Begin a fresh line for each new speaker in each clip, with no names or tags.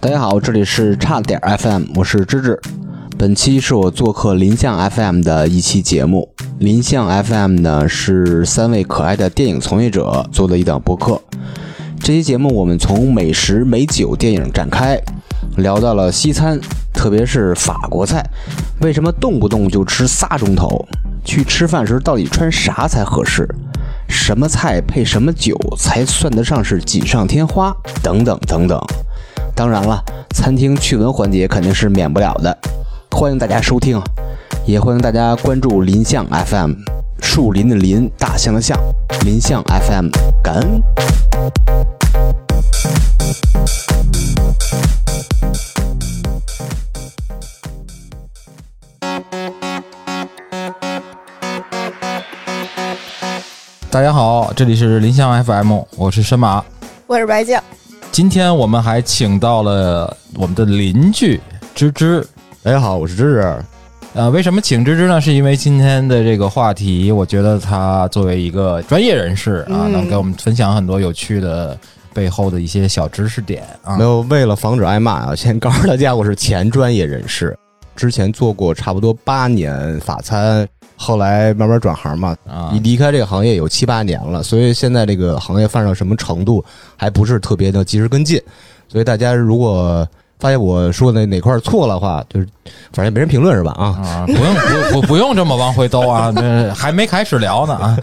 大家好，这里是差点儿 FM，我是芝芝。本期是我做客林相 FM 的一期节目。林相 FM 呢是三位可爱的电影从业者做的一档播客。这期节目我们从美食、美酒、电影展开，聊到了西餐，特别是法国菜，为什么动不动就吃仨钟头？去吃饭时到底穿啥才合适？什么菜配什么酒才算得上是锦上添花？等等等等。当然了，餐厅趣闻环节肯定是免不了的，欢迎大家收听，也欢迎大家关注林相 FM，树林的林，大象的象，林相 FM，感恩。
大家好，这里是林香 FM，我是申马。
我是白酱，
今天我们还请到了我们的邻居芝芝。
大家哎好，我是芝芝。
呃，为什么请芝芝呢？是因为今天的这个话题，我觉得她作为一个专业人士啊，
嗯
能给我们分享很多有趣的背后的一些小知识点啊
没。有，为了防止挨骂啊，先告诉大家，我是前专业人士，之前做过差不多八年法餐，后来慢慢转行嘛，
啊
你，离开这个行业有七八年了，所以现在这个行业发展到什么程度，还不是特别的及时跟进。所以大家如果发现我说的哪块儿错了的话，就是反正也没人评论是吧？啊，
啊，不用不不不用这么往回兜啊，这还没开始聊呢啊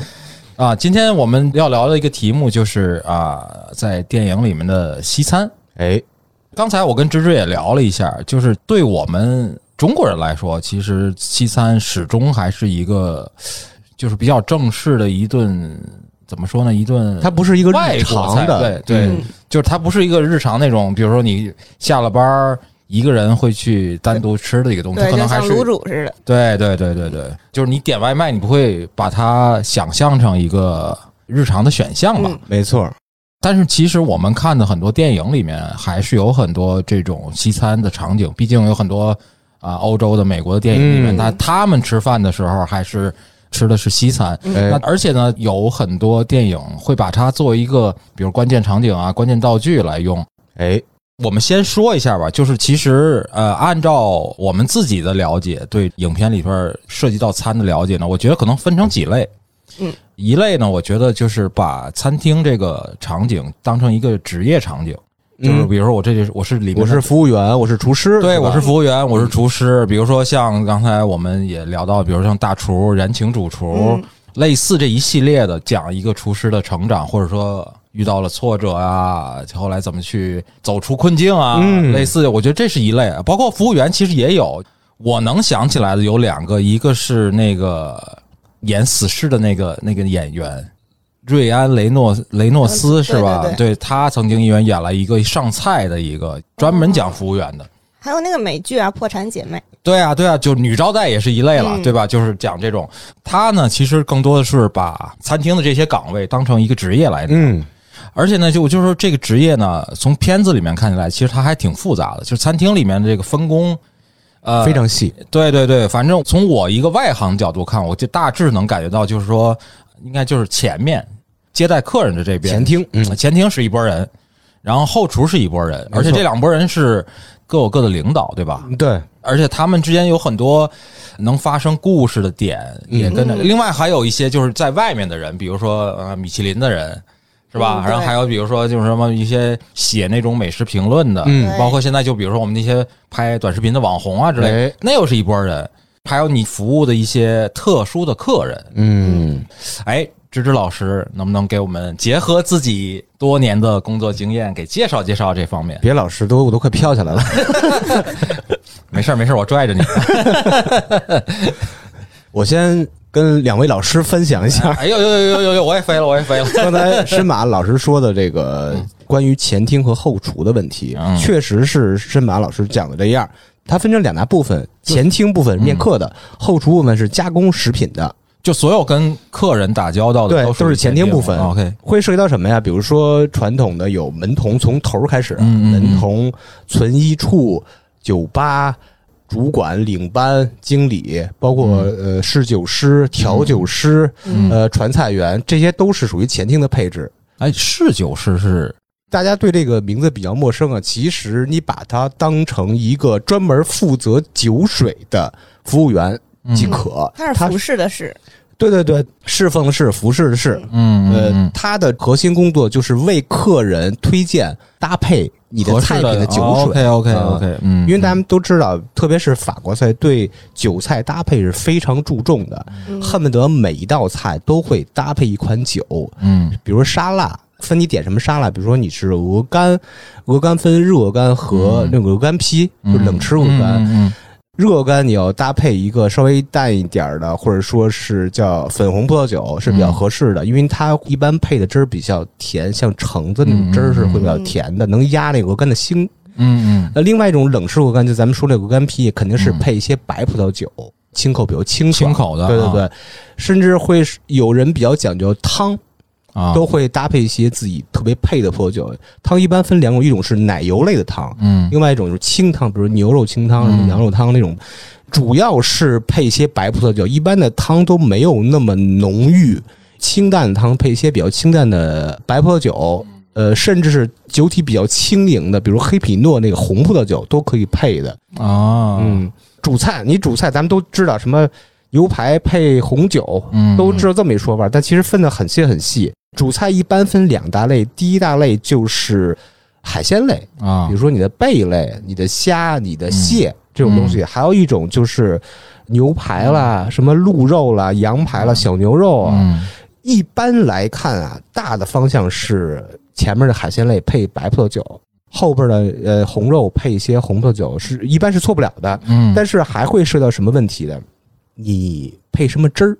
啊！今天我们要聊的一个题目就是啊，在电影里面的西餐。
哎，
刚才我跟芝芝也聊了一下，就是对我们中国人来说，其实西餐始终还是一个，就是比较正式的一顿，怎么说呢？一顿
它不是一个
嗯外
日
国
常
菜，
的，嗯
对对，就是它不是一个日常那种，比如说你下了班儿一个人会去单独吃的一个东西，它可
对，就
能还
像
是
卤煮似的，
对对对对对，就是你点外卖，你不会把它想象成一个日常的选项吧？
嗯
没错儿，
但是其实我们看的很多电影里面，还是有很多这种西餐的场景。毕竟有很多啊、欧洲的、美国的电影里面，
嗯
他他们吃饭的时候还是吃的是西餐。那
哎，
而且呢，有很多电影会把它作为一个，比如关键场景啊、关键道具来用。
哎，
我们先说一下吧，就是其实呃，按照我们自己的了解，对影片里边涉及到餐的了解呢，我觉得可能分成几类。
嗯，
一类呢，我觉得就是把餐厅这个场景当成一个职业场景，就是
嗯，
比如说我这就是我是里面的
我是服务员，我是厨师，
对，
吧嗯
我是服务员，我是厨师。比如说像刚才我们也聊到，比如像大厨、燃情主厨，
嗯
类似这一系列的讲一个厨师的成长，或者说遇到了挫折啊，后来怎么去走出困境啊，
嗯
类似的，我觉得这是一类。包括服务员其实也有，我能想起来的有两个，一个是那个演死侍的那个那个演员。瑞安·雷诺雷诺斯
嗯
是吧？
对对
他曾经因为演了一个上菜的一个专门讲服务员的，
还有那个美剧啊，《破产姐妹》，
对啊，对啊，就女招待也是一类了，
嗯
对吧？就是讲这种，他呢其实更多的是把餐厅的这些岗位当成一个职业来，
嗯，
而且呢，就就是说这个职业呢，从片子里面看起来，其实它还挺复杂的，就是餐厅里面的这个分工，呃，
非常细，
对对对，反正从我一个外行角度看，我就大致能感觉到，就是说，应该就是前面接待客人的这边
前厅，嗯，
呃前厅是一拨人，然后后厨是一拨人，
没错
而且这两拨人是各有各的领导，对吧？
对，
而且他们之间有很多能发生故事的点，也跟着。
嗯
另外还有一些就是在外面的人，比如说呃米其林的人，是吧？
嗯对
然后还有比如说就是什么一些写那种美食评论的，
嗯
对
包括现在就比如说我们那些拍短视频的网红啊之类的，
哎
那又是一波人。还有你服务的一些特殊的客人，
嗯，
哎，芝芝老师能不能给我们结合自己多年的工作经验，给介绍介绍这方面？
别老师都我都快飘起 来了。
没事儿没事儿，我拽着你。
我先跟两位老师分享一下
哎呦呦呦呦呦呦，我也飞了，我也飞了。
刚才申马老师说的这个关于前厅和后厨的问题
嗯，
确实是申马老师讲的这样。它分成两大部分，前厅部分是面客的，
嗯
后厨部分是加工食品的，
就所有跟客人打交道的
对，
都
都是前厅
厅
部分。
OK，
会涉及到什么呀？比如说传统的有门童从头儿开始，
嗯嗯嗯
啊门童、存衣处、酒吧。主管、领班、经理，包括、呃侍酒师、调酒师、
嗯
呃呃传菜员，这些都是属于前厅的配置。
哎，侍酒师是
大家对这个名字比较陌生啊，其实你把它当成一个专门负责酒水的服务员即
嗯
可。
它是服饰的饰，
对对对，侍奉的侍，服侍的侍。
嗯
呃
嗯，
他的核心工作就是为客人推荐搭配你的
合
菜
适哦
品的酒水。啊
OK OK OK，嗯，
因为咱们都知道，特别是法国菜对酒菜搭配是非常注重的，
嗯
恨不得每一道菜都会搭配一款酒，
嗯
比如沙拉，分你点什么沙拉，比如说你是鹅肝，鹅肝分热鹅肝和
嗯
那个鹅肝批，
嗯
就是冷吃鹅肝。
嗯
热鹅肝你要搭配一个稍微淡一点儿的，或者说是叫粉红葡萄酒是比较
嗯
合适的，因为它一般配的汁儿比较甜，像橙子那种汁儿是会比较
嗯嗯嗯
甜的，能压那个鹅肝的腥。
嗯嗯
那另外一种冷吃鹅肝，就咱们说那鹅肝皮，肯定是
嗯
配一些白葡萄酒，清口比较清
嗯，
爽
清。口的，
对对对，甚至会是有人比较讲究汤，
啊，
都会搭配一些自己特别配的葡萄酒。汤一般分两种，一种是奶油类的汤，
嗯
另外一种就是清汤，比如牛肉清汤、
嗯
什么羊肉汤那种，主要是配一些白葡萄酒。一般的汤都没有那么浓郁，清淡的汤配一些比较清淡的白葡萄酒，
嗯
呃，甚至是酒体比较轻盈的，比如黑皮诺那个红葡萄酒都可以配的。
啊，
嗯，主菜你主菜咱们都知道什么牛排配红酒，
嗯
都知道这么一说法，但其实分的很细很细。主菜一般分两大类，第一大类就是海鲜类，
啊，嗯
比如说你的贝类、你的虾、你的蟹、这种东西，还有一种就是牛排啦、什么鹿肉啦、羊排啦、小牛肉啊。
嗯
一般来看啊，大的方向是前面的海鲜类配白葡萄酒，后边的呃红肉配一些红葡萄酒，是一般是错不了的。
嗯，
但是还会涉及到什么问题呢？你配什么汁儿？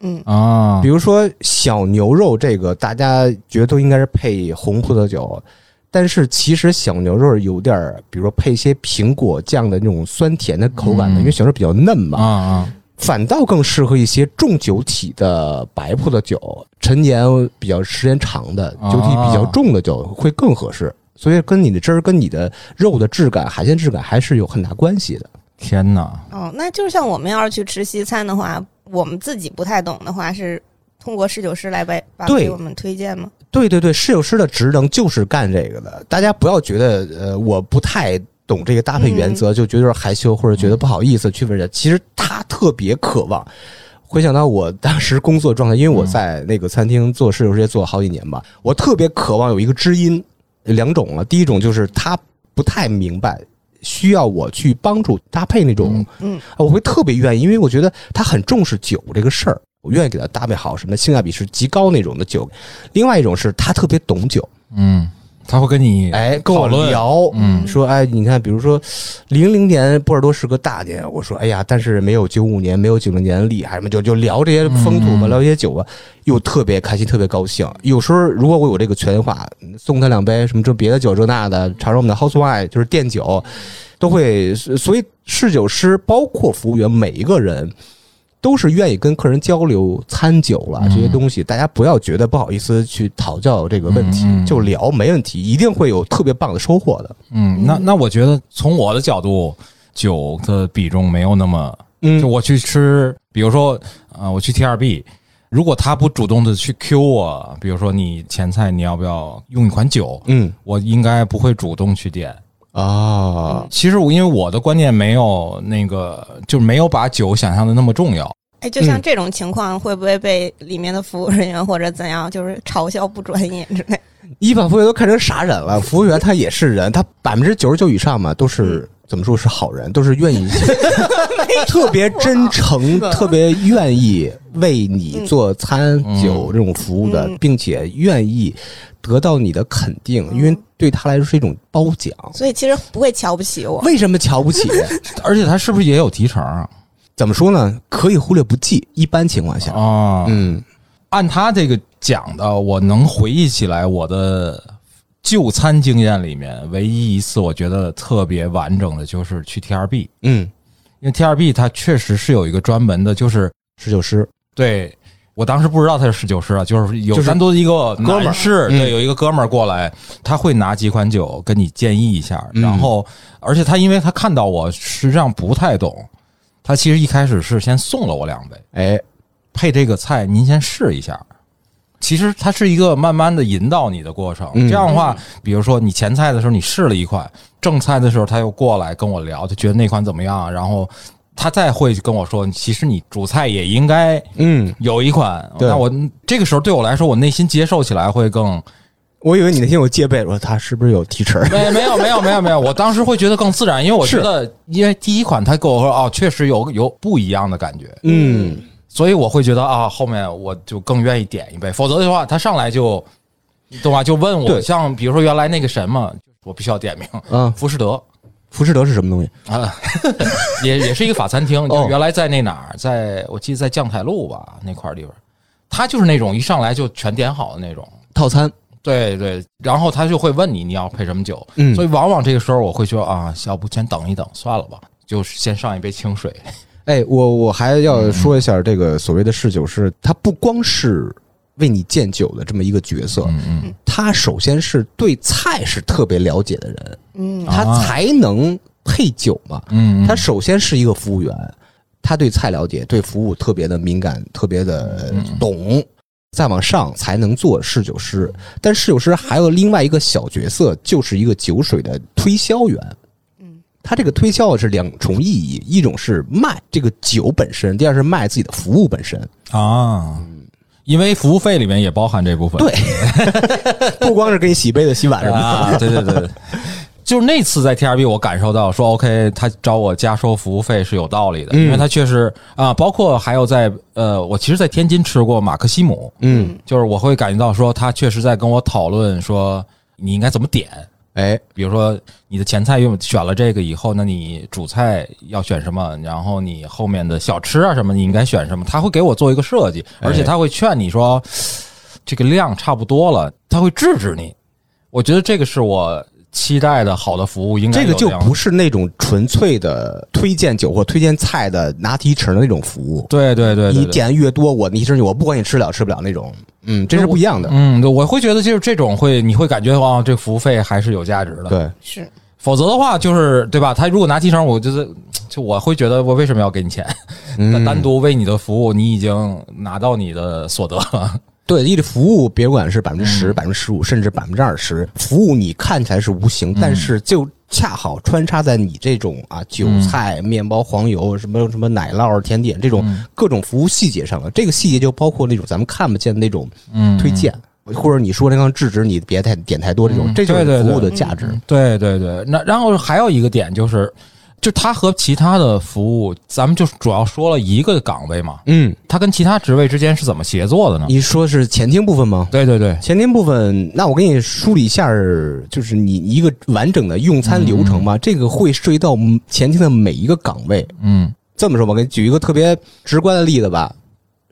嗯，
啊，
比如说小牛肉这个，大家觉得都应该是配红葡萄酒，但是其实小牛肉有点儿，比如说配一些苹果酱的那种酸甜的口感的，
嗯
因为小牛比较嫩
啊
嘛，
啊，
反倒更适合一些重酒体的白葡萄酒，陈年比较时间长的
啊
酒体比较重的酒会更合适。所以跟你的汁儿、跟你的肉的质感、海鲜质感还是有很大关系的。
天哪，
哦，那就是像我们要是去吃西餐的话，我们自己不太懂的话，是通过侍酒师来把把
对
给我们推荐吗？
对对对，侍酒师的职能就是干这个的。大家不要觉得呃我不太懂这个搭配原则，就觉得有点害羞或者觉得不好意思去问人。其实他特别渴望。回想到我当时工作状态，因为我在那个餐厅做侍酒师也做了好几年吧，我特别渴望有一个知音，两种了。第一种就是他不太明白，需要我去帮助搭配那种，
嗯，
啊我会特别愿意，因为我觉得他很重视酒这个事儿，我愿意给他搭配好什么性价比是极高那种的酒。另外一种是他特别懂酒，
嗯，他会跟你
哎，跟我
讨论
聊，
嗯
说哎，你看，比如说零零年波尔多是个大年，我说哎呀，但是没有九五年，没有九零年厉害什么，就就聊这些风土吧，
嗯
聊这些酒吧，又特别开心，特别高兴。有时候如果我有这个权的话，送他两杯什么这别的酒这那的，尝尝我们的 house wine，就是店酒，都会。所以侍酒师包括服务员每一个人。都是愿意跟客人交流餐酒了这些
嗯
东西，大家不要觉得不好意思去讨教这个问题，
嗯嗯
就聊没问题，一定会有特别棒的收获的。
嗯，那那我觉得从我的角度，酒的比重没有那么，
嗯
就我去吃，比如说啊、呃我去 T 二 B，如果他不主动的去 Q 我，比如说你前菜你要不要用一款酒，
嗯
我应该不会主动去点。
啊，
其实我因为我的观念没有那个，就没有把酒想象的那么重要。
哎，就像
嗯
这种情况，会不会被里面的服务人员或者怎样，就是嘲笑不专业之类？
一把服务员都看成啥人了？服务员他也是人，他百分之九十九以上嘛，都是怎么说是好人，都是愿意，特别真诚，特别愿意为你做餐酒这种服务的
嗯，
并且愿意得到你的肯定，因为对他来说是一种褒奖。
所以其实不会瞧不起我。
为什么瞧不起？
而且他是不是也有提成啊？
怎么说呢？可以忽略不计，一般情况下，
啊，
嗯
按他这个讲的，我能回忆起来我的就餐经验里面，唯一一次我觉得特别完整的就是去 T 二 B，
嗯，
因为 T 二 B 它确实是有一个专门的，就是
侍酒师，
对我当时不知道他是侍酒师啊，就是有
就是
单独的一个
哥们儿
男士，
嗯
对，有一个哥们儿过来，他会拿几款酒跟你建议一下，
嗯
然后而且他因为他看到我实际上不太懂，他其实一开始是先送了我两杯，
哎，
配这个菜您先试一下。其实它是一个慢慢的引导你的过程。
嗯
这样的话，比如说你前菜的时候你试了一款，正菜的时候他又过来跟我聊，就觉得那款怎么样，然后他再会跟我说，其实你主菜也应该
嗯，
有一款。
对
那我这个时候对我来说，我内心接受起来会 更
我以为你那天有戒备，我说他是不是有提成？
没没有没有没有没有，我当时会觉得更自然，因为我觉得，因为第一款他跟我说哦，确实有有不一样的感觉，
嗯，
所以我会觉得啊，后面我就更愿意点一杯，否则的话，他上来就，你懂吧？就问我，
对
像比如说原来那个什么，我必须要点名，
啊，
浮士 德
浮士德是什么东西？
啊，也也是一个法餐厅，
哦
就原来在那哪儿，在我记得在将台路吧那块儿地方，他就是那种一上来就全点好的那种。
套餐。
对对，然后他就会问你你要配什么酒，
嗯
所以往往这个时候我会说啊，要不先等一等，算了吧，就是先上一杯清 水。
哎，我我还要说一下这个所谓的侍酒师，他不光是为你荐酒的这么一个角色，
嗯嗯，
他首先是对菜是特别了解的人，
嗯
啊
他才能配酒嘛。
嗯，
他首先是一个服务员，他对菜了解，对服务特别的敏感，特别的
嗯
懂。再往上才能做侍酒师，但侍酒师还有另外一个小角色，就是一个酒水的推销员。
嗯
他这个推销是两重意义，一种是卖这个酒本身，第二是卖自己的服务本身。
啊，因为服务费里面也包含这部分。
对 不光是给你洗杯子、洗碗什么的，
啊，对对对。对 就是那次在 TRB，我感受到说，OK，他找我加收服务费是有道理的，
嗯
因为他确实啊、包括还有在呃，我其实，在天津吃过马克西姆，
嗯，
就是我会感觉到说，他确实在跟我讨论说你应该怎么点，
哎，
比如说你的前菜用选了这个以后，那你主菜要选什么？然后你后面的小吃啊什么，你应该选什么？他会给我做一个设计，而且他会劝你说，
嗯
这个量差不多了，他会制止你。我觉得这个是我期待的好的服务，应该
这
有
个就
样的
不是那种纯粹的推荐酒或推荐菜的拿提成的那种服务。
对对对对
你
对
点越多，我你甚至我不管你吃了吃不了那种，嗯，这是不一样的。
嗯，对我会觉得就是这种会，你会感觉哇，这服务费还是有价值的。
对，
是
否则的话就是对吧？他如果拿提成，我就是就我会觉得我为什么要给你钱？但 单独为你的服务，你已经拿到你的所得了。
对，你的服务别管是百分之十、百分之十五，甚至百分之二十，服务你看起来是无形，但是就恰好穿插在你这种啊韭菜、面包、黄油、什么什么奶酪、甜点这种各种服务细节上了。这个细节就包括那种咱们看不见的那种
嗯
推荐，或者你说那刚制止你别太点太多这种，
嗯
这就
对对
是
对
服务的价值。
对对对，那然后还有一个点就是，就它和其他的服务，咱们就主要说了一个岗位嘛，
嗯，
它跟其他职位之间是怎么协作的呢？
你说是前厅部分吗？
对对对，
前厅部分，那我给你梳理一下儿，就是你一个完整的用餐流程吧。这个会涉及到前厅的每一个岗位。
嗯
这么说吧，给你举一个特别直观的例子吧。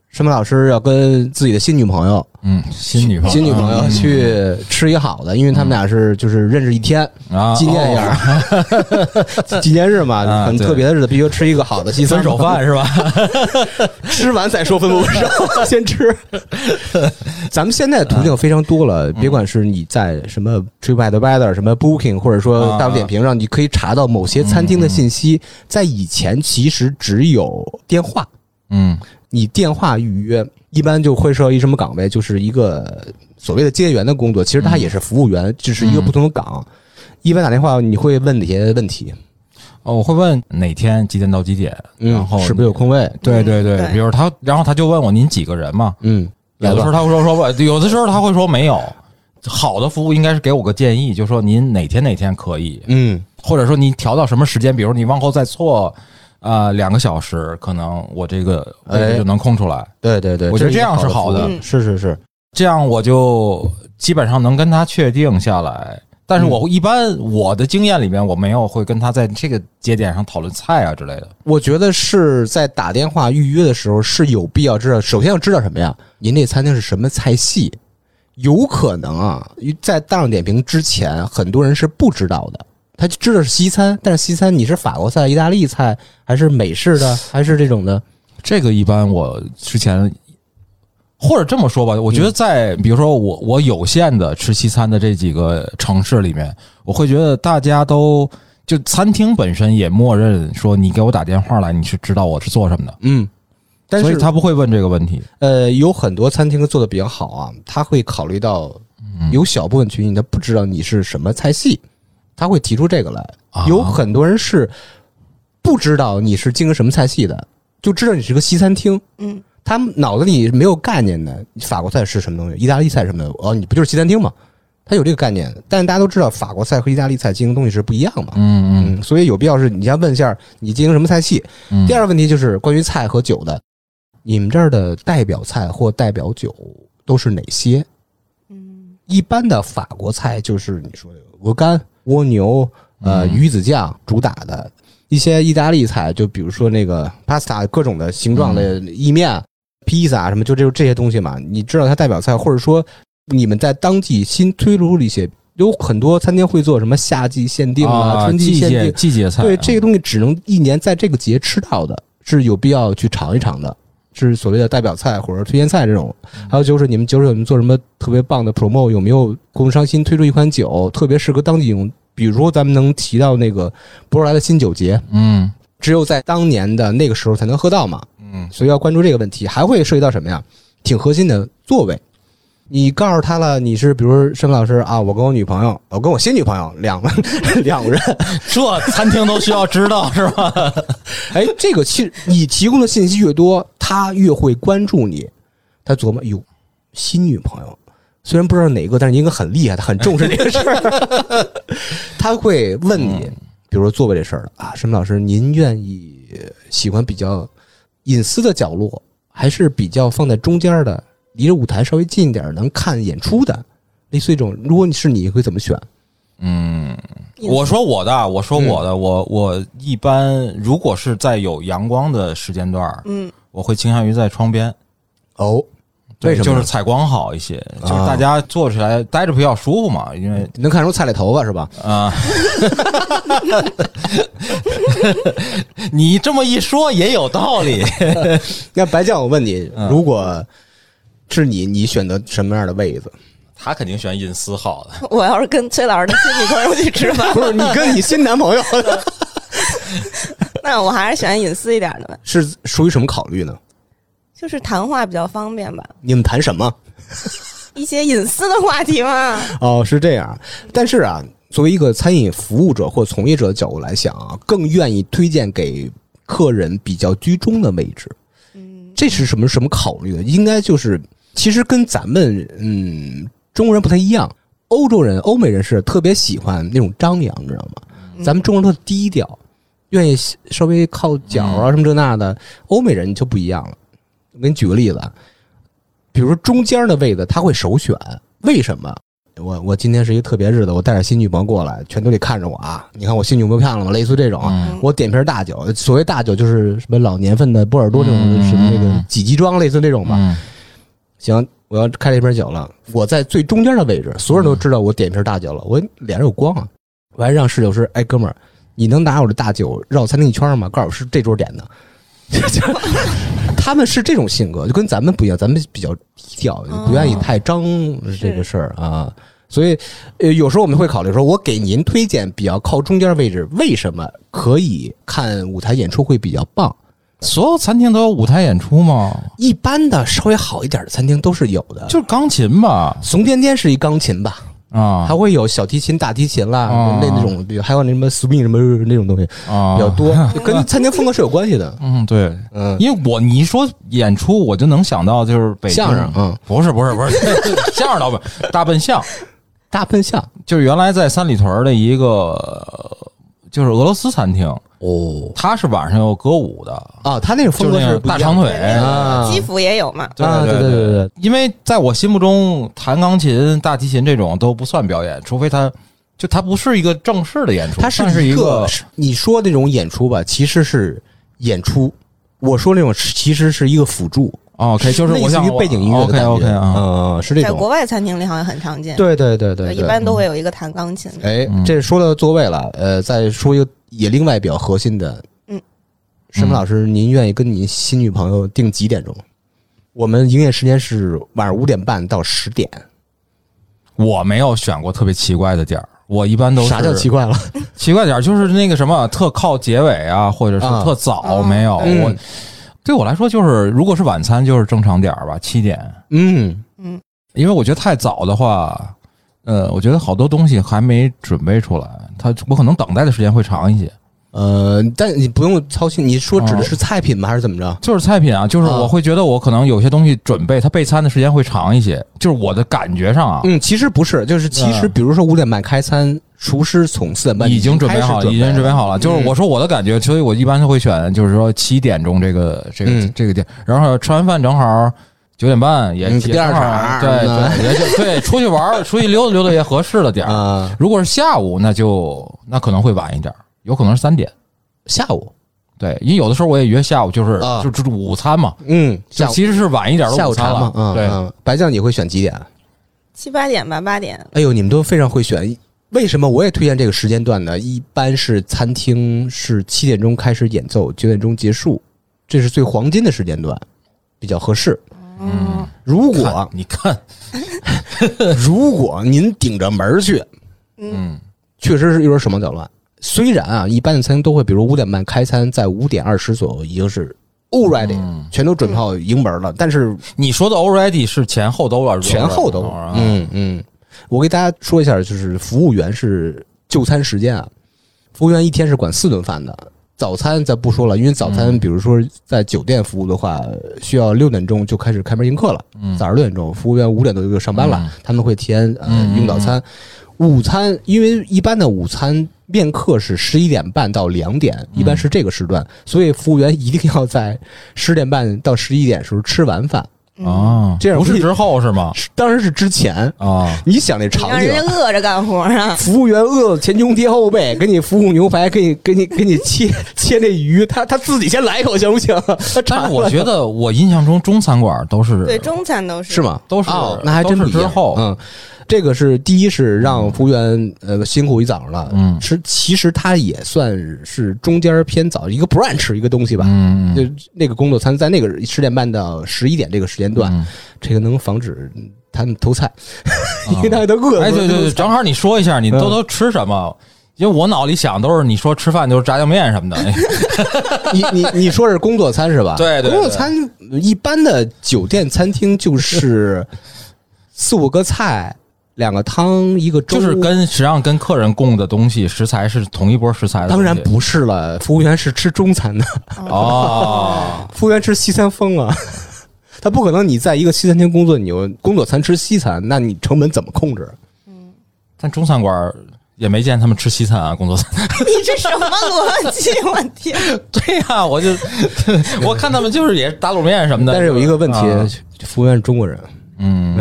申明老师要跟自己的新女朋友、
嗯，新女朋友，嗯
新女朋友去吃一好的，因为他们俩是就是认识一天，
啊，
纪念一
哦
下儿 纪念日嘛，
啊
很
对
特别的日子，必须要吃一个好的西餐
分手饭是吧？
吃完再说分不分 手，先吃。嗯咱们现在途径非常多了，别管是你在什么 TripAdvisor、什么 Booking，或者说大众点评上，你可以查到某些餐厅的信息。在以前，其实只有电话，
嗯
你电话预约一般就会涉及什么岗位，就是一个所谓的接员的工作，其实它也是服务员，只是一个不同的岗。一般打电话你会问哪些问题？
哦，我会问哪天几点到几点，然后
嗯是不是有空位？
对对对，
嗯对
比如他，然后他就问我您几个人嘛，
嗯，
有
来
的时候
吧。
他会说说不，有的时候他会说没有。好的服务应该是给我个建议，就说您哪天哪天可以，
嗯，
或者说您调到什么时间，比如你往后再错呃两个小时，可能我这个位
哎
置就能空出来。
对对对，
我觉得这样是
是
好的
服务是是是，
这样我就基本上能跟他确定下来。但是
嗯
我一般我的经验里面，我没有会跟他在这个节点上讨论菜啊之类的。
我觉得是在打电话预约的时候是有必要知道，首先要知道什么呀？您这餐厅是什么菜系？有可能啊，在大众点评之前，很多人是不知道的。他就知道是西餐，但是西餐你是法国菜、意大利菜，还是美 式的，还是这种的？
这个一般我之前或者这么说吧，我觉得在、比如说我我有限的吃西餐的这几个城市里面，我会觉得大家都就餐厅本身也默认说你给我打电话来，你是知道我是做什么的。
嗯，但
所以
是
他不会问这个问题。
呃，有很多餐厅做的比较好啊，他会考虑到
嗯
有小部分群体他不知道你是什么菜系，他会提出这个来。
啊
有很多人是不知道你是经营什么菜系的，就知道你是个西餐厅，
嗯，
他们脑子里没有概念的，法国菜是什么东西，意大利菜是什么东西，哦，你不就是西餐厅吗？他有这个概念，但大家都知道法国菜和意大利菜经营东西是不一样嘛，
嗯嗯
嗯，所以有必要是你先问一下你经营什么菜系。
嗯。
第二个问题就是关于菜和酒的，你们这儿的代表菜或代表酒都是哪些？
嗯，
一般的法国菜就是你说的鹅肝、蜗牛、呃
嗯
鱼子酱主打的。一些意大利菜，就比如说那个 pasta 各种的形状的意
嗯
面、披萨什么，就这这些东西嘛。你知道它代表菜，或者说你们在当季新推出了一些，有很多餐厅会做什么夏季限定
啊，
春季
季
限定
节，季节菜啊，
对，这个东西只能一年在这个节吃到的，是有必要去尝一尝的，是所谓的代表菜或者推荐菜这种。
嗯
还有就是你们酒水有没有做什么特别棒的 promo？有没有供应商新推出一款酒，特别适合当地用？比如说咱们能提到那个博尔莱的新酒节，
嗯
只有在当年的那个时候才能喝到嘛，
嗯
所以要关注这个问题。还会涉及到什么呀？挺核心的座位。你告诉他了，你是比如说申老师啊，我跟我女朋友，我跟我新女朋友两个 两个人，
这餐厅都需要知道是吧？
哎，这个其实你提供的信息越多，他越会关注你。他琢磨，哟，新女朋友，虽然不知道哪个，但是应该很厉害，他很重视这个事儿。 他会问你，比如说座位这事儿了啊，申老师，您愿意喜欢比较隐私的角落，还是比较放在中间的，离着舞台稍微近一点，能看演出的？类似一种，如果你是你会怎么选？
嗯，我说我的，我
嗯
说我的，我我一般如果是在有阳光的时间段儿，
嗯
我会倾向于在窗边，
哦，
对
为什么
就
呢？
是采光好一些，就是
啊
大家坐起来待着比较舒服嘛，因为
能看出菜里头发是吧？
啊。你这么一说也有道 理，
那白酱，我问你
嗯，
如果是你，你选择什么样的位子？
他肯定选隐私好的。
我要是跟崔老师的新女朋友去吃 饭，
不是你跟你新男朋友
那我还是喜欢隐私一点的吧，
是属于什么考虑呢？
就是谈话比较方便吧，
你们谈什么？
一些隐私的话题嘛。
哦，是这样。但是啊，作为一个餐饮服务者或从业者的角度来想啊，更愿意推荐给客人比较居中的位置。
嗯，
这是什么什么考虑呢？应该就是，其实跟咱们嗯中国人不太一样，欧洲人、欧美人是特别喜欢那种张扬，你知道吗？嗯
嗯
嗯
咱们中国人特低调，愿意稍微靠脚
嗯
啊什么这那的。欧美人就不一样了。我给你举个例子，啊，比如说中间的位子他会首选，为什么？我我今天是一个特别日子，我带着新女朋友过来，全都得看着我啊！你看我新女朋友漂亮吗？类似这种啊，
嗯
我点瓶大酒，所谓大酒就是什么老年份的波尔多这种、
嗯
什么那个几级装类似这种吧。
嗯
行，我要开这瓶酒了，我在最中间的位置，所有人都知道我点瓶大酒了，我脸上有光啊。我还让侍酒师，哎哥们儿，你能拿我这大酒绕餐厅一圈吗？告诉我是这桌点的。 他们是这种性格，就跟咱们不一样，咱们比较低调，不愿意太张这个事儿啊。所以，呃，有时候我们会考虑说，我给您推荐比较靠中间位置，为什么可以看舞台演出会比较棒？
所有餐厅都有舞台演出吗？
一般的稍微好一点的餐厅都是有的，
就是钢琴吧，
怂颠颠是一钢琴吧，
啊
还会有小提琴、大提琴啦，
啊
那那种比还有那什么 swing 什么那种东西比
啊，
较 多，跟餐厅风格是有关系的。
嗯，对，
嗯，
因为我你一说演出，我就能想到就是北京
相声，嗯，
不是不是不是相声老板大笨象，
大笨象
就是原来在三里屯儿的一个呃就是俄罗斯餐厅，
哦
它是晚上有歌舞的，
啊，他那种
就
风
是那
格是
种
不一
大
样
长腿。
啊，
基辅也有嘛，
对
啊
对
对对对
对，因为在我心目中，弹钢琴、大提琴这种都不算表演，除非它就它不是一个正式的演出，
它
算是
是
一
个
个
你说那种演出吧，其实是演出。我说那种其实是一个辅助，
哦 OK，就是
类
我
似
像
于背景音乐的
OK
感觉
OK 啊，
嗯，是这
在国
种。
外餐厅里好像很常见，
对对对对，
一般都会有一个弹钢琴的。
哎
嗯，
这说到座位了，呃，再说一个也另外比较核心的，
嗯，
申老师，
嗯
您愿意跟您新女朋友定几点钟？我们营业时间是晚上五点半到十点，
我没有选过特别奇怪的点儿，我一般都是
嗯啥叫奇 怪了？
奇怪点儿就是那个什么特靠结尾啊，或者是
啊
特早，
啊
没有、
嗯
我。对我来说就是，如果是晚餐就是正常点儿吧，七点，
嗯，
因为我觉得太早的话，呃，我觉得好多东西还没准备出来，它我可能等待的时间会长一些。
呃，但你不用操心，你说指
啊
的是菜品吗？还是怎么着？
就是菜品啊，就是
啊
我会觉得我可能有些东西准备，它备餐的时间会长一些，就是我的感觉上啊，
嗯，其实不是，就是其实
嗯
比如说五点半开餐，厨师从四点半
已经准备
开始
好，
准嗯啊
已经准备好了。就是我说我的感觉，所以我一般会选，就是说七点钟这个这个、
嗯
这个店，然后吃完饭正好九点半也、
嗯
也
第二
正好
场
对
嗯
对也就对，出去玩儿出去溜达溜达也合适了点儿。
啊、
如果是下午，那就那可能会晚一点儿，有可能是三点。
下午，
对，因为有的时候我也约下午，就是、
啊
就就是午餐嘛，
嗯，
就
下午
其实是晚一点儿
下
的
午
餐
茶嘛
了。，
嗯，
对，
嗯白酱你会选几点？
七八点吧，八点。
哎呦，你们都非常会选。为什么我也推荐这个时间段呢？一般是餐厅是七点钟开始演奏，九点钟结束，这是最黄金的时间段，比较合适。
嗯，
如
看
果
你看，
如果您顶着门儿去，
嗯，
确实是有点手忙脚乱。虽然啊，一般的餐厅都会，比如五点半开餐，在五点二十左右已经是 all ready，、全都准备好迎门了。但是
你说的 already 是前后都了，
前后都，
啊
嗯嗯，我给大家说一下，就是服务员是就餐时间啊，服务员一天是管四顿饭的。早餐咱不说了，因为早
嗯
餐比如说在酒店服务的话，需要六点钟就开始开门迎客了。
嗯
早上六点钟，服务员五点多就上班了，
嗯
他们会提前呃
嗯嗯
用早餐。午餐因为一般的午餐面客是十一点半到两点，
嗯
一般是这个时段，所以服务员一定要在十点半到十一点时候吃完饭。
嗯，
啊，
这样
不是
会
之后是吗？
是当然是之前，
啊，
你想那
你
场
嗯让
景
人
啊，
家饿着干活啊！
服务员饿得前胸贴后背，给你服务牛排，给你给你给你切 切那鱼，他他自己先来一口行不行？他
但
馋
是我
了
觉得我印象中中餐馆都是
对，中餐都是
是？吗？
都是
哦，那还真不
都
一
是之
样。
后
嗯，这个是第一是让服务员呃辛苦一早上了，
嗯
吃其实他也算是中间偏早一个 brunch 一个东西吧，
嗯
就那个工作餐在那个十点半到十一点这个时间段，
嗯
这个能防止他们偷菜， 因为大家都饿了。
哎，对对 对，正好你说一下，你
嗯
都都吃什么？因为我脑里想都是你说吃饭就是炸酱面什么的，哎
你你你说是工作餐是吧？
对对对
工作餐一般的酒店餐厅就是四五个菜，两个汤，一个粥，
就是跟实际上跟客人供的东西食材是同一波食材的东
当
西。
然不是了，服务员是吃中餐的，
哦，
服务员吃西餐疯啊。 他不可能，你在一个西餐厅工作，你有工作餐吃西餐，那你成本怎么控制？
但中餐馆也没见他们吃西餐啊，工作餐。
你这什么逻辑？我天！
对呀、我 就我看他们就是也是打卤面什么的。
但是有一个问题，
啊
服务员是中国人，
嗯，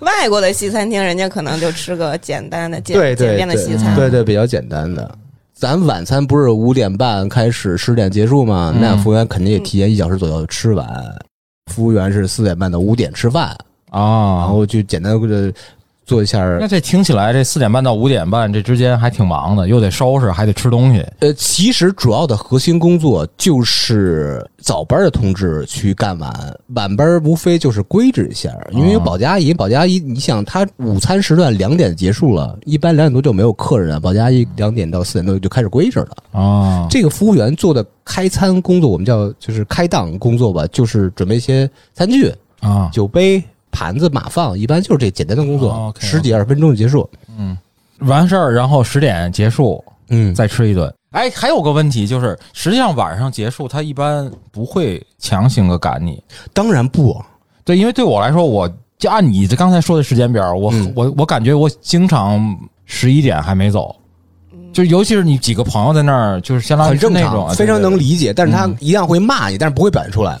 外国的西餐厅，人家可能就吃个简单的、简
对对
简便的西餐。嗯
对对，比较简单的。咱晚餐不是五点半开始，十点结束吗？那
嗯
服务员肯定也提前一小时左右吃完。服务员是四点半到五点吃饭，然
啊，
后就简单的做一下。
那这听起来这四点半到五点半这之间还挺忙的，又得收拾，还得吃东西。
呃，其实主要的核心工作就是早班的同志去干完，晚班无非就是规制一下，因
哦
为有保洁阿姨。保洁阿姨，你想，她午餐时段两点结束了，一般两点多就没有客人了，保洁阿姨两点到四点多就开始规制了。
啊，
这个服务员做的开餐工作，我们叫就是开档工作吧，就是准备一些餐具、
啊，
酒杯、盘子、码放，一般就是这简单的工
哦
作，
，OK，OK
十几二十分钟就结束。
完事儿，然后十点结束，
嗯，
再吃一顿。哎，还有个问题就是，实际上晚上结束，他一般不会强行的赶你。
当然不，
对，因为对我来说，我就按你这刚才说的时间表，我、
嗯
我我感觉我经常十一点还没走，就尤其是你几个朋友在那儿，就是相当于
很
是
正
那种啊
常，非常能。理解。但啊是嗯他一样会骂你，但是不会表现出来。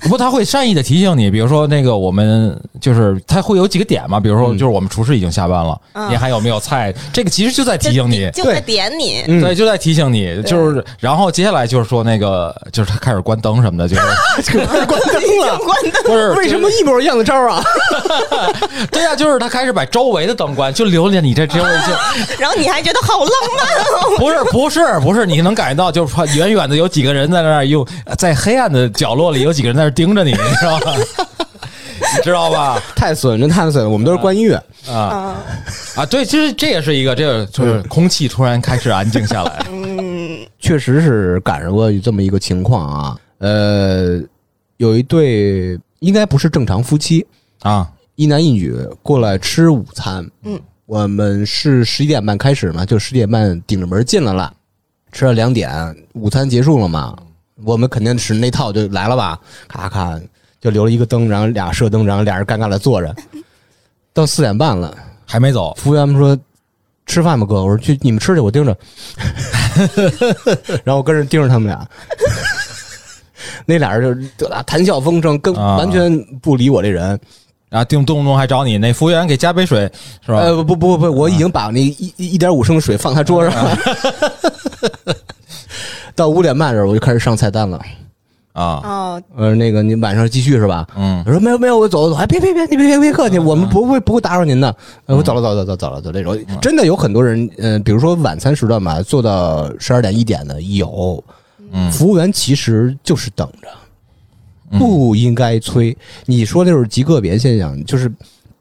对不，他会善意的提醒你，比如说那个我们就是他会有几个点嘛，比如说就是我们厨师已经下班了，
嗯
你还有没有菜？这个其实就在
就
提醒你，
就会点你。
嗯
对，就在提醒你，就是，然后接下来就是说那个，就是他开始关灯什么的，就是
关啊灯了，
不是
为什么一模一样的招儿啊？
对呀、就是他开始把周围的灯关，就留着你这周围 就
然后你还觉得好浪漫哦。
不是不是不是，你能感觉到，就是说远远的有几个人在那儿用，在黑暗的角落里有几个人在那儿盯 着你，你知道吧？你知道吧？
太损，真太损！我们都是关音乐，
啊
啊，
啊，对，这这也是一个，这个就是空气突然开始安静下来，
嗯，
确实是赶上过这么一个情况啊。呃，有一对应该不是正常夫妻，
啊，
一男一女过来吃午餐。
嗯，
我们是十一点半开始嘛，就十点半顶着门进来了，吃了两点，午餐结束了嘛，我们肯定是那套就来了吧，咔咔就留了一个灯，然后俩射灯，然后俩人尴尬的坐着， 到四点半了，
还没走，
服务员们说。吃饭吧，哥。我说去，你们吃去，我盯着。 然后我跟着盯着他们俩， 那俩人就谈笑风生，跟
啊
完全不理我这人。
然后啊动动不动还找你那服务员给加杯水是吧？
呃，不不不不，我已经把那一一点五升的水放他桌上了。 到五点半这儿，我就开始上菜单了。
啊，
哦，
呃，那个，你晚上继续是吧？
嗯
我说没有没有，我走走。哎，别别别，你别别别客气，我们不会不会打扰您的。呃我走了走了走了走了走了这种，真的有很多人，嗯，比如说晚餐时段吧，做到十二点一点的有。
嗯
服务员其实就是等着，不应该催。你说那就是极个别现象，就是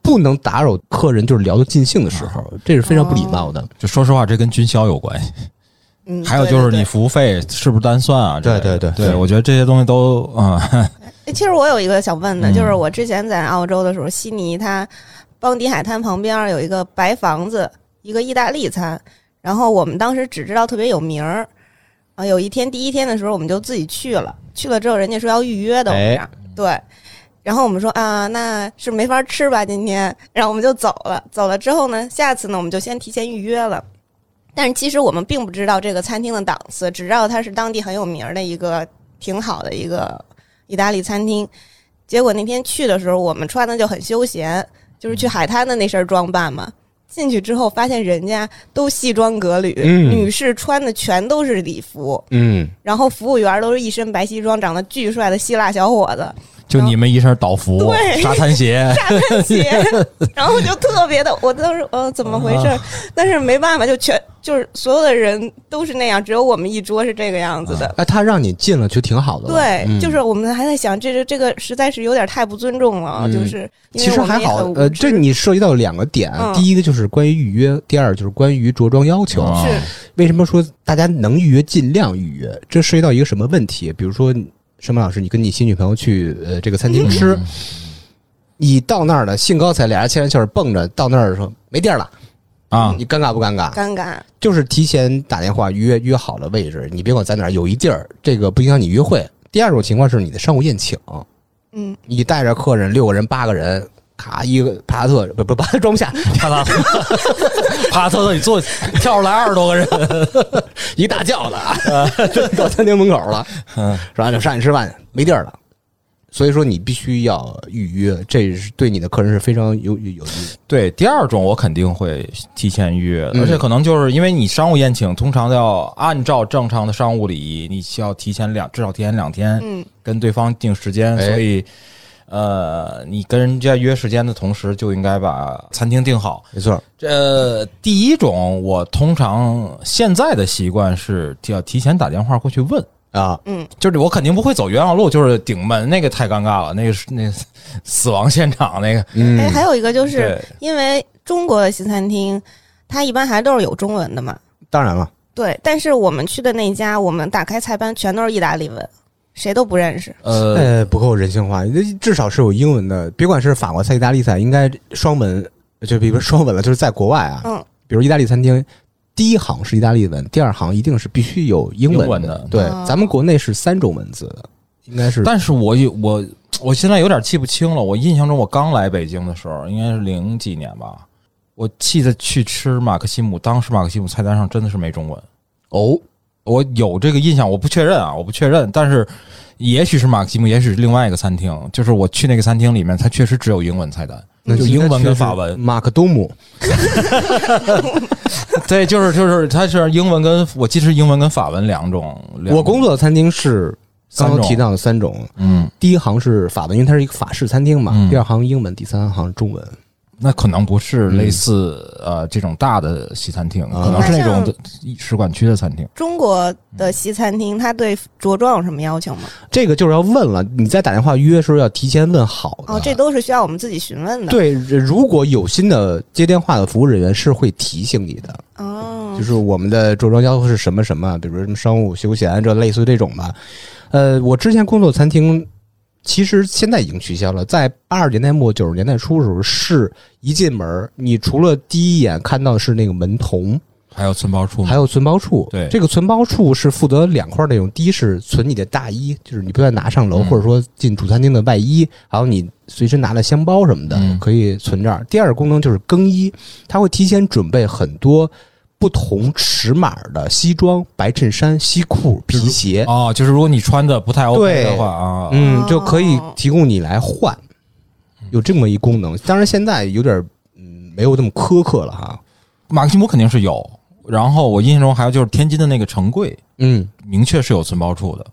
不能打扰客人，就是聊得尽兴的时候，这是非常不礼貌的。
就说实话，这跟军销有关系。
嗯，
还有
对
就是
对
你服务费是不是单算啊？
对
之类的
对对
对，我觉得这些东西都啊，
对哎其实我有一个想问的，
嗯
就是我之前在澳洲的时候，悉尼它邦迪海滩旁边儿有一个白房子，一个意大利餐，然后我们当时只知道特别有名儿。啊，有一天第一天的时候，我们就自己去了，去了之后人家说要预约的，我们这儿、对。然后我们说啊，那是没法吃吧今天，然后我们就走了。走了之后呢，下次呢我们就先提前预约了。但是其实我们并不知道这个餐厅的档次，只知道它是当地很有名儿的一个挺好的一个意大利餐厅。结果那天去的时候，我们穿的就很休闲，就是去海滩的那身装扮嘛。进去之后，发现人家都西装革履，
嗯
女士穿的全都是礼服，
嗯，
然后服务员都是一身白西装，长得巨帅的希腊小伙子，
就你们一身导服、
对
沙滩 鞋，
大番茄，然后就特别的，我当时呃怎么回事儿？但是没办法，就全就是所有的人都是那样，只有我们一桌是这个样子的。
哎，他让你进了就挺好的了。
对，
嗯
就是我们还在想，这个这个实在是有点太不尊重了，
嗯
就是因为
其实
我们
还
也
好
很，无
呃，
知
这你涉及到两个点，
嗯
第一个就是关于预约，第二就是关于着装要求。
啊
是
为什么说大家能预约尽量预约？这涉及到一个什么问题？比如说，申曼老师，你跟你新女朋友去呃这个餐厅
嗯
吃，你到那儿了，兴高采烈，俩人牵着手蹦着到那儿说没地儿了
啊，
你尴尬不尴尬？
尴尬，
就是提前打电话约约好了位置，你别管在哪儿，有一地儿，这个不影响你约会。第二种情况是你的商务宴请，
嗯，
你带着客人六个人八个人，咔一个帕萨特不不帕萨特装不下，
啪 嗒，啪嗒，你坐跳出来二十多个人，
一大轿子啊，到餐厅门口了，是吧？就上去吃饭，没地儿了。所以说你必须要预约，这是对你的客人是非常有有有
对，第二种我肯定会提前预约的，
嗯
而且可能就是因为你商务宴请通常要按照正常的商务礼仪，你需要提前两至少提前两天
嗯，
跟对方定时间，
哎
所以呃，你跟人家约时间的同时，就应该把餐厅定好。
没错，
这呃第一种，我通常现在的习惯是要提前打电话过去问。
啊。
嗯
就是我肯定不会走冤枉路，就是顶门那个太尴尬了，那个是那死亡现场那个，
嗯
哎，还有一个就是
对
因为中国的西餐厅，它一般还都是有中文的嘛，
当然了，
对。但是我们去的那家，我们打开菜单全都是意大利文，谁都不认识。
呃，
呃，不够人性化，至少是有英文的。别管是法国菜、意大利菜，应该双文，就比如说双文了，就是在国外啊，
嗯，
比如意大利餐厅，第一行是意大利文，第二行一定是必须有英
英文的
的。对
哦，
咱们国内是三种文字的，应该是
但是我有我我现在有点记不清了，我印象中我刚来北京的时候，应该是零几年吧，我记得去吃马克西姆，当时马克西姆菜单上真的是没中文，
哦，
我有这个印象，我不确认啊，我不确认，但是也许是马克西姆，也许是另外一个餐厅，就是我去那个餐厅里面，它确实只有英文菜 单，就英文跟法文，
马克多姆，
对，就是就是，它是英文跟我记得是英文跟法文两种。两
我工作的餐厅是刚
三
刚
种
提到的三种，
嗯，
第一行是法文，因为它是一个法式餐厅嘛。
嗯
第二行英文，第三行中文。
那可能不是类似、呃这种大的西餐厅，
嗯啊
可能是那种
那像
使馆区的餐厅。
中国
嗯
的西餐厅，它对着装有什么要求吗？
这个就是要问了，你在打电话约的时候要提前问好的。
哦，这都是需要我们自己询问的。，
啊对，如果有新的接电话的服务人员是会提醒你的，
哦
啊就，是我们的着装要求是什么什么，比如说什么商务、休闲这类似于这种吧。呃，我之前工作餐厅，其实现在已经取消了。在八十年代末九十年代初的时候，是一进门儿，你除了第一眼看到是那个门童，
还有存包处吗
还有存包处。
嗯对
这个存包处是负责两块内容，第一是存你的大衣，就是你不要拿上楼，
嗯
或者说进主餐厅的外衣，还有你随身拿的香包什么的，
嗯
可以存这儿。第二个功能就是更衣，它会提前准备很多。不同尺码的西装、白衬衫、西裤、皮鞋，
哦，就是如果你穿的不太 OK 的话啊，
嗯
哦，
就可以提供你来换，
嗯
有这么一功能。当然现在有点嗯没有那么苛刻了哈。
马克西姆肯定是有。然后我印象中还有就是天津的那个城柜，
嗯，
明确是有存包处的。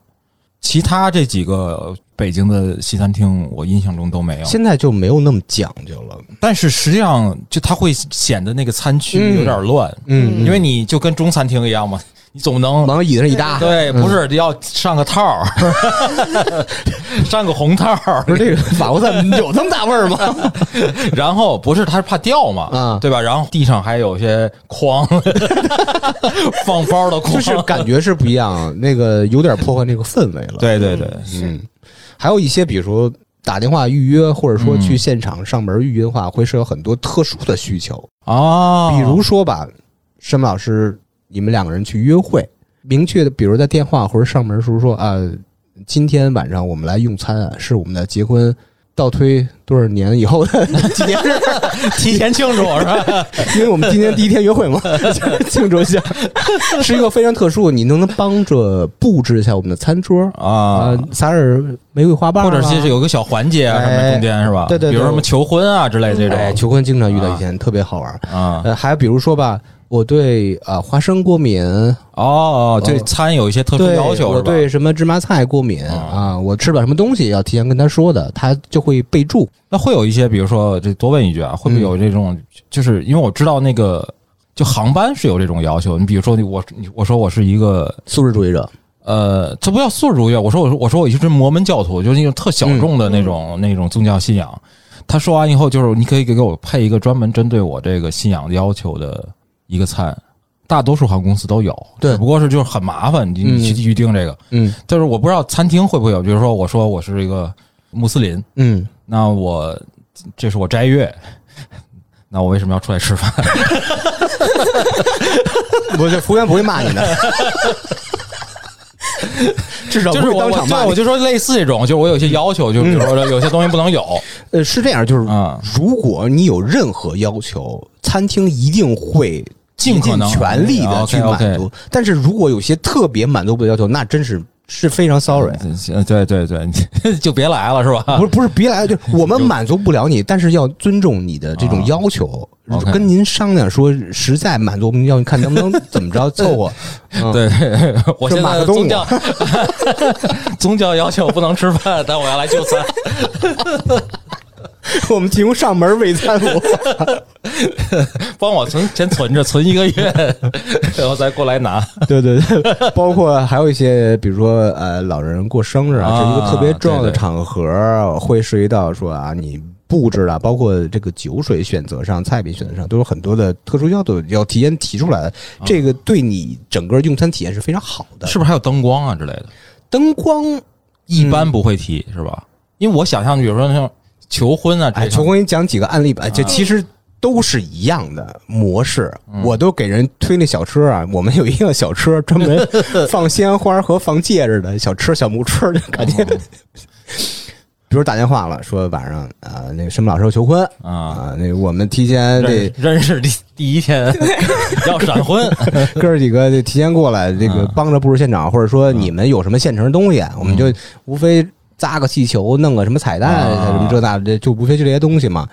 其他这几个北京的西餐厅，我印象中都没有。
现在就没有那么讲究了。
但是实际上，就它会显得那个餐区有点乱，
嗯，
因为你就跟中餐厅一样嘛， 你总不能
往椅子上一搭，
对，不是要上个套儿， 上个红套儿，
不是 这个法国菜有这么大味儿吗？
然后不是他是怕掉嘛，
啊
对吧？然后地上还有些筐， 放包的筐，
就是感觉是不一样，那个有点破坏那个氛围了。，
对对对，
嗯，还有一些比如说。打电话预约，或者说去现场上门预约的话，会是有很多特殊的需求。
哦，
嗯比如说吧，申老师，你们两个人去约会，明确的，比如在电话或者上门的时候说啊、今天晚上我们来用餐啊，是我们的结婚倒推多少年以后的 纪念日，
提前庆祝是 吧？
因为我们今天第一天约 会嘛，就是庆祝一下，是一个非常特殊，你能不能帮着布置一下我们的餐桌啊、
啊。
撒点玫瑰花瓣、啊，
或者是有个小环节啊，什么
哎
中间是吧？
对对对
比如什么求婚啊之类这
哎，
种
求婚经常遇到以前、特别好玩。
啊，
呃，还有比如说吧，我对啊、花生过敏，
哦，对餐有一些特殊
对，
要求
我
是吧？
对什么芝麻菜过敏、
啊
啊，我吃不了什么东西要提前跟他说的，他就会备注。
那会有一些，比如说，这多问一句啊，
嗯
会不会有这种？就是因为我知道那个，就航班是有这种要求。你比如说你，我你我说我是一个
素食主义者，
呃，这不叫素儒教，我说我说我说我就是摩门教徒，就是那种特小众的那种、
嗯
那种宗教信仰。他说完以后，就是你可以给我配一个专门针对我这个信仰要求的一个餐，大多数航空公司都有，
对
只不过是就是很麻烦，你你去预定这个。
嗯
但是我不知道餐厅会不会有，比如说我说我是一个穆斯林，
嗯，
那我这是我斋月， 那我为什么要出来吃饭？
不是服务员不会骂你 的，至少
就
不
是
会
我
当
我
场
对
骂
我
你。嗯
就说类似这种，就是我有些要求，就比如说有些东西不能有
呃，是这样，就是
啊。
如果你有任何要求，餐厅一定会。
尽可能嗯
全力的去满
OK，OK
足，但是如果有些特别满足不了要求，那真是是非常 sorry。
对对对，你 就别来了是吧？
不是不是，别来，就是我们满足不了你，但是要尊重你的这种要求，
啊，OK
跟您商量说，实在满足不了，要看能不能怎么着 凑合。嗯
对， 我
是
现
马
在
克东
宗教 宗教要求我不能吃饭，但我要来就餐。
我们提供上门喂餐服务，
帮我存先存着，存一个月，然后再过来拿。
对对对，包括还有一些，比如说呃，老人过生日啊，
啊
是一个特别重要的
对对
场合，会涉及到说啊，你布置啊，包括这个酒水选择上、菜品选择上，都有很多的特殊要求，要提前提出来的。这个对你整个用餐体验啊是非常好的。
是不是还有灯光啊之类的？
灯光
一般不会提是吧？因为我想象，比如说像求婚啊，
哎，求。婚你讲几个案例吧，这其实都是一样的模式。我都给人推那小车啊，我们有一辆小车专 门放鲜花和放戒指的小车，小木车，就感觉。比如打电话了，说晚上啊、那个什么老师要求婚
啊，
那个我们提前
认
这
认识第第一天要闪 婚，
哥儿几个就提前过来，这个帮着布置现场，或者说你们有什么现成的东西，啊
嗯
我们就无非扎个气球，弄个什么彩蛋，
啊
什么这那的，这就无非就这些东西嘛。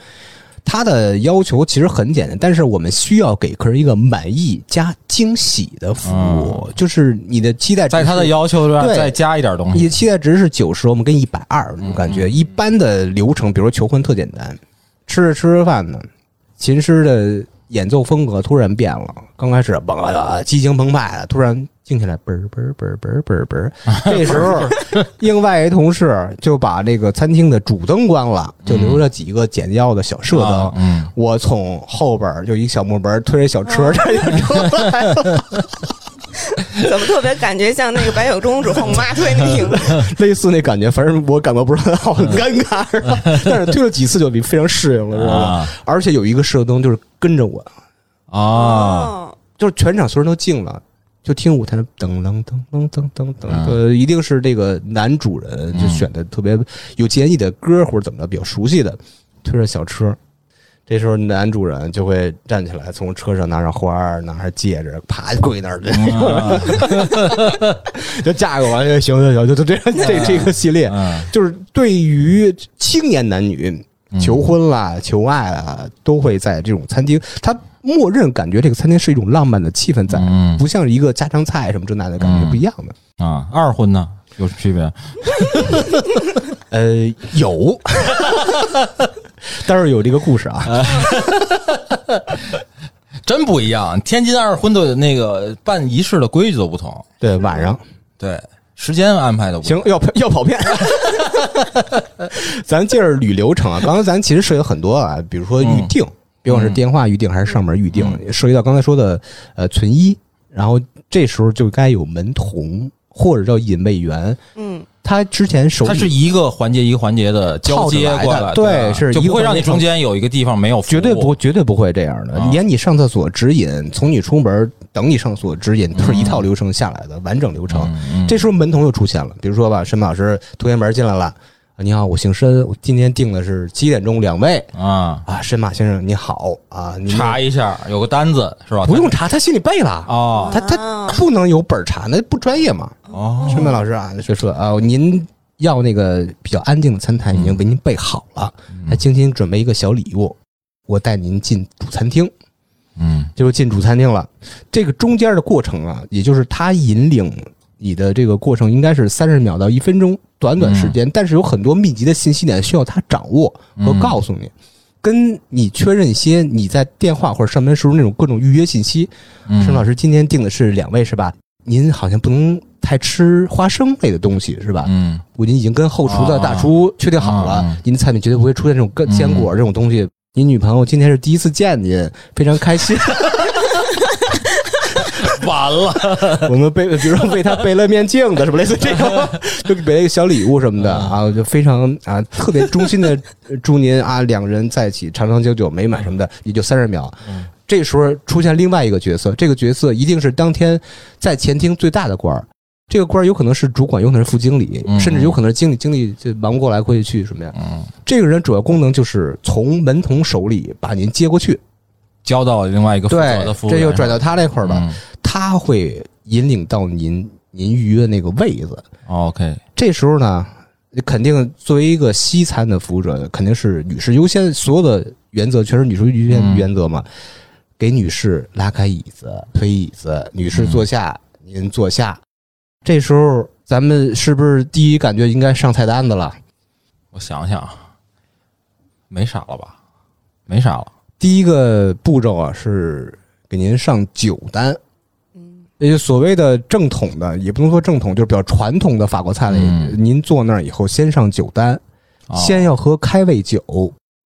他的要求其实很简单，但是我们需要给客人一个满意加惊喜的服务，就是你的期待值
啊在他的
是
要求上
对
再加一点东西啊
你的期待值是九十，我们跟一百二那种感觉。一般的流程，比如说求婚特简单，吃着吃着饭呢，琴师的演奏风格突然变了，刚开始嘣啊激情澎湃的，突然静下来，嘣儿嘣儿嘣儿嘣儿嘣儿嘣儿。这时候，另外一同事就把这个餐厅的主灯关了，就留了几个简要的小射灯。
啊嗯，
我从后边儿就一小木门推着小车，这就出来了。
怎么特别感觉像那个白雪公主后妈推那 瓶子？
类似那感觉，反正我感觉不是很好，
嗯
很尴尬，是吧？但是推了几次就比非常适应了，知道吧？
啊
而且有一个射灯就是跟着我，
啊，
哦，
就是全场所有人都静了。就听舞台的噔噔噔噔噔噔噔，
啊嗯
呃，一定是这个男主人就选的特别有建议的歌或者怎么着比较熟悉的，推着小车，这时候男主人就会站起来，从车上拿上花儿，拿上戒指，啪就跪那儿，
嗯
就嫁给我，行行行，就就这样，
啊
这这个系 列，
嗯
就是对于青年男女求婚啦、求爱啦，都会在这种餐厅，他默认感觉这个餐厅是一种浪漫的气氛在，
嗯
不像一个家常菜什么这那的感觉
嗯
不一样的。
啊，二婚呢有什么区别？
呃，有， 待会儿有这个故事啊，
真不一样，天津二婚的那个办仪式的规矩都不同，
对，晚上
对，时间安排的不同。
行，要要跑偏。咱接着捋流程啊，刚才咱其实涉及很多啊，比如说
嗯
预定，别管是电话预定还是上门预定，涉及到刚才说的呃存一，然后这时候就该有门童或者叫引位员，
嗯，
他之前手
它是
里
一个环节一个环节的交接过
套着来的
对
对
吧
是
就
一个
不会让你
环节
中间有一个地方没有服务嗯
绝对不绝对不会这样的
哦啊，
连你上厕所指引，从你出门等你上厕所指引，都是一套流程下来的完整流程。
嗯嗯嗯
这时候门童又出现了，比如说吧，申老师推开门进来了，啊你好，我姓申，我今天定的是七点钟两位。
啊，
啊，申马先生你好啊，你
查一下有个单子是吧？
不用查，他心里背了，
哦
他他
啊
不能有本儿查，那不专业嘛。
哦
申马老师啊，就说啊，您要那个比较安静的餐台已
嗯
经为您备好了，还精心准备一个小礼物，我带您进主餐厅。
嗯
就进主餐厅了。这个中间的过程啊，也就是他引领你的这个过程，应该是三十秒到一分钟，短短时
嗯
间，但是有很多密集的信息点需要他掌握和告诉你。跟你确认一些你在电话或者上班时候那种各种预约信息。
嗯
沈老师今天定的是两位是吧？您好像不能太吃花生类的东西是吧？
嗯
我已经跟后厨的大叔确定好了，
嗯
您的菜品绝对不会出现这种干坚果这种东西。您女朋友今天是第一次见您，非常开心。
嗯完了，
我们备，比如说为她备了面镜子，什么类似这种，就给了一个小礼物什么的
嗯
啊，我就非常啊特别衷心的祝您啊两人在一起长长久久美满什么的，也就三十秒。
嗯
这时候出现另外一个角色，这个角色一定是当天在前厅最大的官儿。这个官儿有可能是主管，有可能是副经理，
嗯
甚至有可能是经理。经理就忙不过来，过去去什么呀？
嗯，
这个人主要功能就是从门童手里把您接过去，
交到另外一个负责
对
的服，务
这
员
就转到他那块儿了。
嗯
他会引领到您您预约那个位子。
哦 OK，
这时候呢，肯定作为一个西餐的服务者，肯定是女士优先，所有的原则全是女士优
嗯
先原则嘛。给女士拉开椅子，推椅子，女士坐下，您坐下。这时候咱们是不是第一感觉应该上菜单子了？
我想想，啊，没啥了吧？没啥了，
第一个步骤啊是给您上酒单，
嗯
也就所谓的正统的，也不能说正统，就是比较传统的法国菜里，
嗯
您坐那儿以后先上酒单，
哦
先要喝开胃酒。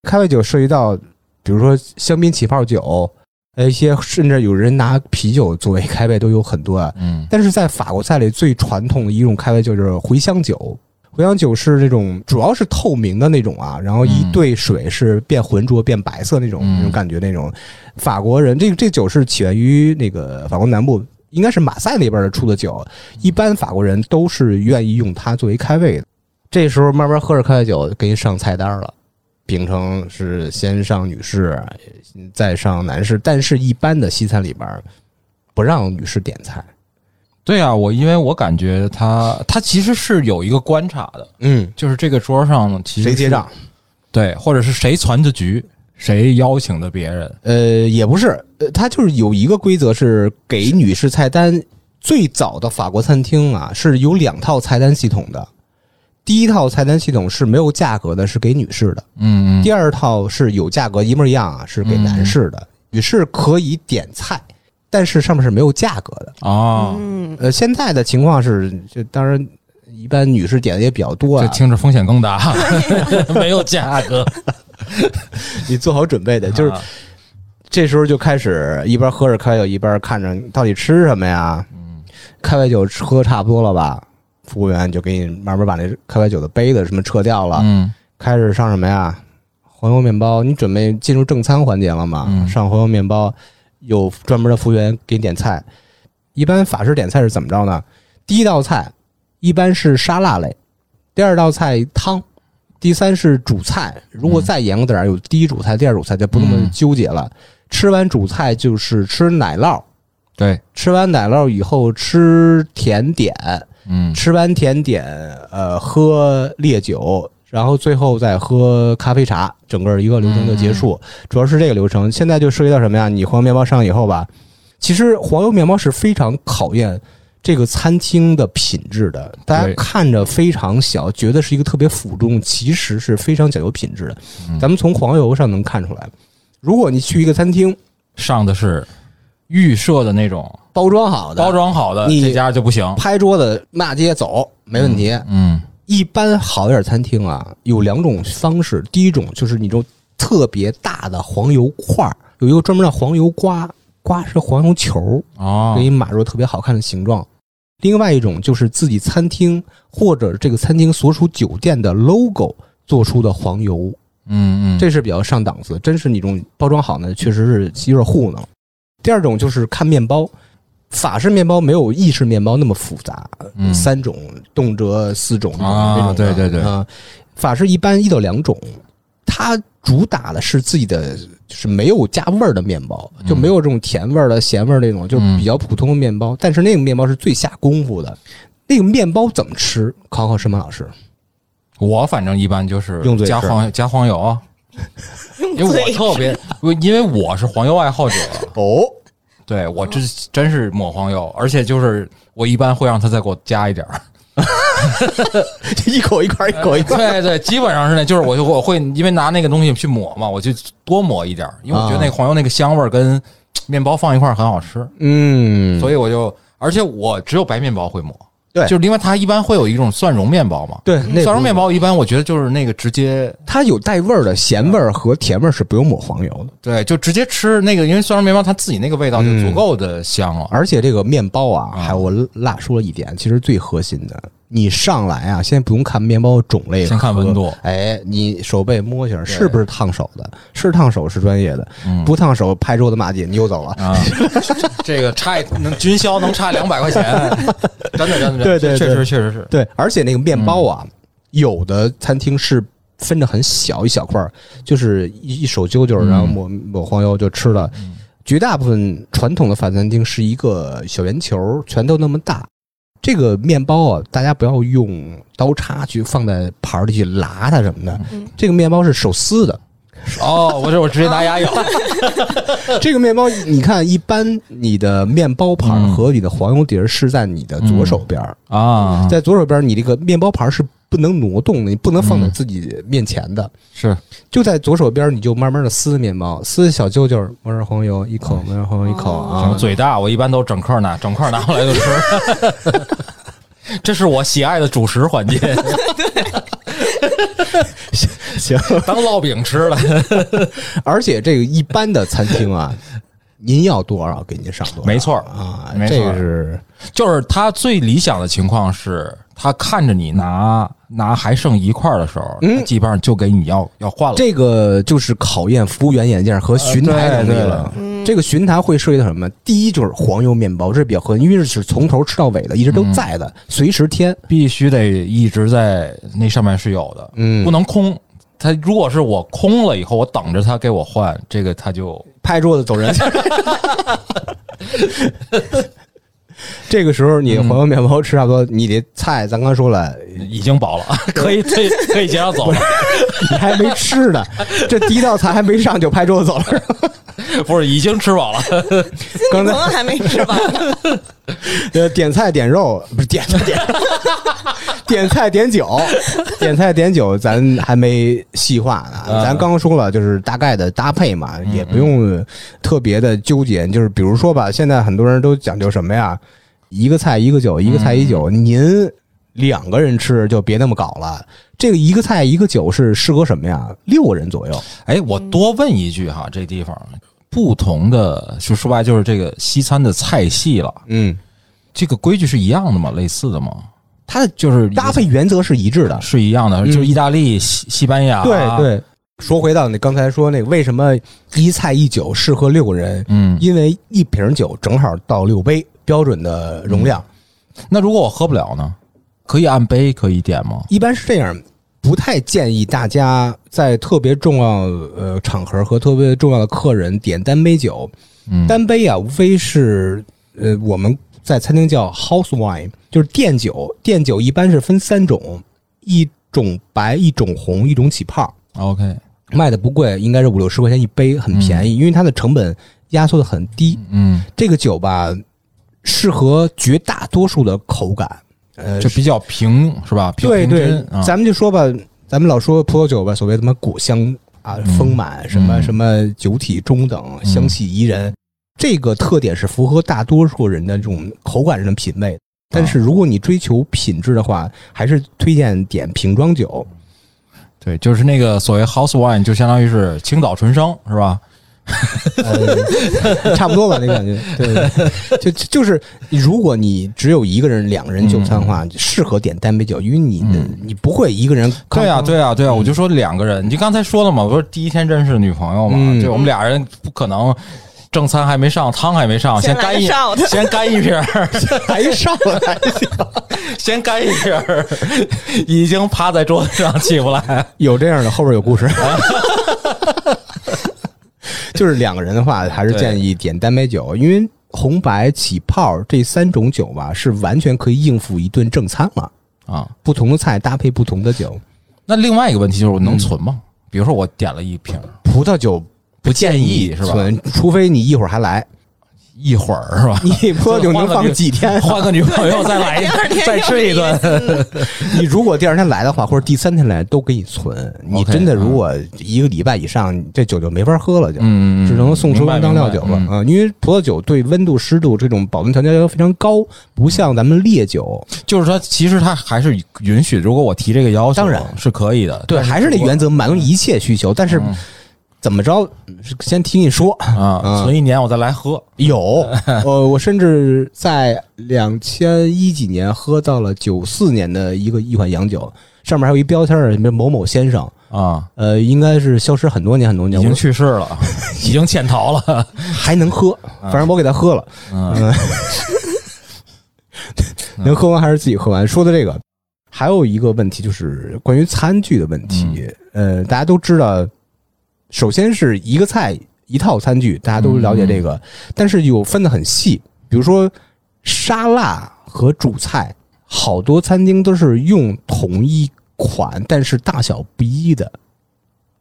开胃酒涉及到，比如说香槟起泡酒，还有一些甚至有人拿啤酒作为开胃都有很多啊。
嗯
但是在法国菜里最传统的一种开胃酒就是茴香酒。茴香酒是那种主要是透明的那种啊，然后一
嗯
兑水是变浑浊、变白色那种、
嗯
那种感觉那种。法国人这这酒是起源于那个法国南部，应该是马赛那边的出的酒。一般法国人都是愿意用它作为开胃的。这时候慢慢喝着开胃酒，给你上菜单了。秉承是先上女士，再上男士，但是一般的西餐里边儿不让女士点菜。
对啊，我因为我感觉他他其实是有一个观察的，
嗯，
就是这个桌上其实
谁
是
结账？
对，或者是谁攒的局，谁邀请的别人，
呃，也不是，呃，它就是有一个规则是给女士菜单。最早的法国餐厅啊，是有两套菜单系统的。第一套菜单系统是没有价格的，是给女士的；
嗯
第二套是有价格，一模一样啊，是给男士的。女士可以点菜，但是上面是没有价格的。
啊，
嗯，
呃，现在的情况是，就当然一般女士点的也比较多
这
啊，
听着风险更 大，没有价格，
你做好准备的，就是
啊
这时候就开始一边喝着开酒，一边看着到底吃什么呀？开怀酒喝差不多了吧，服务员就给你慢慢把那开怀酒的杯子什么撤掉了，
嗯
开始上什么呀？黄油面包，你准备进入正餐环节了嘛？
嗯
上黄油面包，有专门的服务员给你点菜。一般法式点菜是怎么着呢？第一道菜一般是沙拉类，第二道菜汤，第三是主菜。如果再严格点儿，有第一主菜、第二主菜，就不那么
嗯
纠结了。吃完主菜就是吃奶酪，
对，
吃完奶酪以后吃甜点，
嗯
吃完甜点，呃，喝烈酒，然后最后再喝咖啡茶，整个一个流程就结束。
嗯
主要是这个流程。现在就涉及到什么呀？你黄油面包上以后吧，其实黄油面包是非常考验这个餐厅的品质的。大家
对
看着非常小，觉得是一个特别浮重，其实是非常讲究品质的。
嗯
咱们从黄油上能看出来，如果你去一个餐厅，
上的是预设的那种
包装好的，
包装好的，
你
这家就不行。
拍桌子骂街走没问题。
嗯
一般好一点餐厅啊，有两种方式。第一种就是你这种特别大的黄油块儿，有一个专门的黄油瓜，瓜是黄油球，
哦
给，你码入特别好看的形状。另外一种就是自己餐厅或者这个餐厅所属酒店的 logo 做出的黄油，
嗯嗯，
这是比较上档次。真是你这种包装好呢，确实是有点糊弄。第二种就是看面包，法式面包没有意式面包那么复杂，
嗯
三种，动辄四种
啊
这种的
对对对
啊，法式一般一到两种，它主打的是自己的，就是没有加味儿的面包，
嗯
就没有这种甜味儿的、咸味儿那种，就比较普通的面包。
嗯
但是那个面包是最下功夫的，那个面包怎么吃？考考申鹏老师，
我反正一般就是
用嘴
加
吃
黄加黄油啊，因为我
对，
特别，我因为我是黄油爱好者，
哦，
对我真真是抹黄油，而且就是我一般会让他再给我加一点儿。
一口一块儿，一口一块
对
儿。
对，基本上是那，就是我就我会因为拿那个东西去抹嘛，我就多抹一点儿，因为我觉得
啊
那个黄油那个香味儿跟面包放一块儿很好吃，
嗯，
所以我就而且我只有白面包会抹，
对
就是另外它一般会有一种蒜蓉面包嘛，
对，那
蒜蓉
不
面包一般我觉得就是那个直接
它有带味儿的，咸味儿和甜味儿是不用抹黄油的。
对，就直接吃那个，因为蒜蓉面包它自己那个味道就足够的香了，
而且这个面包啊，
啊
还有我落说了一点，其实最核心的，你上来啊，先不用看面包种类，
先看温度。
哎，你手背摸一下，是不是烫手的？是烫手是专业的，
嗯
不烫手拍桌子骂街，你又走了。
啊， 这个差能均销能差两百块钱，真的真的，真的
对对
确
对
实确实是，
对，而且那个面包啊，有的餐厅是分着很小一小块儿，就是一一手揪揪，
嗯
然后抹抹黄油就吃了。绝大部分传统的法餐厅是一个小圆球，拳头那么大。这个面包啊，大家不要用刀叉去放在盘儿里去拉它什么的。
嗯
这个面包是手撕的，
哦，我这我直接拿牙 咬，
这个面包，你看，一般你的面包盘和你的黄油碟儿是在你的左手边儿，
啊，
在左手边儿，你这个面包盘是不能挪动的，你不能放在自己面前的。
是
就在左手边儿，你就慢慢的撕面包，撕小揪揪，抹点黄油一口，抹点黄油一口
我
啊。
嘴大，我一般都整块拿，整块拿过来就 吃。这是我喜爱的主食环节，
行，
当烙饼吃了。
而且这个一般的餐厅啊， 您要多少给您上多少，
没错儿
啊，
没错
这
儿
个是
就是他最理想的情况是，他看着你拿拿还剩一块儿的时候，他基本上就给你要要换了。
这个就是考验服务员眼镜和巡台能力了。这个巡台会涉及到什么？第一就是黄油面包，这是比较核心，因为是从头吃到尾的，一直
嗯
都在的，随时添。
必须得一直在那上面是有的，
嗯
不能空。他如果是我空了以后，我等着他给我换，这个他就
拍桌子走人。这个时候你黄油面包吃差不多，你的菜咱刚说了，
已经饱了，可以可以可以结账走了。
你还没吃呢，这第一道菜还没上就拍桌子走了。
不是已经吃饱了，
心理朋友还没吃完呢，
呃，点菜点肉不是点菜点， 点菜点酒，点菜点酒，咱还没细化呢。
嗯
咱刚说了，就是大概的搭配嘛，也不用特别的纠结。就是比如说吧，现在很多人都讲究什么呀？一个菜一个酒，一个菜一酒。您两个人吃就别那么搞了。这个一个菜一个酒是适合什么呀？六个人左右。
哎，我多问一句哈，这地方不同的就说白了就是这个西餐的菜系了，
嗯，
这个规矩是一样的吗？类似的吗？
它的
就是
搭配原则是一致的。
啊是一样的，
嗯
就是意大利、西西班牙，
对，对，啊说回到你刚才说那个，为什么一菜一酒适合六个人？
嗯。
因为一瓶酒正好倒六杯，标准的容量。
那如果我喝不了呢？可以按杯可以点吗？
一般是这样，不太建议大家在特别重要呃场合和特别重要的客人点单杯酒。
嗯，
单杯啊，无非是呃我们在餐厅叫 house wine，就是店酒。店酒一般是分三种，一种白，一种红，一种起泡。
OK，
卖的不贵，应该是五六十块钱一杯，很便宜，因为它的成本压缩的很低。
嗯，
这个酒吧适合绝大多数的口感，呃，
就比较平是吧？平
对
平
对嗯
均，啊
咱们就说吧，咱们老说葡萄酒吧，所谓什么果香啊、丰满，什么
嗯
什么酒体中等，
嗯
香气宜人，这个特点是符合大多数人的这种口感上的品味。但是如果你追求品质的话，还是推荐点瓶装酒。
对，就是那个所谓 house wine，就相当于是青岛纯生是吧？
呃，差不多吧，那感觉。对，对就就就是，如果你只有一个人、两人就餐的话，适合点单杯酒，因为你的、
嗯
你不会一个人。
对呀、对呀、啊对呀、
嗯
我就说两个人，你就刚才说了嘛，我说第一天认识的女朋友嘛，
嗯
对我们俩人不可能正餐还没上，汤还没上，
先来
干
个
一
shot
先干一瓶儿，
还上来，
先干一瓶儿，已经趴在桌子上起不来。
有这样的，后边有 故事。就是两个人的话，还是
对
建议点单杯酒，因为红白起泡这三种酒吧是完全可以应付一顿正餐了。
啊，
不同的菜搭配不同的酒，
那另外一个问题就是我
嗯
能存吗？比如说我点了一瓶儿，
葡萄酒
不建议是吧？
存，除非你一会儿 还来，
一会儿是吧？
你葡萄酒能放 几天？ 啊嗯
换个女朋友 再来一
第二天
再
又
吃
是
一顿。嗯
次
你如果第二天来的话，或者第三天来，都给你存。你
OK，
真的如果一个礼拜以上，这酒就没法喝了，就
嗯
只能送吃完当料酒了
明白明白嗯
啊。因为葡萄酒对温度、湿度这种保温条件要求非常高，不像咱们烈酒，
嗯就是说，其实他还是允许，如果我提这个要求，
当然
是可以的。
对，还是那原则，满足一切需求。但
嗯
是怎么着，是先听 你说。
啊，
嗯
存一年我再来喝。
有，呃，我甚至在两千一几年喝到了九四年的一个一款洋酒，上面还有一标签儿，什么某某先生，
啊，
呃，应该是消失很多年很多
已
年，
经
我
去世 了，已经潜逃了。
还能喝，
啊
反正我给他喝了，
嗯
能喝完还是自己喝完。说的这个，还有一个问题就是关于餐具的问题。
嗯
呃，大家都知道，首先是一个菜一套餐具，大家都了解这
嗯
个，但是有分的很细，比如说沙拉和主菜，好多餐厅都是用同一款，但是大小不一的。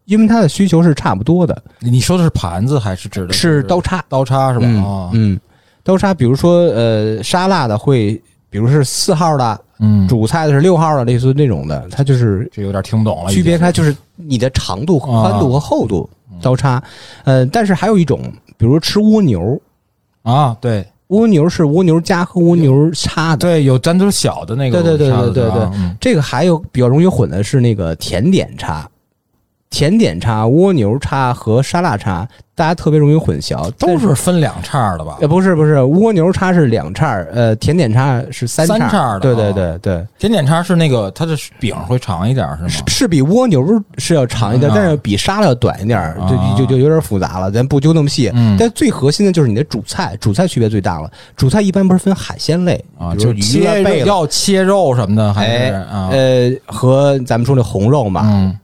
因为它的需求是差不多的，
你说的是盘子还是指的
是刀叉，
刀叉是吧？啊，
嗯，刀叉，比如说呃，沙拉的会，比如是四号的，
嗯，
主菜的是六号的，类似那种的，它就是
这有点听不懂了。
区别开，就是你的长度、
啊嗯
宽度和厚度。刀叉，呃，但是还有一种，比如说吃蜗牛，
啊，对
蜗牛是蜗牛夹和蜗牛叉的。
对，有咱都是小的那个
对对对
叉子
对对对
啊嗯
这个还有比较容易混的是那个甜点叉。甜点叉、蜗牛叉和沙拉叉，大家特别容易混淆，
都
但
是分两叉的吧？
呃，不是不是，蜗牛叉是两叉儿，呃，甜点叉是三
三
叉儿，
叉儿的
对
啊
对对对，
甜点叉是那个它的柄会长一点是
是
吗？
是比蜗牛是要长一点，
嗯
但是比沙拉要短一点儿，
啊
就就就有点复杂了，咱不揪那么细。
嗯
但最核心的就是你的主菜，主菜区别最大了。主菜一般不是分海鲜类
啊，
比
就
如鱼了
切
贝
肉
了，
要切肉什么的，还
哎
是啊，
呃，和咱们说那红肉嘛，
嗯，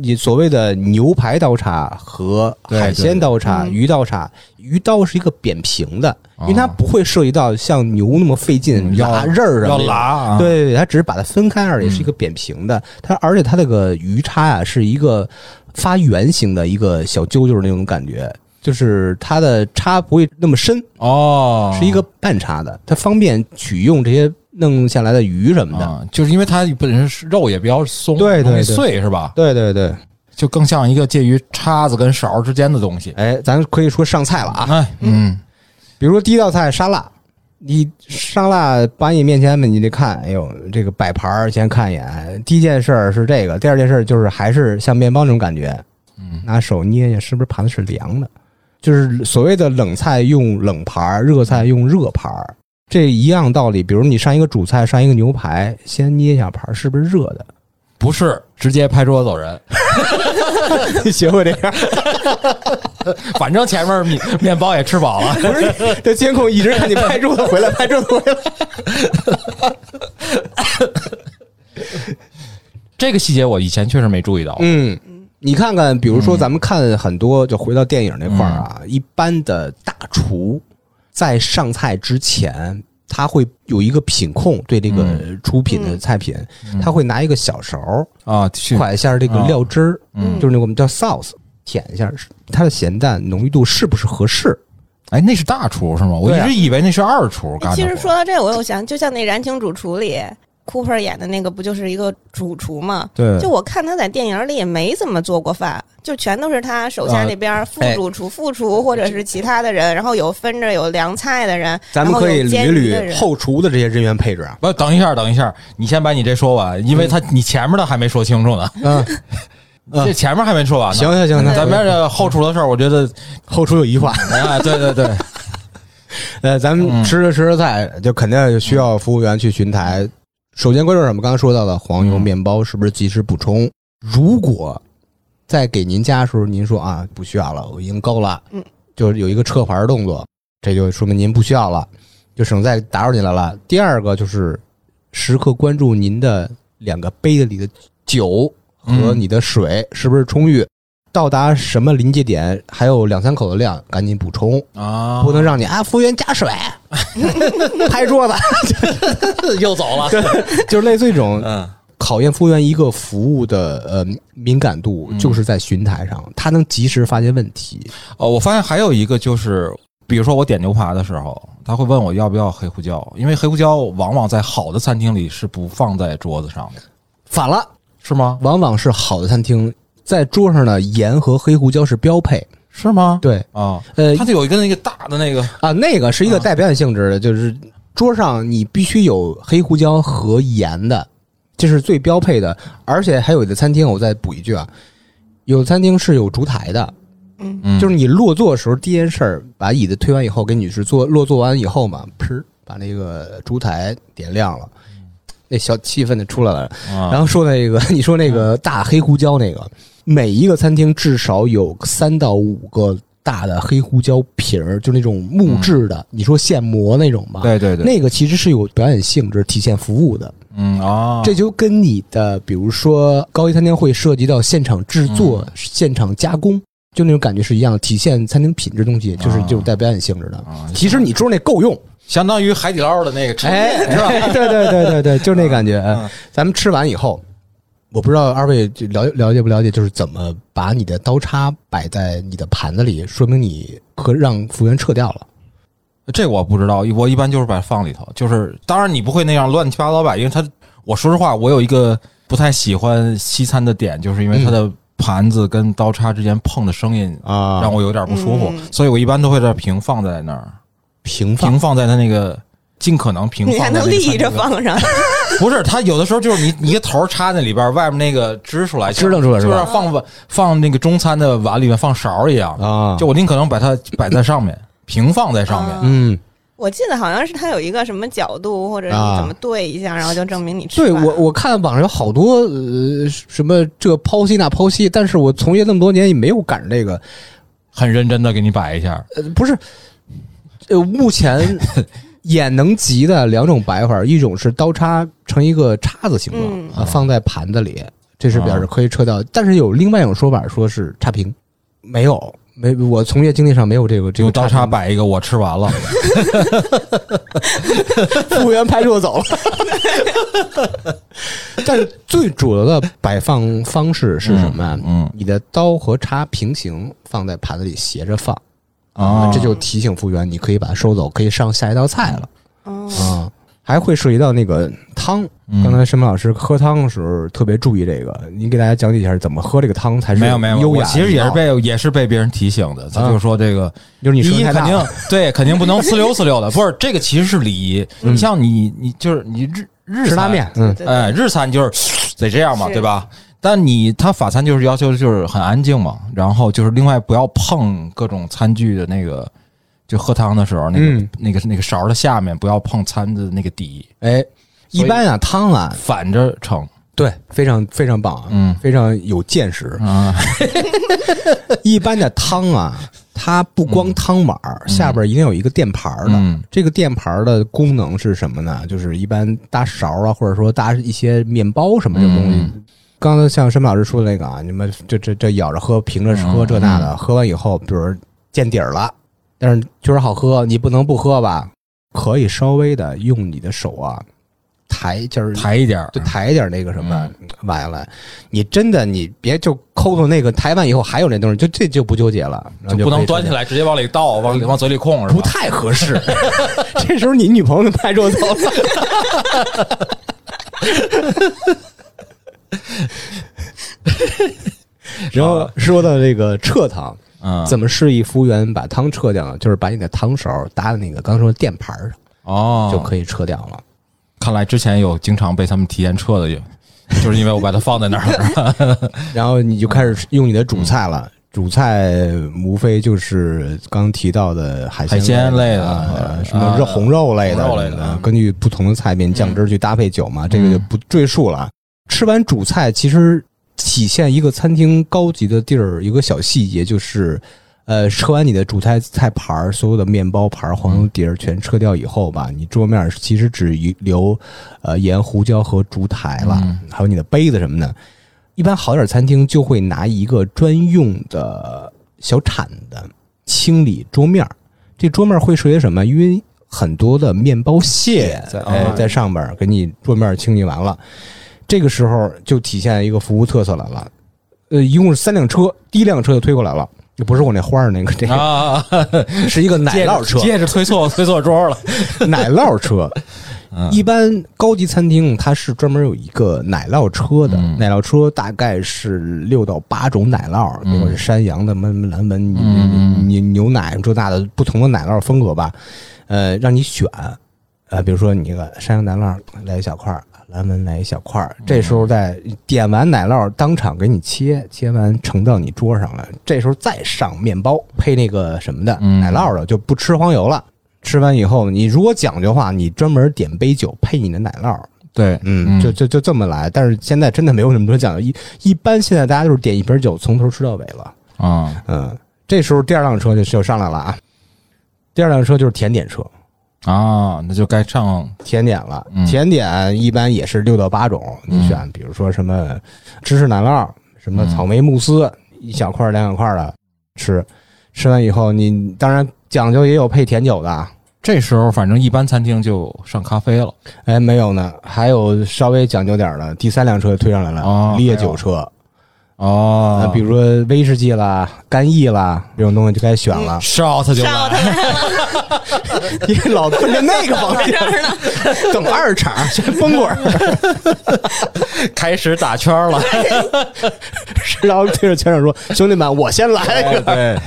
你所谓的牛排刀叉和
对
海鲜刀叉、
对对
鱼刀叉，鱼刀是一个扁平的，因为它
哦
不会涉及到像牛那么费
嗯
劲
要
拉刃儿啊，
要拉嗯啊，
对，对对，它只是把它分开而已，是一个扁平的。它而且它那个鱼叉啊，是一个发圆形的一个小揪揪的那种感觉，就是它的叉不会那么深，
哦，
是一个半叉的，它方便取用这些弄下来的鱼什么的。
啊，就是因为它本身是肉也比较松，
对
容
对
易
对
碎是吧？
对对对，
就更像一个介于叉子跟勺之间的东西。
哎，咱可以说上菜了啊，
哎，嗯，
比如说第一道菜沙拉。你沙拉摆你面前嘛，你得看，哎呦，这个摆盘儿先看一眼。第一件事儿是这个，第二件事儿就是还是像面包那种感觉，
嗯
拿手捏一下，是不是盘子是凉的？就是所谓的冷菜用冷盘儿，热菜用热盘儿。这一样道理，比如你上一个主菜，上一个牛排，先捏一下盘儿是不是热的？
不是直接拍桌子走人，
你学会这样，
反正前面面面包也吃饱了，
不是这监控一直看你拍桌子回来，拍桌子回来。
这个细节我以前确实没注意到。
嗯，你看看，比如说咱们看很多，就回到电影那块儿啊，一般的大厨在上菜之前，他会有一个品控对这个出品的菜品，他会拿一个小勺儿
啊，去
㧟一下这个料汁儿，
嗯
就是那个我们叫 sauce，舔一下它的咸淡浓郁度是不是合适？
哎，那是大厨是吗？我
对
一
啊
直以为那是二厨干的活。
其实说到这，我又想，就像那《燃情主厨》里，Cooper 演的那个不就是一个主厨吗？
对
就我看他在电影里也没怎么做过饭，就全都是他手
啊
下那边副
哎
主厨、副厨或者是其他的人，然后有分着有凉菜的人，
咱们
然后
可以
有
捋
煎鱼的
一捋
人。
后厨的这些人员配置啊。
不，等一下，等一下，你先把你这说完，因为他你前面的还没说清楚呢，
嗯，嗯
这前面还没说完呢。
行行行，那
咱们
这
这后厨的事儿，我觉得，
后厨有一话。
哎，对 对对，
呃，咱
嗯
们吃着吃着菜，就肯定需要服务员去巡台。首先关注什么？刚刚说到的黄油
嗯
面包是不是及时补充？如果在给您加的时候，您说啊不需要了，我已经够了，
嗯，
就是有一个撤盘动作，这就说明您不需要了，就省再打扰您来了。第二个就是时刻关注您的两个杯子里的酒和
嗯
你的水是不是充裕，到达什么临界点还有两三口的量，赶紧补充。
啊
不能让你啊，服务员 加水，拍桌子，
又走了，
就是类似于这种
嗯
考验服务员一个服务的呃敏感度，
嗯
就是在巡台上，他能及时发现问题。
哦，我发现还有一个就是，比如说我点牛排的时候，他会问我要不要黑胡椒，因为黑胡椒往往在好的餐厅里是不放在桌子上的，
反了，
是吗？
往往是好的餐厅在桌上呢，盐和黑胡椒是标配。
是吗？
对，
啊，
呃
它得有一个那个大的那个，
啊，那个是
嗯
一个代表性性质的，就是桌上你必须有黑胡椒和盐的，这是最标配的。而且还有的餐厅，我再补一句啊，有的餐厅是有烛台的，
嗯
就是你落座的时候，第一件事儿把椅子推完以后，给女士坐落座完以后嘛，噗，把那个烛台点亮了，那小气氛就出来了。
嗯啊嗯
然后说那个， 你说那个大黑胡椒那个，每一个餐厅至少有三到五个大的黑胡椒瓶儿，就那种木质的，你说现磨那种吧，
嗯对对对，
那个其实是有表演性质、体现服务的。
嗯啊，
这就跟你的，比如说高级餐厅会涉及到现场制作、
嗯
现场加工，就那种感觉是一样的，体现餐厅品质的东西，就是这种带表演性质的。
啊
其实你桌那 够用，
相当于海底捞的那个陈
哎，
是吧？
对对对对对，就那感觉。哎
嗯
咱们吃完以后，我不知道二位就了了解不了解，就是怎么把你的刀叉摆在你的盘子里，说明你可让服务员撤掉了。
这我不知道，我一般就是把它放里头，就是当然你不会那样乱七八糟摆，因为它，我说实话，我有一个不太喜欢西餐的点，就是因为它的盘子跟刀叉之间碰的声音
嗯啊
让我有点不舒服，
嗯
所以我一般都会在平放在那儿，
平放
平放在它那个。尽可能平放，
你还能立着？放上，
不是，它有的时候就是你你一个头插那里边，外面那个支出来，
支棱出来是
就
吧
是放碗放那个中餐的碗里面放勺一样。
啊
就我尽可能把它摆在上面，平放在上面。
啊
嗯。
我记得好像是他有一个什么角度，或者
啊
你怎么对一下，然后就证明你吃
对
饭
我，我看网上有好多呃什么这剖析那剖析，但是我从业那么多年也没有赶上这个，
很认真的给你摆一下。
呃，不是，呃，目前眼能及的两种摆法，一种是刀叉成一个叉子形状、
嗯
啊，放在盘子里，这是表示可以撤掉，但是有另外一种说法，说是差评，没有，没，我从业经历上没有这个这个
用刀
叉
叉摆一个，我吃完了。
评，服务员拍桌走了。但是最主流的摆放方式是什么啊呀、
嗯
你的刀和叉平行放在盘子里斜着放
啊，
这就提醒服务员你可以把它收走，可以上下一道菜了
哦
啊。还会涉及到那个汤，
嗯
刚才申明老师喝汤的时候特别注意这个，您给大家讲解一下怎么喝这个汤才是
没有没有，
优
我
雅。
其实也是，被也是被别人提醒的。他就说这个，
就是啊你
第
声
一
音太
肯
大
定
了，
对，肯定不能呲溜呲溜的。不是这个，其实是礼仪。你像你你就是你日日
嗯吃
餐
拉面，，嗯
对对
哎，日餐就是得这样嘛，
是
对吧？但你他法餐就是要求就是很安静嘛，然后就是另外不要碰各种餐具的那个就喝汤的时候，那个、
嗯
那个那个勺的下面不要碰餐的那个底，
哎，
所以
一般啊汤啊，
反着盛。
对，非常非常棒啊，
嗯
非常有 见识。
啊，
一般的汤啊，它不光汤碗儿，下边一定有一个垫盘儿的。
嗯
这个垫盘儿的功能是什么呢？就是一般搭勺啊，或者说搭一些面包什么这种东西。
嗯
刚才像申老师说的那个啊，你们这这这咬着喝，凭着喝这那
嗯
的，喝完以后，比如见底儿了，但是确实好喝，你不能不喝吧？可以稍微的用你的手啊，抬就是
抬一点儿，嗯
就抬一点那个什么碗来，你真的你别就抠抠那个抬完以后还有那东西，就这就不纠结了，然后
就不
可
能
以
端起
吃
来直接往里倒，往里往嘴里控
了，
是
不
吧？
太合适。 这时候你女朋友就拍 桌子了，然后说到这个撤汤，
嗯，
怎么示意服务员把汤撤掉呢？就是把你的汤勺搭在那个刚说的垫盘儿上
哦，
就可以撤掉了。
看来之前有经常被他们提前撤的，就是因为我把它放在那 儿。
然后你就开始用你的主菜了。主菜无非就是刚提到的海
海鲜
鲜
类的
啊
啊
什么肉红肉类的，啊
红肉类的啊嗯
根据不同的菜品酱汁去搭配酒嘛，这个就不赘述了。吃完主菜，其实体现一个餐厅高级的地儿一个小细节就是。呃，撤完你的主菜菜盘儿，所有的面包盘儿、黄油碟儿全撤掉以后吧，你桌面其实只遗留呃盐、胡椒和烛台了，还有你的杯子什么的。一般好点儿餐厅就会拿一个专用的小铲子清理桌面儿。这桌面儿会涉及什么？因为很多的面包屑在、哎、在上边儿给你桌面儿清理完了，这个时候就体现一个服务特色来了。呃，一共是三辆车，第一辆车就推过来了，那不是我那花儿那个，这个、
啊，
是一个奶酪车，
接着推错推错桌了。
奶酪车
嗯。
一般高级餐厅它是专门有一个奶酪车的，
嗯
奶酪车大概是六到八种奶酪，
嗯
或者山羊的、什么蓝纹、牛
嗯
牛牛奶这那的不同的奶酪风格吧，呃，让你选，呃，比如说你那个山羊奶酪来一小块儿，蓝纹来一小块儿，这时候再点完奶酪，当场给你切，切完盛到你桌上来，这时候再上面包配那个什么的
嗯
奶酪的，就不吃黄油了。吃完以后，你如果讲究的话，你专门点杯酒配你的奶酪，
对，
嗯，就就就这么来。但是现在真的没有那么多讲究，一一般现在大家就是点一瓶酒从头吃到尾了。
啊
嗯，这时候第二辆车就就上来了啊，第二辆车就是甜点车，
啊，那就该上
甜点了
嗯。
甜点一般也是六到八种，你选，比如说什么芝士奶酪，什么草莓慕斯，一小块儿两小块儿的吃。吃完以后，你当然讲究也有配甜酒的啊，
这时候，反正一般餐厅就上咖啡了。
哎，没有呢，还有稍微讲究点儿的，第三辆车推上来了，
哦
烈酒车，啊，
哦，
比如说威士忌啦、干邑啦这种东西就该选了
shot 就
上了
来，
他们
因为老奔着那个方向 等二场全崩滚儿，
开始打圈了。
然后对着全场说：“兄弟们，我先来一个。”
对
哎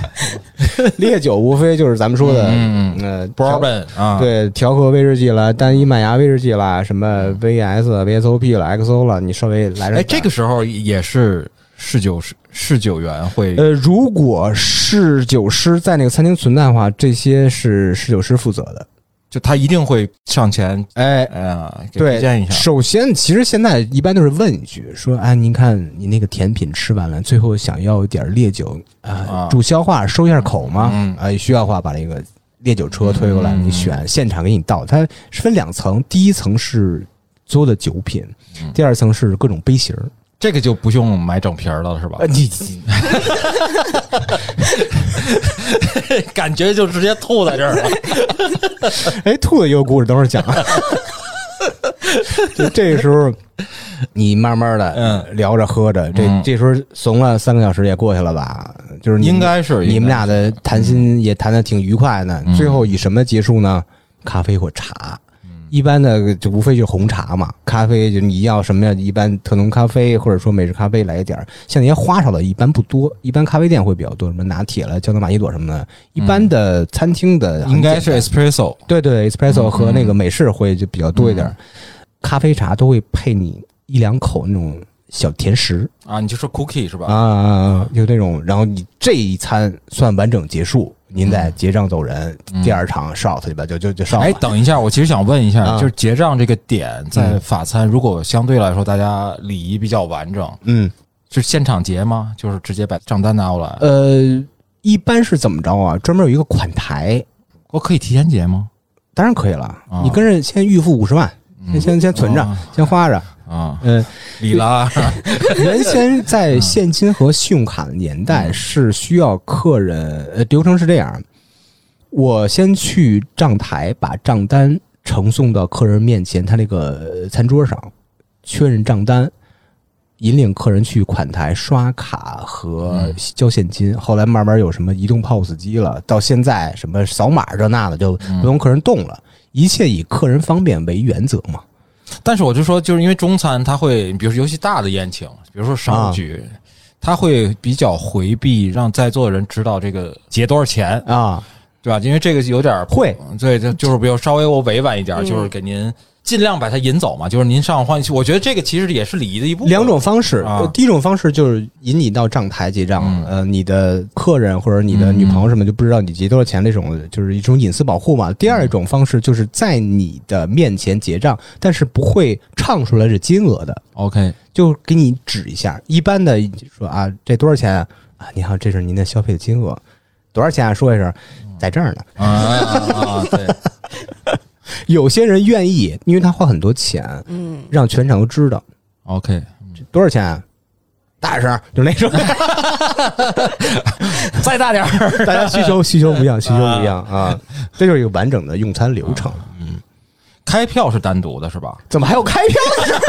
烈酒无非就是咱们说的，
嗯
呃
，bourbon 啊，
调，对，调和威士忌啦，单一麦芽威士忌啦，什么 VS、VSOP 了、XO 了，你稍微来上。
哎，这个，时候也是侍酒师侍酒员会
呃，如果侍酒师在那个餐厅存在的话，这些是侍酒师负责的。
就他一定会上前，
哎，
哎呀，给推荐
对
一，下。
首先，其实现在一般都是问一句，说：“哎，您看你那个甜品吃完了，最后想要一点烈酒
啊
啊，助消化、收一下口吗？”
嗯
哎，需要的话把那个烈酒车推过来，
嗯
你选，现场给你倒。它是分两层，第一层是所有的酒品，
嗯
第二层是各种杯型儿。
这个就不用买整瓶儿的了，是吧
呃，？你
感觉就直接吐在这 儿了。
哎，兔子也有故事，等会儿讲。啊 就这个时候，你慢慢的
嗯
聊着喝着，这、
嗯
这时候怂了三个小时也过去了吧？就是你
应该是嗯应
你
该
们俩的谈心也谈的挺愉快的。最后以什么结束呢？咖啡或茶。
嗯
一般的就无非就红茶嘛，咖啡就你要什么呀？一般特浓咖啡或者说美式咖啡来一点儿，像那些花哨的一般不多，一般咖啡店会比较多，什么拿铁了、胶囊玛奇朵什么的。一般的餐厅的
嗯
很
应该
简
是
单
espresso
对对，espresso
嗯
和那个美式会就比较多一点儿，咖啡茶都会配你一两口那种小甜食
啊
啊
啊，你就说 cookie 是吧？
啊，有那种，然后你这一餐算完整结束，您再结账走人，第二场 short 去吧，就就就上
哎，
吧。
嗯等一下，我其实想问一下，
啊
就是结账这个点在法餐，如果相对来说大家礼仪比较完整，
嗯，
是现场结吗？就是直接把账单拿过来？
呃，一般是怎么着啊？专门有一个款台，
我哦可以提前结吗？
当然可以了
啊。
你跟着先预付五十万，先先先存着，先花着。
啊，
嗯，
里拉
原先在现金和信用卡的年代是需要客人，呃，流程是这样：我先去账台把账单呈送到客人面前，他那个呃餐桌上确认账单，引领客人去款台刷卡和
嗯
交现金。后来慢慢有什么移动 POS 机了，到现在什么扫码这那的就不用客人动了，一切以客人方便为原则嘛。
但是我就说，就是因为中餐它会，比如说尤其大的宴请，比如说
啊
商务局，它会比较回避让在座的人知道这个结多少钱，
啊，
对吧？因为这个有点
会，
对，就就是比如稍微我委婉一点，
嗯
就是给您尽量把它引走嘛，就是您上换，我觉得这个其实也是礼仪的一部分。
两种方式，
啊
呃第一种方式就是引你到账台结账，
嗯
呃，你的客人或者你的女朋友什么就不知道你结多少钱，这种就是一种隐私保护嘛。第
嗯
二种方式就是在你的面前结账，但是不会唱出来这金额的，
，OK，
就给你指一下。一般的说啊，这多少钱啊？啊您好，这是您的消费的金额，多少钱啊？说一声，在这儿呢。
啊啊，啊对，
有些人愿意，因为他花很多钱，
嗯，
让全场都知道
OK，
多少钱、啊。大点声，就那种。
再大点儿。
大家需求需求不一样，需求不一样啊，这就是一个完整的用餐流程。
开票是单独的，是吧？
怎么还有开票的事儿？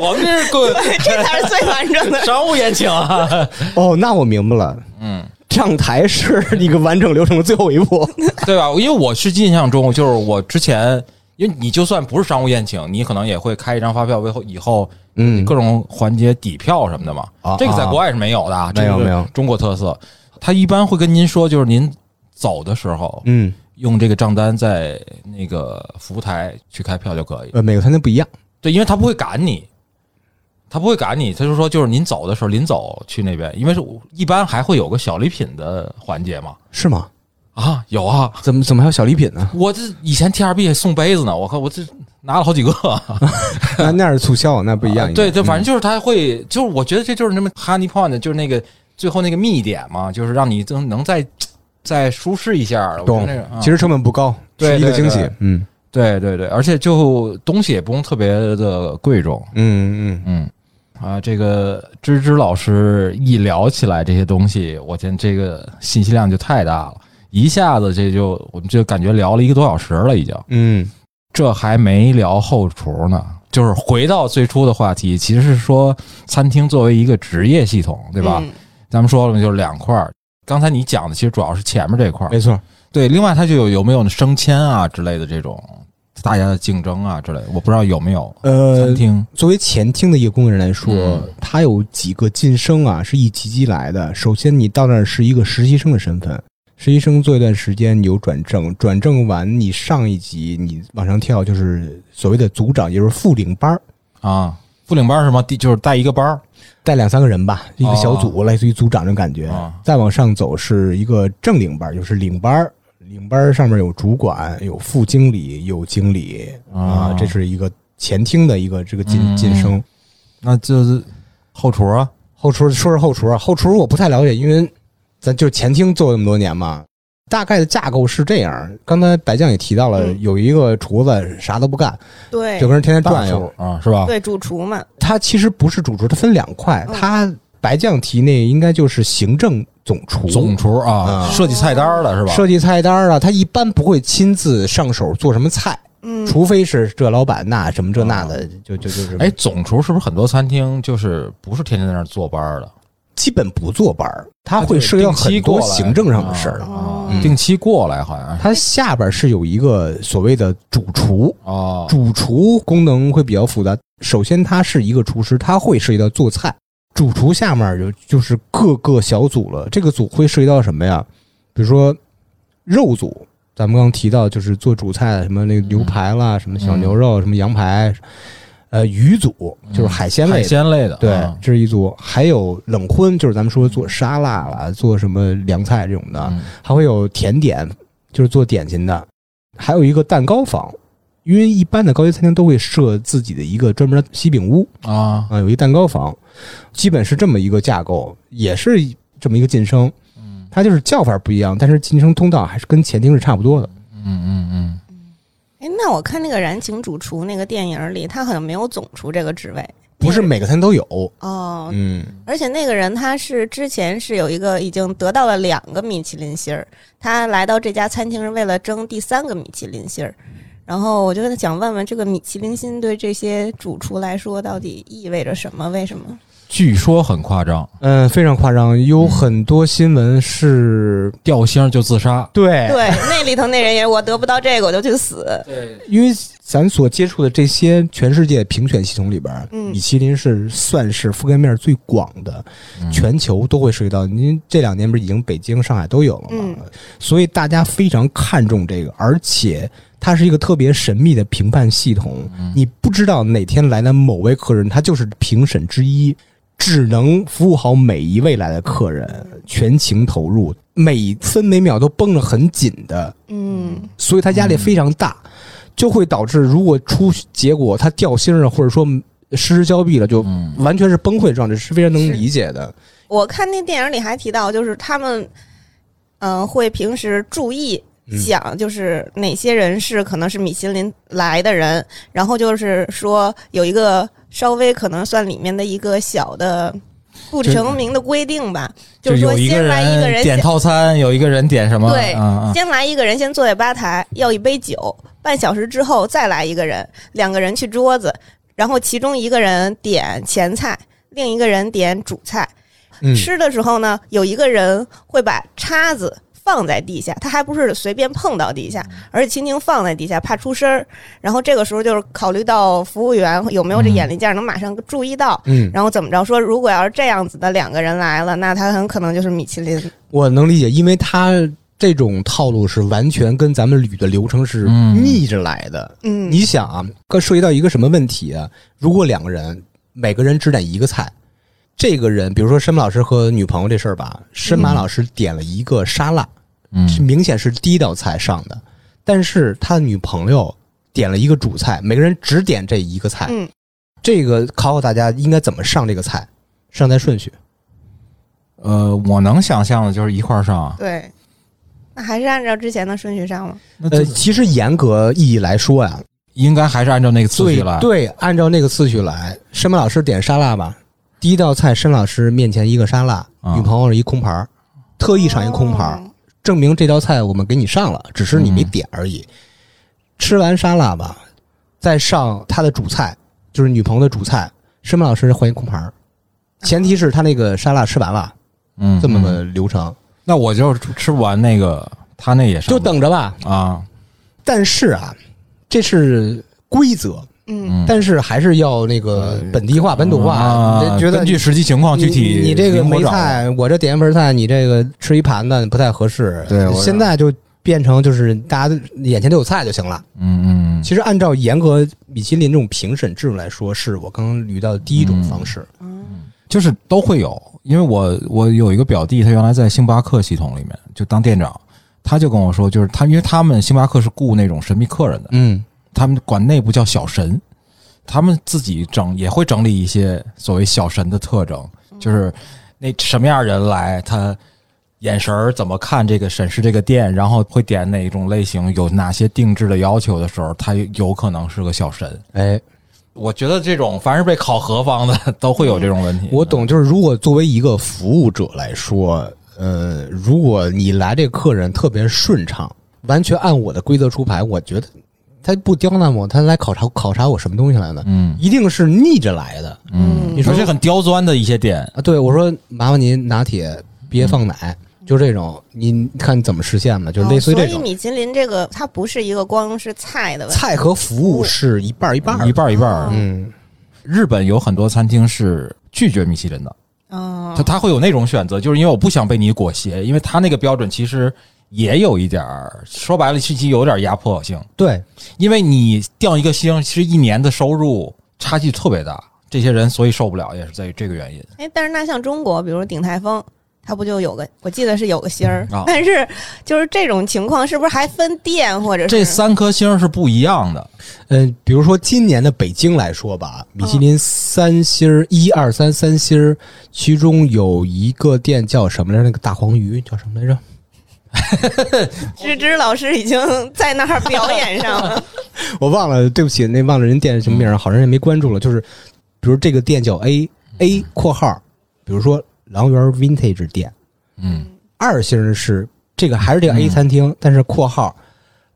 我们这是个。
这才是最完整的
商务宴请啊。
哦，那我明白了，
嗯，
上台是一个完整流程的最后一 步。
对吧？因为我是印象中，就是我之前，因为你就算不是商务宴请，你可能也会开一张发票，为后以后
嗯
各种环节底票什么的嘛。
啊
这个在国外是没有的，啊、
没
这
有
个是
没有
中国特色。他一般会跟您说，就是您走的时候，
嗯，
用这个账单在那个服务台去开票就可以。
呃，每个餐厅不一样。
对，因为他不会赶你，他不会赶你，他就说就是您走的时候，临走去那边，因为是一般还会有个小礼品的环节嘛。
是吗？
啊，有啊，
怎么怎么还有小礼品呢？
我这以前 T R B 送杯子呢，我靠，我这拿了好几个。
那那是促销，那不一 样。嗯
对
应该
对，反正就是他会，就是我觉得这就是那么 honey point，就是那个最后那个密点嘛，就是让你能能再再舒适一下。我觉得
懂
那个啊、
嗯其实成本不高，
对
是一个
对
惊喜
对。
嗯
对对对，而且就东西也不用特别的贵重。
嗯嗯
嗯，啊，这个芝芝老师一聊起来这些东西，我天，这个信息量就太大了，一下子这就我们就感觉聊了一个多小时了，已经。
嗯
这还没聊后厨呢，就是回到最初的话题，其实是说餐厅作为一个职业系统，对吧？
嗯
咱们说了嘛，就是两块儿。刚才你讲的其实主要是前面这块
嗯，
儿
没，错。
对。另外，它就有有没有升迁啊之类的这种大家的竞争啊之类的，我不知道有没有。
呃
餐，厅，
作为前厅的一个工作人员来说
嗯，
他有几个晋升啊，是一级级来的。首先，你到那儿是一个实习生的身份，实习生做一段时间，你有转正，转正完你上一级，你往上跳就是所谓的组长，也就是副领班儿，
啊，副领班是吗？第就是带一个班儿
带两三个人吧，一个小组，类似于组长的感觉。
啊
再往上走是一个正领班儿，就是领班儿。领班儿上面有主管，有副经理，有经理
哦
啊，这是一个前厅的一个这个晋晋升。
那就是后厨啊，
后厨说是后厨啊，后厨我不太了解，因为咱就前厅做了那么多年嘛，大概的架构是这样。刚才白酱也提到了，
嗯
有一个厨子啥都不干，
对
就跟人天天
大
转
厨
悠。
啊，是吧？
对，主厨嘛，
他其实不是主厨，他分两块。
嗯
他白酱提那应该就是行政总厨，
总厨啊，
啊
设计菜单儿的是吧？
设计菜单啊，他一般不会亲自上手做什么菜，
嗯，
除非是这老板那什么这那的，就就就是
哎，总厨是不是很多餐厅就是不是天天在那儿坐班儿的？
基本不坐班儿，他
就
会
是
涉及到
定期
很多
过来
行政上的事儿的。嗯
啊
哦，
定期过来好像是
它下边是有一个所谓的主厨，
哦，
主厨功能会比较复杂。首先，他是一个厨师，他会涉及到做菜。主厨下面有就是各个小组了，这个组会涉及到什么呀？比如说肉组，
嗯
咱们刚提到就是做主菜，什么那个牛排啦，什么小牛肉，什么羊排，呃鱼组，就是海鲜类
海
的。
鲜类的，
对
啊，
这是一组，还有冷荤，就是咱们说做沙拉啦，做什么凉菜这种的，
嗯
还会有甜点，就是做点心的，还有一个蛋糕房，因为一般的高级餐厅都会设自己的一个专门的西饼屋
啊，
啊，有一蛋糕房，基本是这么一个架构，也是这么一个晋升，
嗯
它就是叫法不一样，但是晋升通道还是跟前厅是差不多的。
嗯嗯嗯，
哎，那我看那个《燃情主厨》那个电影里，他好像没有总厨这个职位
不是每个餐都有，
哦，
嗯，
而且那个人他是之前是有一个已经得到了两个米其林星儿，他来到这家餐厅是为了争第三个米其林星儿。然后我就跟他想问问，这个米其林星对这些主厨来说到底意味着什么？为什么？
据说很夸张，
嗯，非常夸张，有很多新闻是，
掉星就自杀，
对
对， 那里头那人也是，我得不到这个我就去死。
对，
因为咱所接触的这些全世界评选系统里边儿，
嗯
米其林是算是覆盖面最广的，全球都会涉及到。您这两年不是已经北京、上海都有了吗？
嗯
所以大家非常看重这个，而且它是一个特别神秘的评判系统，你不知道哪天来的某位客人，他就是评审之一。只能服务好每一位来的客人，全情投入，每分每秒都绷得很紧的，
嗯，
所以他压力非常大，就会导致如果出结果他掉星儿了，或者说失之交臂了，就
嗯
完全是崩溃状态，是非常能理解的。
我看那电影里还提到，就是他们，嗯、会平时注意
嗯
想，就是哪些人是可能是米其林来的人，然后就是说有一个稍微可能算里面的一个小的不成名的规定吧，就
就是
说
有一个
先来一个
人
人
点
先。
套餐，有一个人点什么，
啊
对
嗯，嗯
先来一个人，先坐在吧台，要一杯酒。半小时之后再来一个人，两个人去桌子，然后其中一个人点前菜，另一个人点主菜，
嗯
吃的时候呢，有一个人会把叉子放在地下，他还不是随便碰到地下，而是轻轻放在地下，怕出声儿。然后这个时候就是考虑到服务员有没有这眼力劲儿，能马上注意到。
嗯，
然后怎么着说？如果要是这样子的两个人来了，那他很可能就是米其林。
我能理解，因为他这种套路是完全跟咱们捋的流程是
嗯
逆着来的。
嗯，
你想啊，这涉及到一个什么问题啊？如果两个人每个人只点一个菜。这个人，比如说申马老师和女朋友这事儿吧，申马老师点了一个沙拉，
嗯
是明显是第一道菜上的，但是他的女朋友点了一个主菜，每个人只点这一个菜。
嗯，
这个考考大家应该怎么上这个菜，上菜顺序。
呃，我能想象的就是一块儿上，啊
对，那还是按照之前的顺序上吗？
那
呃，
这
其实严格意义来说呀，
应该还是按照那个次序
对
来，
对，按照那个次序来，申曼老师点沙拉吧，第一道菜申老师面前一个沙拉，
啊
女朋友是一空盘儿，特意上一空盘儿，
哦
证明这道菜我们给你上了，只是你没
嗯
点而已。吃完沙拉吧，再上他的主菜，就是女朋友的主菜。申曼老师换一空盘儿，前提是他那个沙拉吃完了，
嗯，
这么
嗯
个流程，
那我就吃不完那个，他那也上
就等着吧。
啊，
但是啊，这是规则，
嗯，
但是还是要那个本地化、本土化。
呃啊
你觉得
根据实际情况
你
具体
你这个
灵活
梅
掌握
菜，我这点一盆菜，你这个吃一盘子不太合适。
对我
现在就变成就是大家眼前都有菜就行了。
嗯嗯，
其实按照严格米其林这种评审制度来说，是我刚刚捋到的第一种方式。
就是都会有，因为我我有一个表弟，他原来在星巴克系统里面就当店长，他就跟我说，就是他因为他们星巴克是雇那种神秘客人的，
嗯，
他们管内部叫小神，他们自己整也会整理一些所谓小神的特征，就是那什么样人来，他眼神儿怎么看这个审视这个店，然后会点哪一种类型，有哪些定制的要求的时候，他有可能是个小神。
哎，
我觉得这种凡是被考核方的 都会有这种问题。
我懂，就是如果作为一个服务者来说，呃，如果你来这客人特别顺畅，完全按我的规则出牌，我觉得他不刁难我，他来考察考察我什么东西来呢？
嗯，
一定是逆着来的
嗯，
你说
而且很刁钻的一些点，
啊！对我说，麻烦您拿铁别放奶，就这种，您看怎么实现吧？就是类似于这
哦所以
种。
米其林这个它不是一个光是菜的问题，
菜和服务是一半儿一半儿的，
一半儿一半儿。
嗯，
日本有很多餐厅是拒绝米其林的，
哦
他他会有那种选择，就是因为我不想被你裹挟，因为他那个标准其实也有一点儿，说白了，其实有点压迫性，
对，
因为你掉一个星，其实一年的收入差距特别大。这些人所以受不了，也是在于这个原因。
哎，但是那像中国，比如顶台风，它不就有个，我记得是有个星儿、
啊
但是就是这种情况，是不是还分店或者是
这三颗星是不一样的，
嗯，比如说今年的北京来说吧，米其林三星儿一二三三星儿，其中有一个店叫什么来着？那个大黄鱼叫什么来着？
芝芝老师已经 在那儿表演上了？
我忘了，对不起，那忘了人店什么名儿，好像也没关注了。就是，比如这个店叫 A A 括号，比如说狼园 Vintage 店，
嗯，
二星是这个还是这个 A
嗯
餐厅，但是括号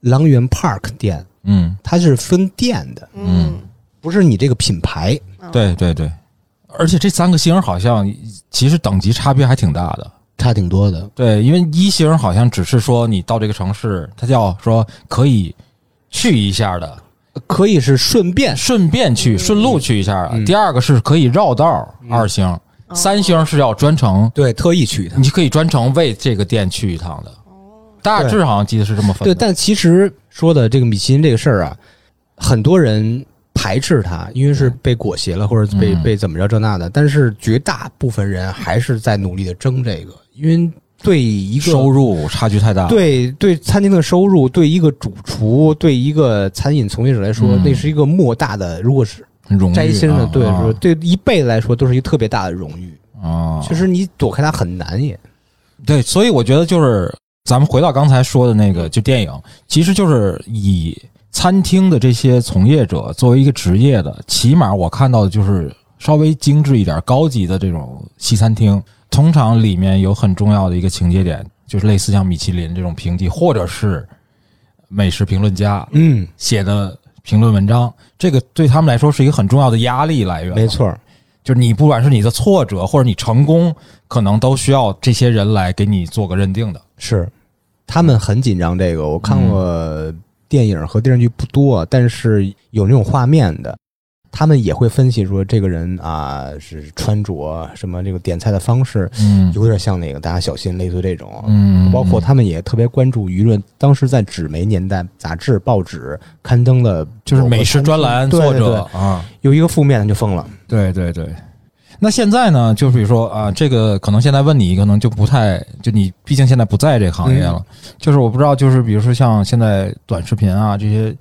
狼园 Park 店，
嗯，
它是分店的，
嗯，
不是你这个品牌。
嗯，
对对对，而且这三个星好像其实等级差别还挺大的。
差挺多的，
对，因为一星好像只是说你到这个城市，它叫说可以去一下的，
可以是顺便
顺便去顺路去一下的。
嗯
第二个是可以绕道儿二星，
哦
三星是要专程，
对特意去一趟。
你可以专程为这个店去一趟的。大致好像记得是这么分
对，
的。
但其实说的这个米其林这个事儿啊，很多人排斥它，因为是被裹挟了，或者被、
嗯
被怎么着这那的。但是绝大部分人还是在努力的争这个，因为对一个
收入啊差距太大。，
对对餐厅的收入，对一个主厨，对一个餐饮从业者来说，
嗯
那是一个莫大的，如果是
荣誉
摘星的，
啊
对，
啊
说对一辈子来说都是一个特别大的荣誉。
啊，
其实你躲开它很难也。
对，所以我觉得就是咱们回到刚才说的那个，就电影，其实就是以餐厅的这些从业者作为一个职业的，起码我看到的就是稍微精致一点、高级的这种西餐厅，通常里面有很重要的一个情节点，就是类似像米其林这种评级，或者是美食评论家
嗯，
写的评论文章，这个对他们来说是一个很重要的压力来源。
没，错儿。
就是你不管是你的挫折或者你成功，可能都需要这些人来给你做个认定的。
是，他们很紧张这个。我看过
嗯
电影和电视剧不多，但是有那种画面的，他们也会分析说这个人啊是穿着什么这个点菜的方式，
嗯
有点像那个大家小心，类似这种。
嗯
包括他们也特别关注舆论，当时在纸媒年代，杂志、报纸刊登了
就是美食专栏
对
作
对
者
对
啊，
有一个负面的就疯了。
对对对。那现在呢，就是比如说啊，这个可能现在问你，可能就不太，就你毕竟现在不在这个行业了，就是我不知道，就是比如说像现在短视频啊这些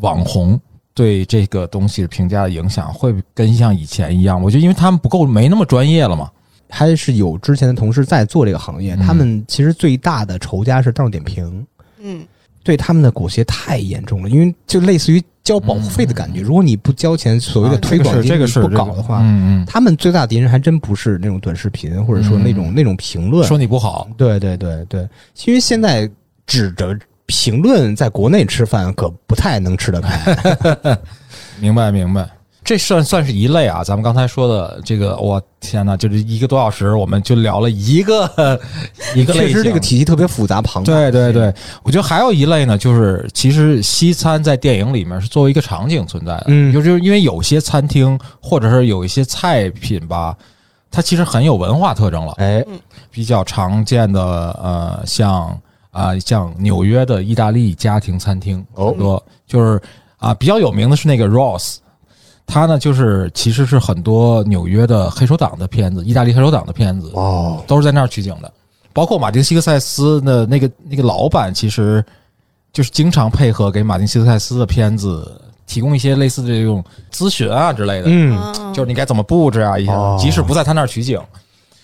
网红对这个东西的评价的影响，会跟像以前一样？我觉得因为他们不够，没那么专业了嘛。
还是有之前的同事在做这个行业，
嗯
他们其实最大的仇家是大众点评。
嗯，
对他们的裹挟太严重了，因为就类似于交保护费的感觉。如果你不交钱，所谓的
嗯啊
推广
这个是这
你不
个是
搞的话，
嗯
他们最大的敌人还真不是那种短视频，或者说那种、那种评
嗯，
论。
说你不好，
对对对对，因为现在指着评论在国内吃饭可不太能吃得开。
明白明白，这算算是一类啊。咱们刚才说的这个，我天哪，就是一个多小时，我们就聊了一个 一个类
确
型。
实，这个体系特别复杂庞大。
对对对，我觉得还有一类呢，就是其实西餐在电影里面是作为一个场景存在的，
嗯
就是因为有些餐厅或者是有一些菜品吧，它其实很有文化特征了。
哎，
比较常见的呃，像啊、像纽约的意大利家庭餐厅，
哦
很多、就是啊、比较有名的是那个 Ross，它呢就是其实是很多纽约的黑手党的片子，意大利黑手党的片子
哦，
都是在那儿取景的，包括马丁·西克塞斯的那个那个老板，其实就是经常配合给马丁·西克塞斯的片子提供一些类似的这种咨询啊之类的，
嗯，
哦
就是你该怎么布置啊一些，
哦
即使不在他那儿取景，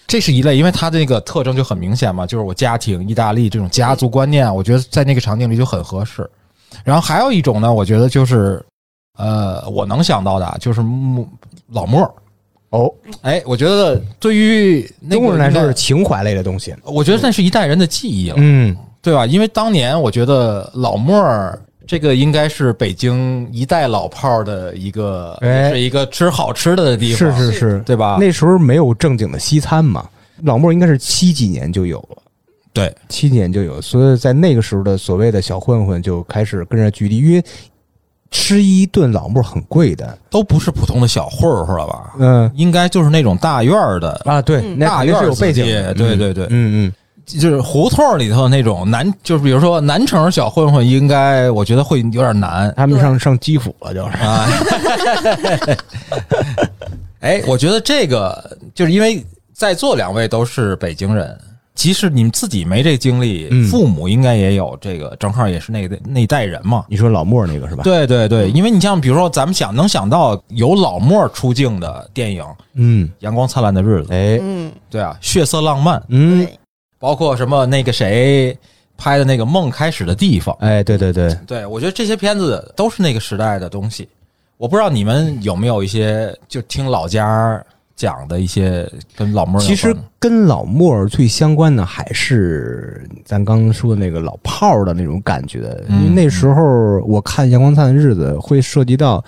这是一类，因为他的那个特征就很明显嘛，就是我家庭、意大利这种家族观念，我觉得在那个场景里就很合适。然后还有一种呢，我觉得就是，呃，我能想到的啊就是木老莫儿，
哦，
哎，我觉得对于那
中
个
国人来说是
年代，
情怀类的东西。
我觉得那是一代人的记忆了，
嗯，
对吧？因为当年我觉得老莫儿这个应该是北京一代老炮儿的一个，
哎
是一个吃好吃的地
是
方，
是是，
对吧？
那时候没有正经的西餐嘛，老莫应该是七几年就有了，
对，
七几年就有，所以在那个时候的所谓的小混混就开始跟着距离，因为吃一顿老莫很贵的，
都不是普通的小混混了吧？
嗯
应该就是那种大院儿的，
啊，对，
嗯
那肯定是有背景
大院
的，
子弟对对对
嗯嗯，
就是胡同里头那种南，就是比如说南城小混混，应该我觉得会有点难
他们上上基辅了，就是
啊。哎，我觉得这个就是因为在座两位都是北京人，即使你们自己没这经历，
嗯
父母应该也有这个，正好也是那个那一代人嘛。
你说老莫那个是吧？嗯
对对对，因为你像比如说咱们想能想到有老莫出镜的电影《
嗯，
阳光灿烂的日子》，
哎，
嗯，
对啊，血色浪漫，
嗯，
对，
包括什么那个谁拍的那个《梦开始的地方》，
哎，对对对，
对我觉得这些片子都是那个时代的东西。我不知道你们有没有一些就听老家讲的一些跟老莫有关的
其实跟老莫儿最相关的还是咱刚刚说的那个老炮儿的那种感觉，
嗯
因为那时候我看《阳光灿烂的日子》会涉及到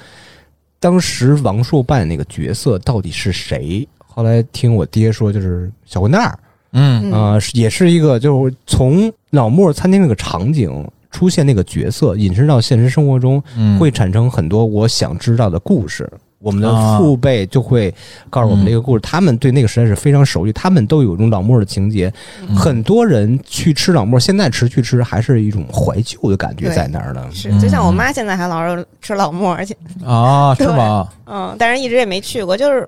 当时王朔扮演那个角色到底是谁。后来听我爹说，就是小混蛋儿，
嗯
嗯
啊、是也是一个就是从老莫儿餐厅那个场景出现那个角色，引申到现实生活中，
嗯
会产生很多我想知道的故事。我们
啊嗯
的父辈就会告诉我们这个故事，他们对那个时代是非常熟悉，他们都有一种老莫的情节。
嗯
很多人去吃老莫，现在吃去吃还是一种怀旧的感觉在那儿的。
是，就像我
嗯
妈现在还老是吃老莫儿去，
啊是吗？
嗯，但是一直也没去过，就是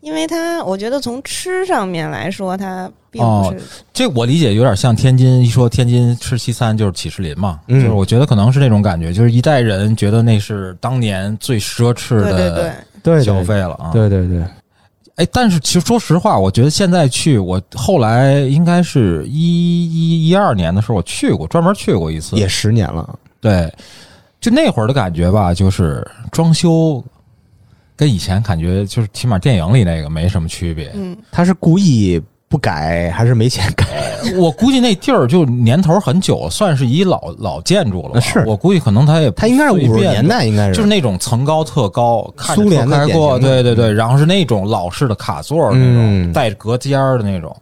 因为它，我觉得从吃上面来说，它并
哦
不是，
这我理解有点像天津，一说天津吃西餐就是起士林嘛，
嗯
就是我觉得可能是那种感觉，就是一代人觉得那是当年最奢侈
对对
的
对，
对
消费了啊。
对对对，
哎，但是其实说实话，我觉得现在去，我后来应该是一一一二年的时候，我去过，专门去过一次。
也十年了。
对，就那会儿的感觉吧，就是装修跟以前感觉就是起码电影里那个没什么区别。
嗯，
他是故意不改还是没钱改？
我估计那地儿就年头很久，算是一老老建筑了吧。
啊是
我估计可能它也不
他应该是
随
五十
便
年代，应该
就是是那种层高特高，看着
苏联的
车开过，
典型
对
的
对对，然后是那种老式的卡座儿那种，
嗯
带隔间儿的那种，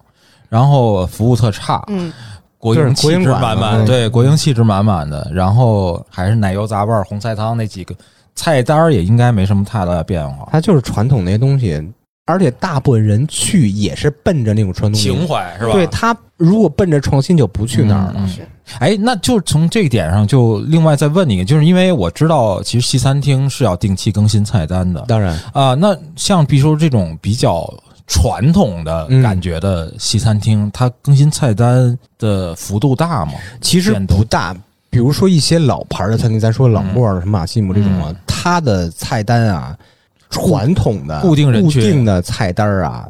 然后服务特差，
嗯，
国
就
营
是
气
国营
质
馆
满
嘛
满，
嗯
对，国营气质满满的，然后还是奶油杂拌儿、红菜汤那几个菜单儿也应该没什么太大的变化，
他就是传统那些东西，而且大部分人去也是奔着那种传
嗯
统
情怀是吧？
对他如果奔着创新就不去那儿了。
嗯
是，
哎，那就是从这一点上，就另外再问你，就是因为我知道，其实西餐厅是要定期更新菜单的，
当然，
啊、那像比如说这种比较传统的
嗯
感觉的西餐厅，它更新菜单的幅度大吗？
其实
变动
不大。比如说一些老牌儿的餐厅，咱说老莫尔、什么马西姆这种啊
嗯，
它的菜单啊，传统的
固定人
固
群
定的菜单儿啊，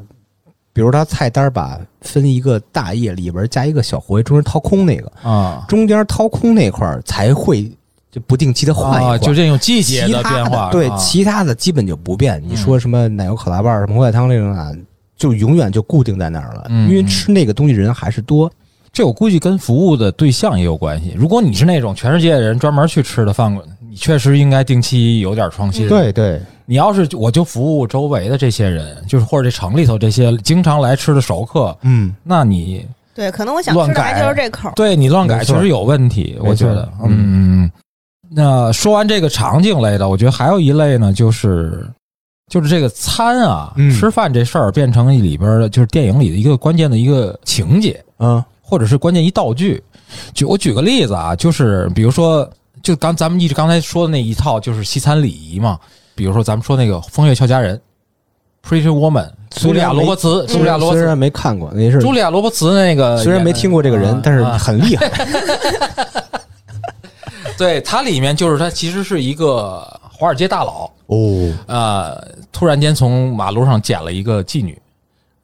比如它菜单儿吧，分一个大页，里边加一个小活页，中间掏空那个，
啊
中间掏空那块儿才会就不定期的换一
啊，
换，
就这种季节
其他
变化，
对，
啊
其他的基本就不变。你说什么奶油烤大拌儿、什么火腿汤这种啊，就永远就固定在那儿了，
嗯
因为吃那个东西人还是多。
这我估计跟服务的对象也有关系。如果你是那种全世界的人专门去吃的饭馆，你确实应该定期有点创新。
嗯对对，
你要是我就服务周围的这些人，就是或者这城里头这些经常来吃的熟客，
嗯，
那你
对，可能我想
乱
吃的
改
还就是这口儿，
对你乱改
啊没错
确实有问题，
没错
我觉得，
嗯
嗯。嗯那说完这个场景类的，我觉得还有一类呢，就是就是这个餐啊，
嗯
吃饭这事儿变成里边儿的，就是电影里的一个关键的一个情节，
啊，
或者是关键一道具。举我举个例子啊，就是比如说，就刚咱们一直刚才说的那一套，就是西餐礼仪嘛。比如说，咱们说那个《风月俏佳人》，Pretty Woman，
虽
茱
然
莉亚·
没嗯
罗伯茨，茱莉亚·罗伯
虽
茨，
然没看过，那是呃
茱莉亚·罗伯茨那个演的，
虽然没听过这个人
啊，
但是
啊
很厉 害。
对，它里面就是它其实是一个华尔街大佬，
哦，
呃，突然间从马路上捡了一个妓女，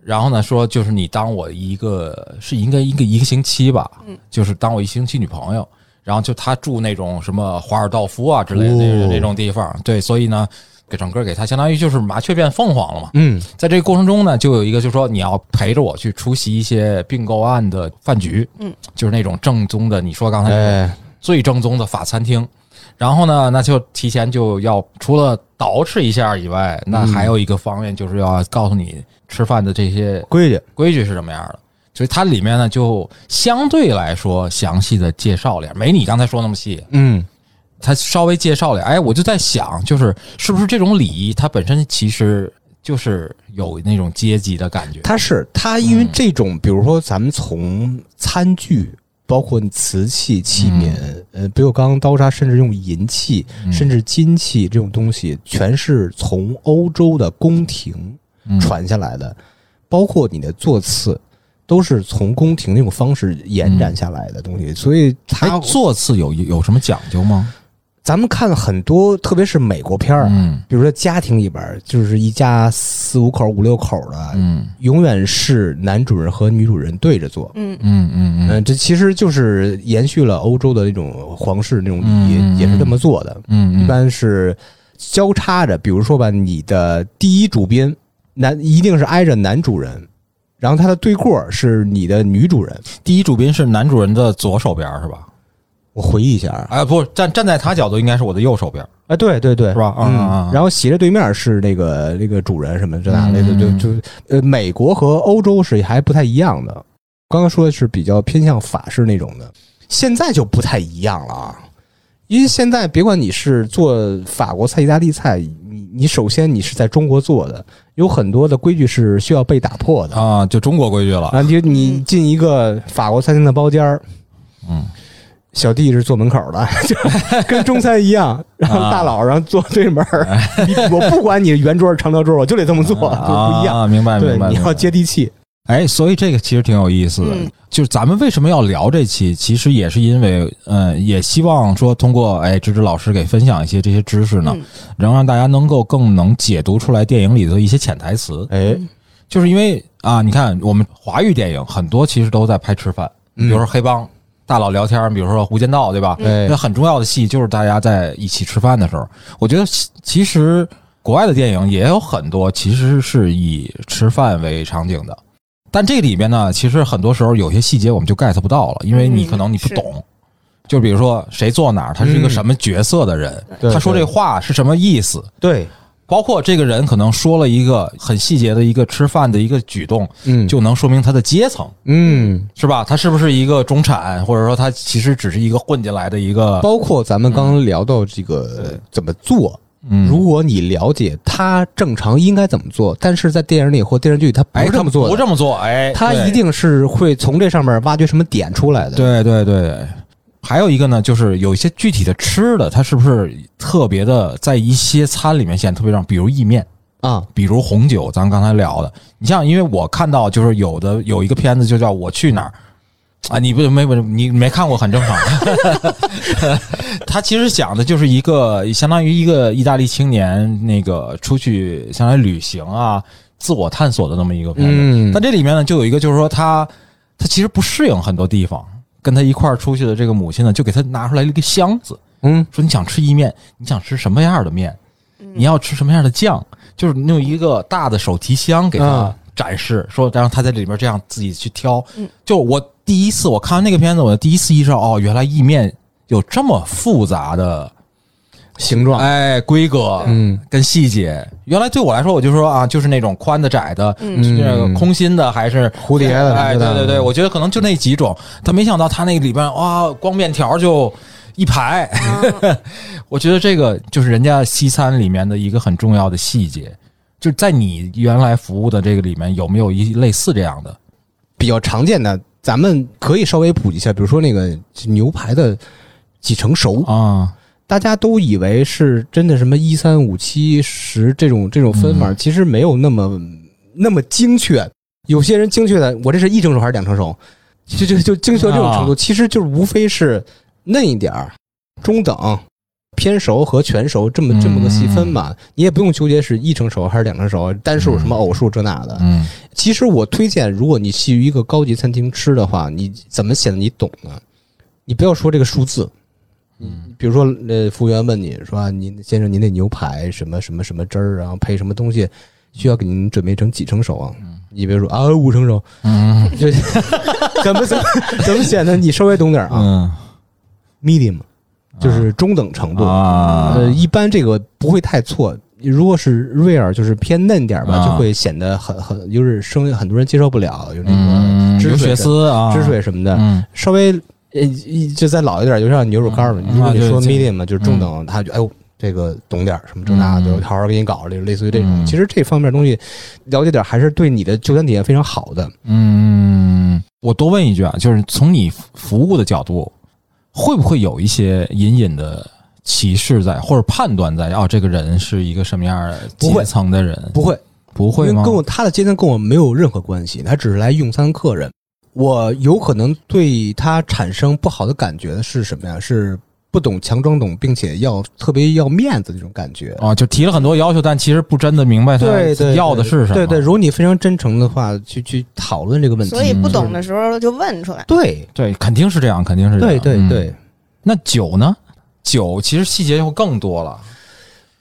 然后呢说就是你当我一个是应该一个一个星期吧，就是当我一星期女朋友，然后就他住那种什么华尔道夫啊之类的那
哦
那种地方，对，所以呢。给整个给他相当于就是麻雀变凤凰了嘛，
嗯，
在这个过程中呢，就有一个就是说你要陪着我去出席一些并购案的饭局，
嗯，
就是那种正宗的，你说刚才那种
哎，
最正宗的法餐厅。然后呢，那就提前就要除了捯饬一下以外，那还
嗯
有一个方面就是要告诉你吃饭的这些
规矩，
规矩是什么样的。所以它里面呢，就相对来说详细的介绍了，没你刚才说那么细，
嗯，
它稍微介绍了。哎，我就在想，就是是不是这种礼仪，它本身其实就是有那种阶级的感觉。
它是它，因为
嗯
这种，比如说咱们从餐具，包括瓷器、器皿，呃，不锈钢、刀叉，甚至用银器，
嗯
甚至金器这种东西，全是从欧洲的宫廷
嗯
传下来的，包括你的座次。都是从宫廷那种方式延展下来的东西，所以它
嗯哎，座次有有什么讲究吗？
咱们看很多，特别是美国片儿，
嗯
比如说家庭里边儿，就是一家四五口、五六口的，
嗯
永远是男主人和女主人对着坐。
嗯，
嗯嗯
嗯、
嗯
这其实就是延续了欧洲的那种皇室那种礼仪，
嗯嗯嗯
也是这么做的。
嗯，
一般是交叉着，比如说吧，你的第一主宾男一定是挨着男主人，然后他的对过是你的女主人。
第一主宾是男主人的左手边儿是吧？
我回忆一下啊，
哎，不站站在他角度应该是我的右手边儿
啊，对对对，
是吧？啊
嗯，
啊啊
然后斜着对面是那个那个主人什么这那的，
嗯
就就就呃，美国和欧洲是还不太一样的。刚刚说的是比较偏向法式那种的，现在就不太一样了啊。因为现在别管你是做法国菜、意大利菜，你你首先你是在中国做的，有很多的规矩是需要被打破的
啊，就中国规矩了。
啊。你你进一个法国餐厅的包间儿，
嗯，
小弟是坐门口的， 就跟中餐一 样，然后大佬然后坐对门儿。我不管你圆桌儿长条桌儿，我就得这么做，就不一样。
啊，明白
对
明，白。
你要
明白
接地气。
哎，所以这个其实挺有意思的，
嗯
就是咱们为什么要聊这期，其实也是因为，呃，也希望说通过哎芝芝老师给分享一些这些知识呢，
嗯
然后让大家能够更能解读出来电影里头一些潜台词，
哎，
就是因为啊，你看我们华语电影很多其实都在拍吃饭，比
嗯
如说黑帮大佬聊天，比如说《无间道》，对吧？
哎
那，很重要的戏就是大家在一起吃饭的时候，我觉得其其实国外的电影也有很多其实是以吃饭为场景的，但这里边呢，其实很多时候有些细节我们就 get 不到了，因为你
嗯
可能你不
是
懂。就比如说谁坐哪儿，他是一个什么角色的人，
嗯对
他说
对
这话是什么意思，
对，
包括这个人可能说了一个很细节的一个吃饭的一个举动，
嗯，
就能说明他的阶层
嗯，
是吧？他是不是一个中产，或者说他其实只是一个混进来的一个
包括咱们刚刚聊到这个怎么做，
嗯
如果你了解他正常应该怎么做，但是在电影里或电视剧他不
哎，
是这么做
不
的，
这么做，哎，
他
对
一定是会从这上面挖掘什么点出来的。
对对对对。还有一个呢，就是有一些具体的吃的，它是不是特别的在一些餐里面显得特别让，比如意面，
啊，
比如红酒，咱刚才聊的。你像，因为我看到就是有的有一个片子就叫《我去哪儿》。啊，你不没没你没看过很正常。 他其实讲的就是一个相当于一个意大利青年那个出去相当于旅行啊，自我探索的那么一个片子。
嗯
但这里面呢，就有一个就是说他他其实不适应很多地方，跟他一块儿出去的这个母亲呢，就给他拿出来了一个箱子，
嗯，
说你想吃意面，你想吃什么样的面，
嗯
你要吃什么样的酱，就是用一个大的手提箱给他
啊
展示，说让他在里面这样自己去挑
嗯。
就我第一次我看完那个片子，我第一次意识到哦，原来意面有这么复杂的
形状，
哎规格，
嗯，
跟细节。原来对我来说，我就说啊，就是那种宽的、窄的，
嗯
是那个空心的还是
蝴蝶的
哎，
什么
对
的
对对，我觉得可能就那几种。但没想到他那里边哇，光面条就一排。
嗯
我觉得这个就是人家西餐里面的一个很重要的细节。就在你原来服务的这个里面，有没有一类似这样的？
比较常见的，咱们可以稍微普及一下，比如说那个牛排的几成熟，
啊，
大家都以为是真的什么一三五七十这种这种分法，其实没有那么那么精确。有些人精确的，我这是一成熟还是两成熟，就就就精确到这种程度，
啊
其实就是无非是嫩一点儿、中等、偏熟和全熟这么这么个细分嘛。你也不用纠结是一成熟还是两成熟，单数什么偶数这那的。
嗯
其实我推荐，如果你去一个高级餐厅吃的话，你怎么显得你懂呢？你不要说这个数字，嗯，比如说，呃，服务员问你说啊：“您先生，您那牛排什么什么什么汁儿，然后配什么东西，需要给您准备成几成熟啊？”你别说啊，五成熟，
嗯
就 怎么怎么怎么显得你稍微懂点儿啊
嗯
？medium 就是中等程度，
啊
呃，一般这个不会太错。如果是 rare，就是偏嫩点儿吧，
啊
就会显得很很就是生很多人接受不了，有那
嗯，
个汁
留
水
学
什么、
丝啊，
汁水什么的，
嗯。
稍微呃一就再老一点儿，就像牛肉干儿嘛。
嗯
如果你
啊
说
对
medium 嘛，就是中等，他就哎呦这个懂点儿什么这那的，
嗯
我好好给你搞，类类似于这种。
嗯
其实这方面东西了解点儿还是对你的就餐体验非常好的。
嗯，我多问一句啊，就是从你服务的角度，会不会有一些隐隐的歧视在，或者判断在？哦，这个人是一个什么样的
不
阶
会
层的人？
不会，
不会
因为
吗？
跟我他的阶层跟我没有任何关系，他只是来用餐客人。我有可能对他产生不好的感觉的是什么呀？是不懂强装懂，并且要特别要面子的这种感觉。
啊，就提了很多要求，但其实不真的明白他
对对，
要的是什么。
对对，如果你非常真诚的话，去去讨论 这个问
嗯
题
所。以不懂的时候就问出来。
对
对肯定是这样，肯定是这
对
样。
对
嗯
对，
那酒呢？酒其实细节就更多了。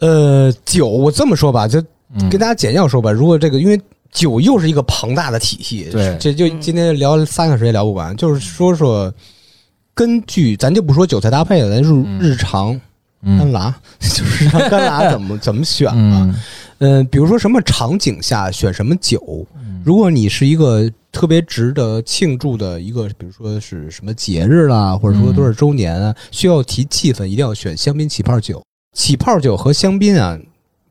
呃，酒我这么说吧，就
嗯
跟大家简要说吧。如果这个，因为酒又是一个庞大的体系，
对
这就
嗯
今天聊三个小时也聊不完。就是说说，根据咱就不说酒菜搭配了，咱日
嗯
日常干
嗯
拉， 就是日常干拉怎么怎么选吧。
嗯
嗯，比如说什么场景下选什么酒，
嗯
如果你是一个特别值得庆祝的一个，比如说是什么节日啦，或者说多少周年啊，需要提气氛，一定要选香槟起泡酒。起泡酒和香槟啊，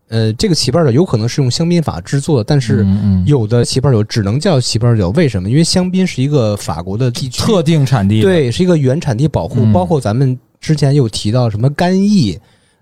呃，这个起泡酒有可能是用香槟法制作的，但是
嗯嗯
有的起泡酒只能叫起泡酒，为什么？因为香槟是一个法国的地区
特定产地的
对，是一个原产地保护，
嗯
包括咱们之前有提到什么干邑，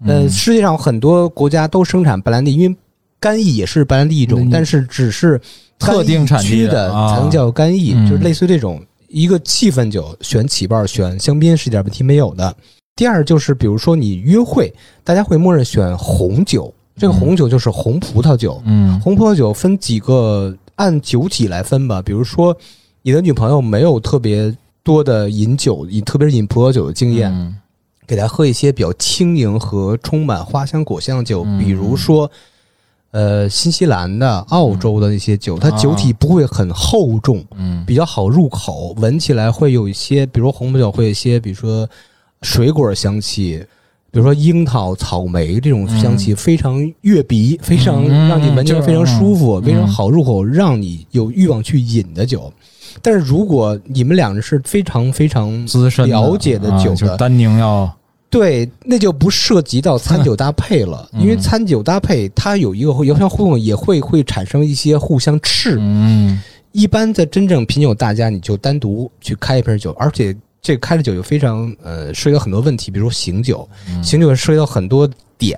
呃，
嗯
世界上很多国家都生产白兰地，因为干邑也是白兰地一种，
嗯
但是只是
特定产
产
地
区
的啊
才能叫干邑，
嗯
就是类似于这种一个气氛酒，选起泡选香槟是一点问题没有的。第二就是，比如说你约会，大家会默认选红酒，这
嗯
个红酒就是红葡萄酒，
嗯
红葡萄酒分几个，按酒体来分吧。比如说，你的女朋友没有特别多的饮酒，饮特别是饮葡萄酒的经验，
嗯
给她喝一些比较轻盈和充满花香果香的酒，
嗯
比如说，呃，新西兰的、澳洲的那些酒，它
啊
酒体不会很厚重，
嗯
比较好入口，闻起来会有一些，比如说红葡萄酒会有一些，比如说水果香气。比如说樱桃、草莓这种香气非常悦鼻，非常
嗯
让你闻起来非常舒服，
嗯
非常好入口，让你有欲望去饮的酒。但是如果你们两人是非常非常
资深的
了解的
啊
酒
就是
的，
单宁要
对，那就不涉及到餐酒搭配了，
嗯
因为餐酒搭配它有一个互相互动，也会会产生一些互相斥
嗯
一般在真正品酒大家，你就单独去开一瓶酒，而且这开的酒又非常呃，涉及到很多问题，比如说醒酒，
嗯
醒酒涉及到很多点，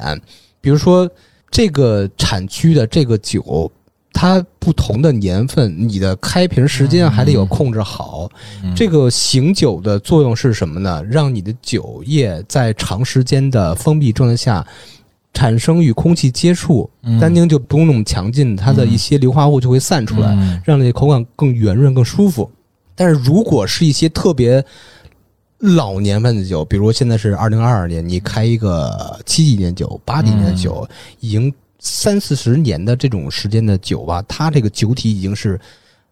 比如说这个产区的这个酒。它不同的年份，你的开瓶时间还得有控制好。
嗯
这个醒酒的作用是什么呢？让你的酒液在长时间的封闭状态下产生与空气接触，
嗯
单宁就不用那么强劲，它的一些硫化物就会散出来。
嗯
让你口感更圆润、更舒服。但是如果是一些特别老年份的酒，比如现在是二零二二年，你开一个七几年酒、八几年的酒，
嗯
已经三四十年的这种时间的酒吧，它这个酒体已经是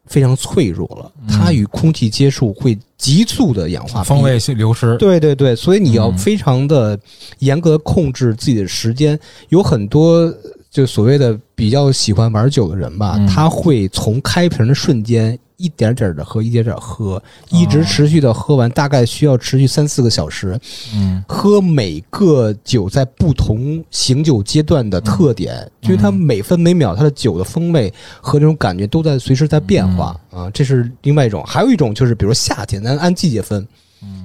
非常脆弱了，它与空气接触会急速的氧化
嗯风
比
味流失
对对对，所以你要
嗯
非常的严格地控制自己的时间。有很多就所谓的比较喜欢玩酒的人吧，
嗯
他会从开瓶的瞬间一点点的喝，一点点地喝，一
哦
直持续的喝完，大概需要持续三四个小时。
嗯
喝每个酒在不同醒酒阶段的特点，因为它每分每秒它的酒的风味和这种感觉都在随时在变化、啊，这是另外一种。还有一种就是，比如夏天，咱按季节分，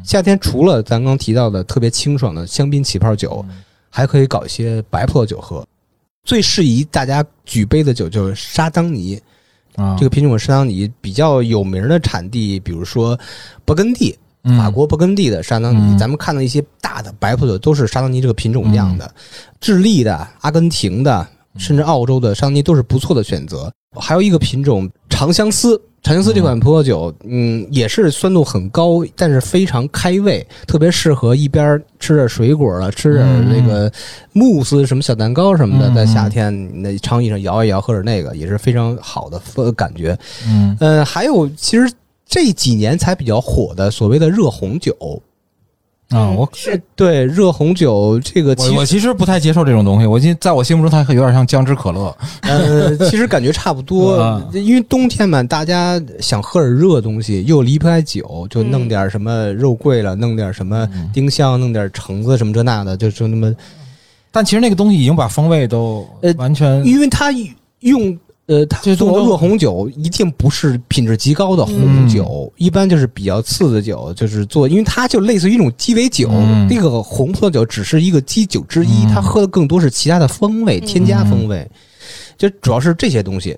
夏天除了咱刚提到的特别清爽的香槟起泡酒，还可以搞一些白葡萄酒喝。最适宜大家举杯的酒就是沙当尼，
啊
这个品种是沙当尼比较有名的产地，比如说勃艮第，
嗯
法国勃艮第的沙当尼，
嗯
咱们看到一些大的白葡萄酒都是沙当尼这个品种酿
嗯
的，智利的、阿根廷的，甚至澳洲的沙当尼都是不错的选择。还有一个品种长相思，长相思这款葡萄酒，嗯，也是酸度很高，但是非常开胃，特别适合一边吃着水果了，吃着
嗯
这个慕斯什么小蛋糕什么的，
嗯
在夏天那长椅上摇一摇，喝点那个也是非常好的呃感觉。
嗯
呃，还有其实这几年才比较火的所谓的热红酒，
啊我。
是
对热红酒这个
我
其
我
实
其实不太接受这种东西，我今在我心目中它有点像姜汁可乐，
呃其实感觉差不多
啊，
因为冬天嘛，大家想喝点热东西，又离不开酒，就弄
嗯
点
嗯
什么肉桂了，弄点什么丁香，弄点橙子什么这那的，就就那么
但其实那个东西已经把风味都
呃
完全
因为它用呃，它
最终
做
都
热红酒一定不是品质极高的红
嗯
酒，一般就是比较次的酒，就是做，因为它就类似于一种鸡尾酒，
嗯
那个红葡萄酒只是一个基酒之一，
嗯
它喝的更多是其他的风味，添加风味，就主要是这些东西。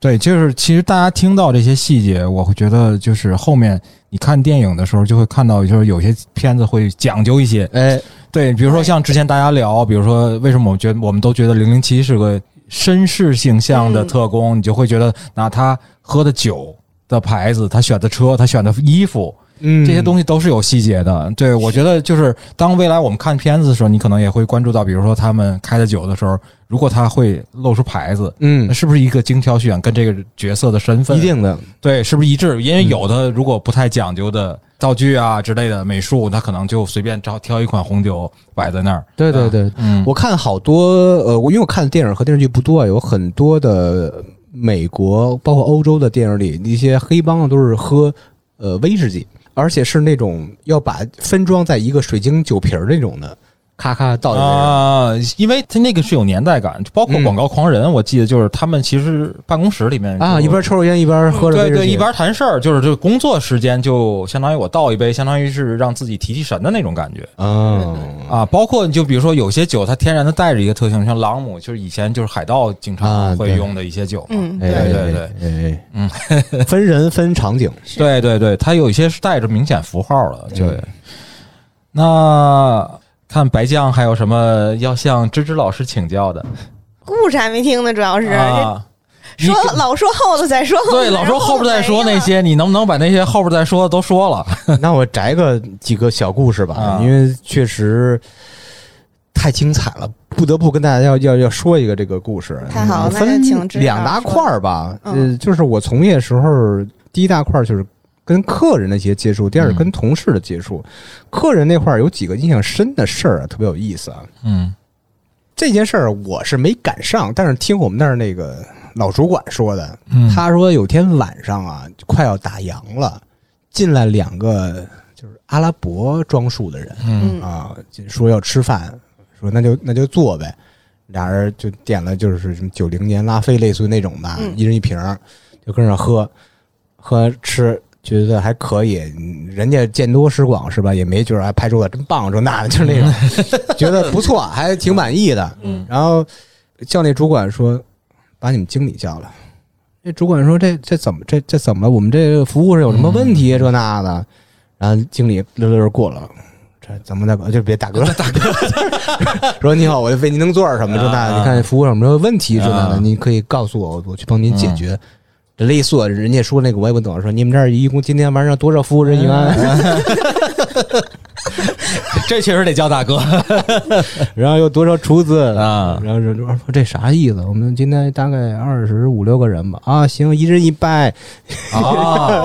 对，就是其实大家听到这些细节，我会觉得就是后面你看电影的时候就会看到，就是有些片子会讲究一些。
哎，
对，比如说
对
像之前大家聊，比如说为什么我觉得我们都觉得零零七是个绅士形象的特工，你就会觉得拿他喝的酒的牌子，他选的车，他选的衣服，
嗯
这些东西都是有细节的。对，我觉得就是当未来我们看片子的时候，你可能也会关注到，比如说他们开的酒的时候，如果他会露出牌子，
嗯
那，是不是一个精挑细选，跟这个角色的身份
一定的，
对是不是一致？
嗯
因为有的如果不太讲究的道具啊之类的美术，他可能就随便挑挑一款红酒摆在那儿。
对对对，
嗯，
我看好多呃，我因为我看的电影和电视剧不多啊，有很多的美国包括欧洲的电影里，一些黑帮啊都是喝呃威士忌，而且是那种要把分装在一个水晶酒瓶儿那种的，咔咔倒进去。
啊、因为他那个是有年代感，包括
嗯
广告狂人，我记得就是他们其实办公室里面
啊，
就
一边抽着烟一边喝着
对
威士忌，
对，一边谈事儿，就是这工作时间就相当于我倒一杯，相当于是让自己提提神的那种感觉
嗯
啊。包括你就比如说有些酒，它天然的带着一个特性，像朗姆，就是以前就是海盗经
啊
常会
对
用的一些酒嘛。
嗯，
哎
对，
对对
对，哎
嗯，
分人分场景，
对对对，它有一些是带着明显符号的。对，
嗯
那看白酱还有什么要向芝芝老师请教的？
故事还没听呢，主要是这
啊，你
说老说后头再说，
对老说后边再说那些，你能不能把那些后边再说的都说了？
那我摘个几个小故事吧，
啊
因为确实太精彩了，不得不跟大家要要要说一个这个故事。
太好了
嗯分
那就请知了
两大块儿吧，
说嗯
呃，就是我从业时候第一大块儿就是。跟客人的一些接触，第二是跟同事的接触。客人那块儿有几个印象深的事儿啊，特别有意思啊。
嗯
这件事儿我是没赶上，但是听我们那儿那个老主管说的，
嗯
他说有天晚上啊，快要打烊了，进来两个就是阿拉伯装束的人
嗯
嗯
啊，就说要吃饭，说那就那就坐呗。俩人就点了就是什么九零年拉菲类似于那种吧，
嗯
一人一瓶儿，就跟着喝，喝吃。觉得还可以，嗯人家见多识广是吧？也没觉得哎拍桌子真棒，说那就是那种，觉得不错，还挺满意的。
嗯
然后叫那主管说：“把你们经理叫来。”那主管说：“这这怎么这这怎么了？我们这个服务是有什么问题啊？这那的。”然后经理溜溜溜过来了。这怎么大哥就别大哥大哥，说你好，我为您能做点什么？这那
啊
的，
啊
你看服务有什么问题？这那的，
啊
您可以告诉我，我去帮您解决。这勒索，人家说那个我也不懂，说你们这儿一共今天晚上多少服务人员？
这确实得叫大哥
然后有多少厨子
啊
然后人就说这啥意思？我们今天大概二十五六个人吧。啊，行，一人一拜，
啊。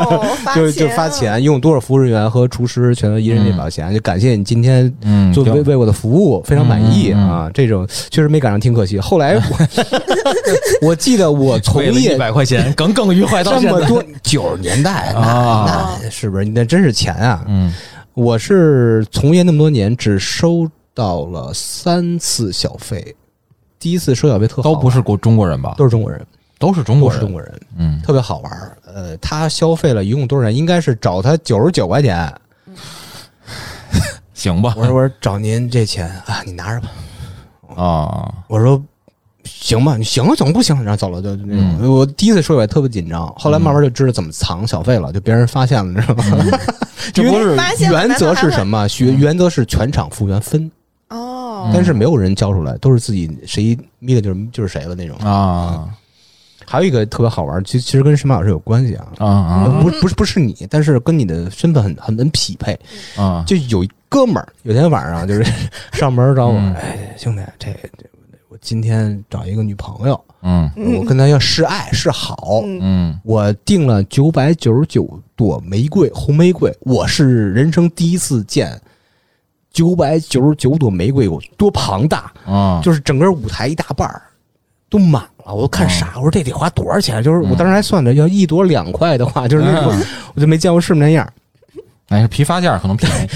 哦发
就就
钱
发钱，用多少服务人员和厨师全都一人一把钱，就感谢你今天。
嗯，
做
就
为为我的服务非常满意
嗯嗯嗯
啊！这种确实没赶上，挺可惜。后来我我记得我从
为了一
业
百块钱，耿耿于怀到
这
现
么
在。
多九十年代
啊
那那是不是那真是钱啊？
嗯
我是从业那么多年，只收到了三次小费，第一次收小费特好
都
玩
不是国中国人吧？
都是中国人，
都是中
都
国
是中
人。
国人，
嗯，
特别好玩儿。呃，他消费了一共多少钱？应该是找他九十九块钱。
行吧
我说我说找您这钱啊，你拿着吧。
啊，
我说行吧，你行啊，怎么不行？然后走了就就那种。我第一次收小费特别紧张，后来慢慢就知道怎么藏小费了，就别人发现了，你知道吗？
这不是
发现了
原则是
难道还
什
会
么？学原则是全场服务员分。
哦，
嗯
但是没有人教出来，都是自己谁眯的就是就是谁了那种。
啊
还有一个特别好玩，其实其实跟神马老师有关系啊，
啊啊
不是不是不是你，但是跟你的身份很很很匹配。
啊！
就有一哥们儿，有天晚上就是 上门找我，
嗯
哎，兄弟，这这我今天找一个女朋友，
嗯
嗯
我跟她要示爱示好，
嗯
嗯
我订了九百九十九朵玫瑰，红玫瑰，我是人生第一次见九百九十九朵玫瑰有多庞大。
啊，
就是整个舞台一大半儿都满了，我都看傻，我说这得花多嗯少钱？就是我当时还算着，要一朵两块的话，就是那种我就没见过世面那样儿。
哎，批发价可能便 宜。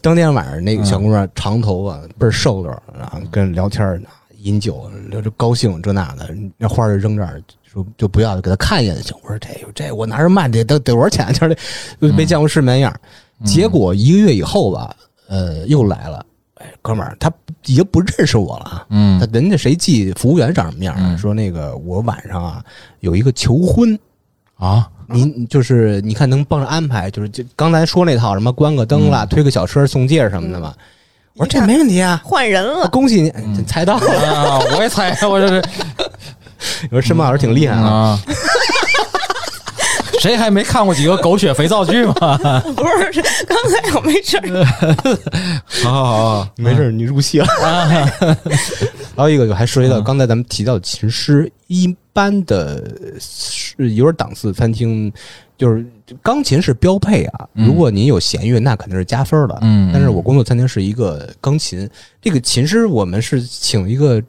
当天晚上那个
嗯
小姑娘长头发，倍儿瘦溜儿，然后跟人聊天儿呢，饮酒，聊就高兴这那的，那花儿就扔这儿，说就不要，给她看一眼就行。我说这这我拿着卖得得得多少钱？就是这
嗯
没见过世面样儿。结果一个月以后吧，呃，又来了，哎，哥们儿，他已经不认识我了啊。
嗯
他人家谁记服务员长什么样、啊？
嗯
说那个我晚上啊有一个求婚，
啊，
您就是你看能帮着安排，就是就刚才说那套什么关个灯啦、推个小车送戒指什么的嘛。我说这没问题啊，
换人
我
了，
恭喜你，哎 这猜到了。
啊，我也猜，我 这是
你说申报老师挺厉害啊，
啊。谁还没看过几个狗血肥皂剧吗？
不是， 是刚才我没 事儿，
好好好，
没事儿，你入戏了。还有一个就还涉及到
嗯
刚才咱们提到的琴师，一般的是有点档次餐厅，就是钢琴是标配啊。
嗯
如果您有弦乐，那肯定是加分的。
嗯
但是我工作餐厅是一个钢琴，这个琴师我们是请一个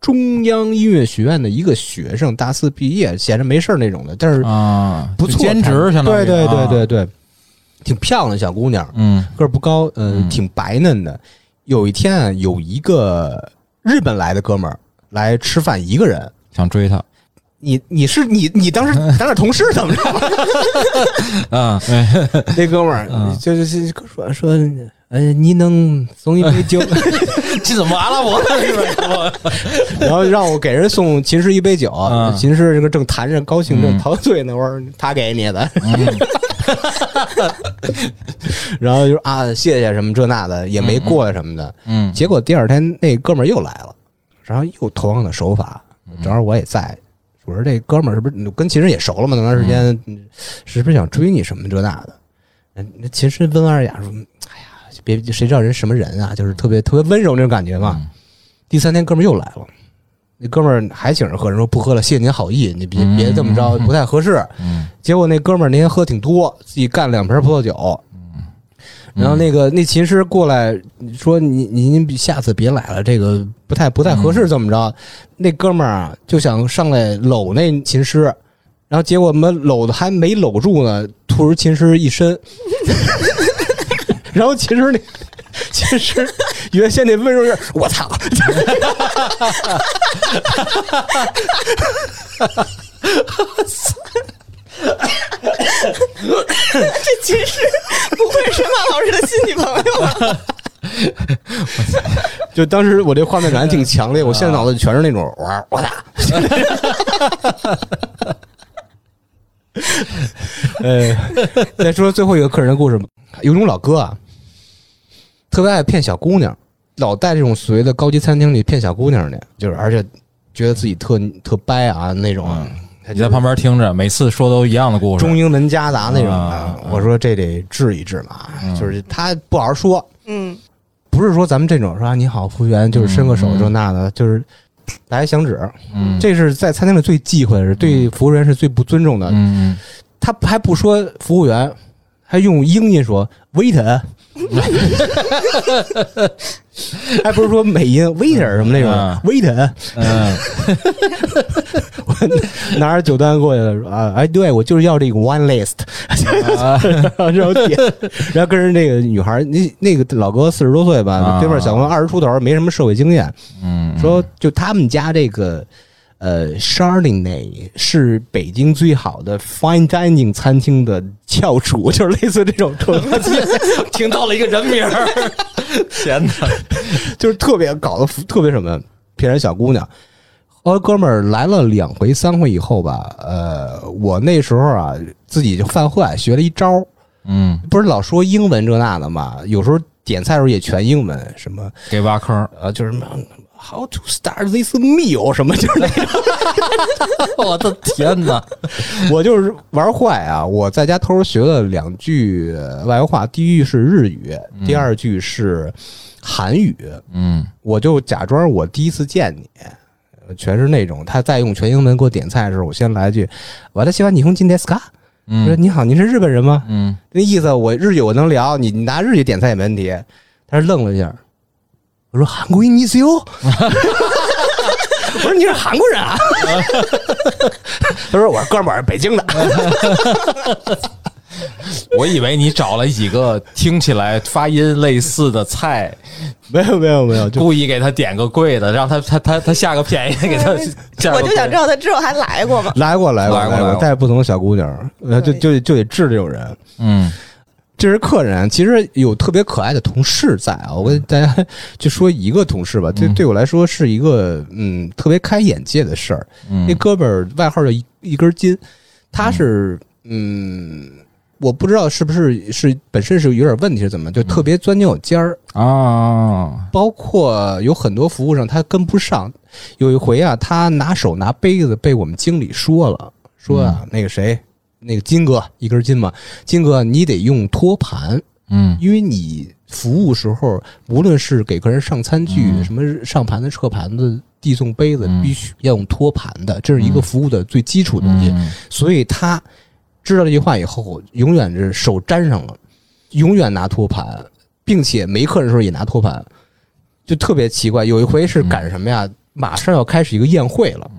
中央音乐学院的一个学生，大四毕业，闲着没事儿那种的，但是
啊，
不错，
兼职相当于
对对对
啊
对对，挺漂亮的小姑娘，
嗯
个儿不高，呃、
嗯
挺白嫩的。有一天啊，有一个日本来的哥们儿来吃饭，一个人。
想追他
你你是你你当时咱俩同事怎么着？
啊，对，
那哥们儿
嗯
就是就说说，呃，你能送一杯酒，
这怎么阿拉 伯的是吧？
然后让我给人送秦师一杯酒
嗯。
秦师这个正谈着高兴，正
嗯
陶醉呢，我说他给你的，
嗯
然后就说啊谢谢什么这那的，也没过来什么的。
嗯
结果第二天那哥们儿又来了，然后又同样的手法，
嗯
正好我也在。我说这哥们儿是不是跟秦师也熟了嘛？那段时间、
嗯
嗯是不是想追你什么这那的？嗯那秦师温文尔雅说：“哎呀，别谁知道人什么人啊？就是特别特别温柔那种感觉嘛。
嗯
第三天哥们儿又来了，那哥们儿还请人喝，人说不喝了，谢谢您好意，你别
嗯
别这么着，不太合适。
嗯
结果那哥们儿那天喝挺多，自己干两瓶葡萄酒。然后那个那琴师过来说：“你你您下次别来了，这个不太不太合适，怎么着？”那哥们儿啊就想上来搂那琴师，然后结果我们搂的还没搂住呢，突如琴师一身， 然后琴师那琴师原先那温柔劲儿，我操！
这其实不愧是申曼老师的新女朋 友啊，
就当时我这画面感挺强 烈，我现在脑子里全是那种哇我 操！呃，再说最后一个客人的故事吧，有种老哥啊，特别爱骗小姑娘，老在这种所谓的高级餐厅里骗小姑娘去，就是而且觉得自己特特掰啊那种啊，他
嗯你在旁边听着，每次说都一样的故事。
中英文夹杂那种啊
啊，啊
我说这得治一治嘛，
嗯
就是他不好好说，
嗯，
不是说咱们这种说啊你好服务员就是伸个手
嗯
这那的，就是来响指，
嗯
这是在餐厅里最忌讳的，是对服务员是最不尊重的。
嗯，
他还不说服务员，还用英音说 waiter，还不是说美音 waiter 什么那种、
嗯
waiter，
嗯
拿着酒单过去了，说啊，哎，对我就是要这个 one list，然
啊
后点，然后跟人那个女孩，那那个老哥四十多岁吧，
啊
对面小哥二十出头，没什么社会经验，
嗯，
说就他们家这个呃 Chardonnay 是北京最好的 fine dining 餐厅的翘楚， 就是类似这种特别，
听到了一个人名儿， 天哪！
就是特别搞得特别什么骗人小姑娘。后来哥们儿来了两回三回以后吧，呃，我那时候啊自己就犯坏，学了一招儿，
嗯，
不是老说英文这那的嘛，有时候点菜的时候也全英文，什么
给挖坑儿，
呃就是什么 how to start this meal 什么就是那
我的天哪！
我就是玩坏啊！我在家偷偷学了两句呃外国话，第一句是日语，第二句是韩语。
嗯
我就假装我第一次见你，呃全是那种他在用全英文给我点菜的时候，我先来一句“我的喜欢你红金 desk”，我
嗯
说你好，您是日本人吗？
嗯，
那意思我日语我能聊，你你拿日语点菜也没问题。他说愣了一下，我说韩国你是哟， 我说你是韩国人啊？ 他说我是哥们儿，北京的。
我以为你找了几个听起来发音类似的菜，
没有没有没有，就
故意给他点个贵的，让他他他他下个便宜的给他 下个
嗯我
贵的。
就想知道他之后还来过吗？
来过来过
来过来
过，
过
带不同的小姑娘，呃，就就就得治这种人。
嗯
这是客人，其实有特别可爱的同事在啊。我跟大家 就说一个同事吧，对
嗯
对我来说是一个嗯特别开眼界的事儿。那
嗯
哥们儿外号叫一一根筋，他是嗯，我不知道是不是是本身是有点问题是怎么，就特别钻牛角尖儿，
啊，
包括有很多服务上他跟不上。有一回啊，他拿手拿杯子被我们经理说了，说啊、那个谁，那个金哥一根筋嘛，金哥你得用托盘。
嗯
因为你服务时候，无论是给客人上餐具、
嗯
什么上盘子、撤盘子、递送杯子，
嗯
必须要用托盘的，这是一个
嗯
服务的最基础的东西。
嗯
所以他知道这句话以后，永远是手沾上了，永远拿托盘，并且没客人的时候也拿托盘，就特别奇怪。有一回是赶什
嗯
么呀？马上要开始一个宴会了。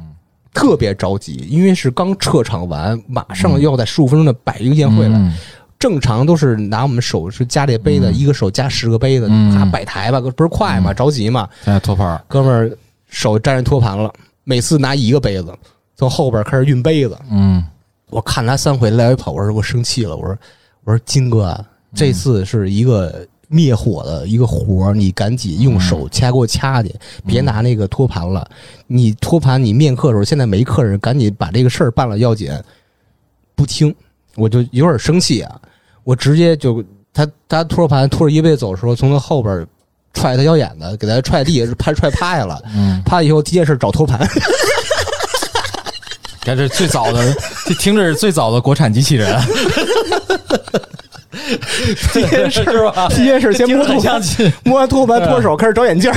特别着急，因为是刚撤场完，马上要在十五分钟的摆一个宴会了。
嗯
正常都是拿我们手是夹这杯子，一个手夹十个杯子，
嗯
咔摆台吧，不是快嘛，着急嘛。
现在托盘儿，
哥们儿手沾着托盘了，每次拿一个杯子，从后边开始运杯子。
嗯
我看他三回来回跑，我说我生气了，我说我说金哥啊，这次是一个灭火的一个活儿，你赶紧用手掐给我掐去，别拿那个托盘了。你托盘你面客的时候，现在没客人，赶紧把这个事儿办了要紧。不听，我就有点生气啊，我直接就他他托着盘拖着衣背走的时候，从他后边踹他腰眼子，给他踹地，拍踹趴下了。
嗯，
趴下以后第一件事找托盘，
这是最早的，这听着是最早的国产机器人，
第一件事
是吧？
第一件事先
听
摸
着
托
很
盘
像机，
摸完托盘脱手开始找眼镜儿，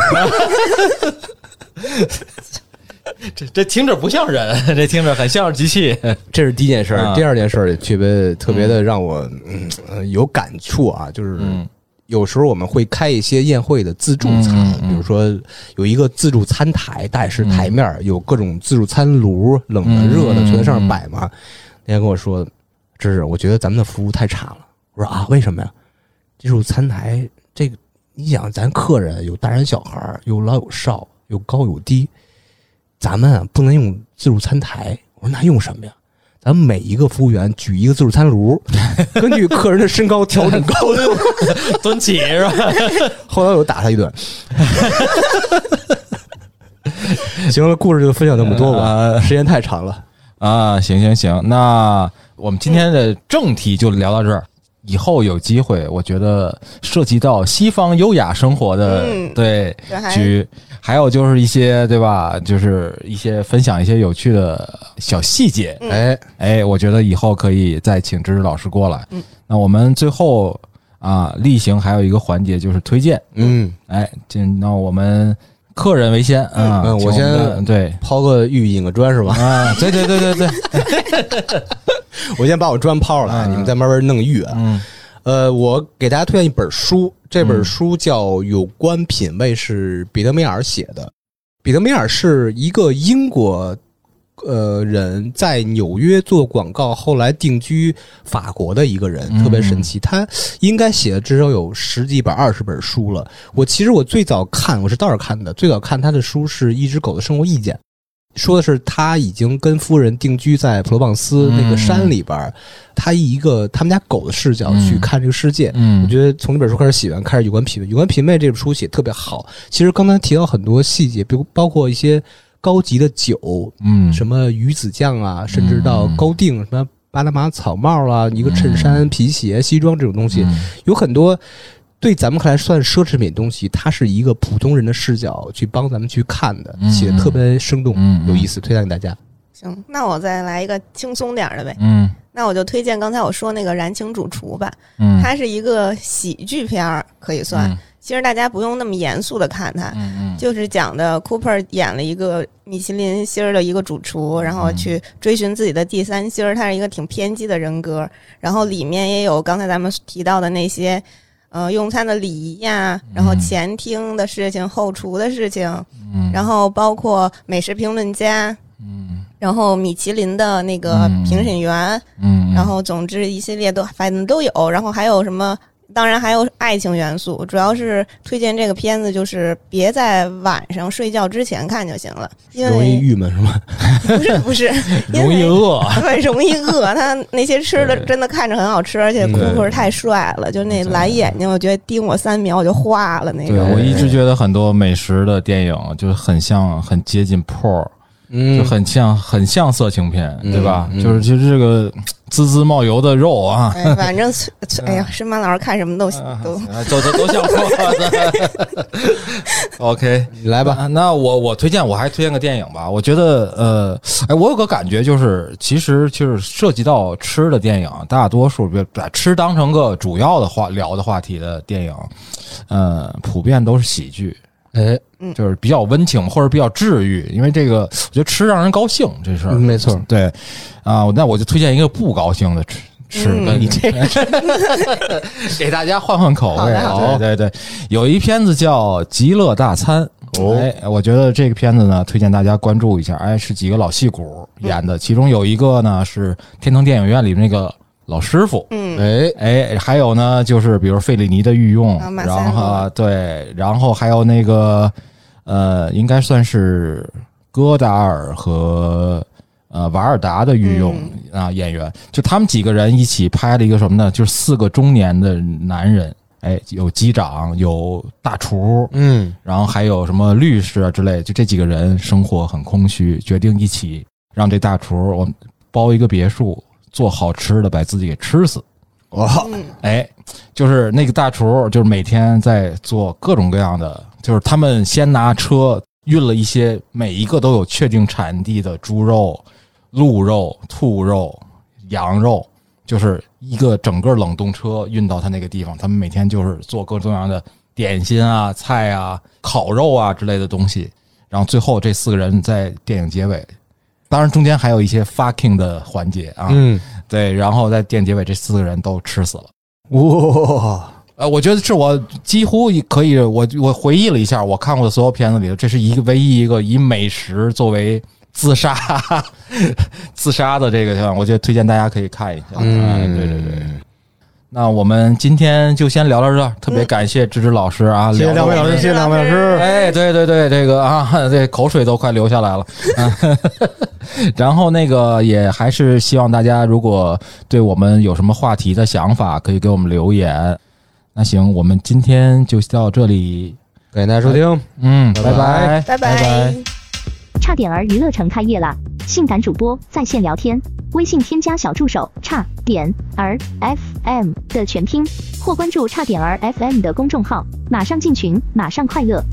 这这听着不像人，这听着很像是机器。
这是第一件事儿。
啊嗯
第二件事儿特别特别的让我、嗯呃有感触啊，就是
嗯
有时候我们会开一些宴会的自助餐，
嗯嗯
比如说有一个自助餐台，大理石台面儿、有各种自助餐炉，冷的、
嗯
热的，
嗯
全在上面摆嘛。那天跟我说，芝芝，我觉得咱们的服务太差了。我说啊，为什么呀？自助餐台这个，你想，咱客人有大人小孩儿，有老有少，有高有低，咱们啊不能用自助餐台。我说那用什么呀？咱们每一个服务员举一个自助餐炉，根据客人的身高调整高度。
蹲起是吧？
后来我又打他一顿。 行了，故事就分享这么多吧，时间太长了。
啊，行行行，那我们今天的正题就聊到这儿。以后有机会，我觉得涉及到西方优雅生活的、
嗯
对
对还
局，还有就是一些对吧，就是一些分享一些有趣的小细节。
哎，
哎，我觉得以后可以再请芝芝老师过来。嗯，那我们最后啊，例行还有一个环节就是推荐。
嗯，
哎，这那我们客人为先啊，
嗯
请
我先
们的 对
抛个玉引个砖是吧？
啊，对对对对对，
我先把我砖抛了啊，你们再慢慢弄玉啊。
嗯
呃，我给大家推荐一本书，这本书叫《有关品味》，是彼得梅尔写的。彼得梅尔是一个英国呃人，在纽约做广告，后来定居法国的一个人，
嗯
特别神奇。他应该写了至少有十几本、二十本书了。我其实我最早看，我是倒着看的，最早看他的书是《一只狗的生活意见》。说的是他已经跟夫人定居在普罗旺斯那
嗯
个山里边儿，他以一个他们家狗的视角去
嗯
看这个世界，
嗯
我觉得从这本书开始喜欢，开始有关品味。有关品味这本书写得特别好。其实刚才提到很多细节，比如包括一些高级的酒，
嗯
什么鱼子酱啊，甚至到高定什么巴拿马草帽啦、一个衬
嗯
衫、皮鞋、西装这种东西，有很多对咱们看来算奢侈品的东西，它是一个普通人的视角去帮咱们去看的，
嗯
写得特别生动、
嗯嗯
有意思，推荐给大家。
行，那我再来一个轻松点儿的呗。
嗯
那我就推荐刚才我说那个《燃情主厨》吧，
嗯，
它是一个喜剧片儿，可以算。
嗯
其实大家不用那么严肃的看它，
嗯
就是讲的 Cooper 演了一个米其林星儿的一个主厨，然
嗯
后去追寻自己的第三星儿。他是一个挺偏激的人格，然后里面也有刚才咱们提到的那些，呃，用餐的礼仪呀，然后前厅的事情、后厨的事情，
嗯
然后包括美食评论家，
嗯
然后米其林的那个
嗯
评审员，
嗯嗯
然后总之一系列都反正都有，然后还有什么？当然还有爱情元素，主要是推荐这个片子，就是别在晚上睡觉之前看就行了，因
容易
为
郁闷是吗？
不是不是， 因
容易
为
饿，
很容易饿。他那些吃的
对
真的看着很好吃，而且
嗯
库克太帅了，就那蓝眼睛，我觉得盯我三秒我就化了那
对
种。
我一直觉得很多美食的电影就是很像，很接近 porn，就
嗯
很像很像色情片，
嗯
对吧？
嗯
就是就是这个滋滋冒油的肉啊，
哎，反正崔崔哎呀，
嗯
申曼老师看什么都都
啊都都都像 porn 。OK，
你来吧，
那那我我推荐，我还推荐个电影吧。我觉得，呃，哎，我有个感觉，就是其实就是涉及到吃的电影，大多数别把吃当成个主要的话聊的话题的电影，呃，普遍都是喜剧，
哎，
就是比较温情或者比较治愈，因为这个我觉得吃让人高兴这事儿。
嗯没错，
对，啊、那我就推荐一个不高兴的吃。吃
嗯
跟
你这
给大家换换口
好
味
的好
啊！对对对，有一片子叫《极乐大餐》，
哦
哎，我觉得这个片子呢，推荐大家关注一下。哎，是几个老戏骨演的，其中有一个呢是天腾电影院里那个老师傅，
嗯，
哎，
哎，还有呢就是比如费里尼的御用
啊，马塞
然后
洛
啊对，然后还有那个呃，应该算是戈达尔和。呃，瓦尔达的御用、
嗯
啊演员，就他们几个人一起拍了一个什么呢？就是四个中年的男人，哎，有机长，有大厨，
嗯，
然后还有什么律师啊之类，就这几个人生活很空虚，决定一起让这大厨我们包一个别墅，做好吃的，把自己给吃死。
哇，
嗯
哎，就是那个大厨，就是每天在做各种各样的，就是他们先拿车运了一些每一个都有确定产地的猪肉、鹿肉、兔肉、羊肉，就是一个整个冷冻车运到他那个地方。他们每天就是做各种各样的点心啊、菜啊、烤肉啊之类的东西。然后最后这四个人在电影结尾，当然中间还有一些 fucking 的环节啊，
嗯，
对，然后在电影结尾这四个人都吃死了。
哇，
呃，我觉得是我几乎可以，我我回忆了一下，我看过的所有片子里头，这是一个唯一一个以美食作为自杀 自杀的这个地方，我觉得推荐大家可以看一下。
嗯
哎对对对。那我们今天就先聊到这儿，特别感谢芝芝老师啊，
谢
聊得
谢两位老师，谢谢两位老师。
哎，对对对，这个啊， 这口水都快流下来了。 嗯然后那个也还是希望大家，如果对我们有什么话题的想法，可以给我们留言。那行，我们今天就到这里，
感谢大家收听。
嗯，
拜拜
拜
拜
拜
拜。
差点儿娱乐城开业了，性感主播在线聊天，微信添加小助手差点儿 FM 的全拼，或关注差点儿 FM 的公众号，马上进群，马上快乐。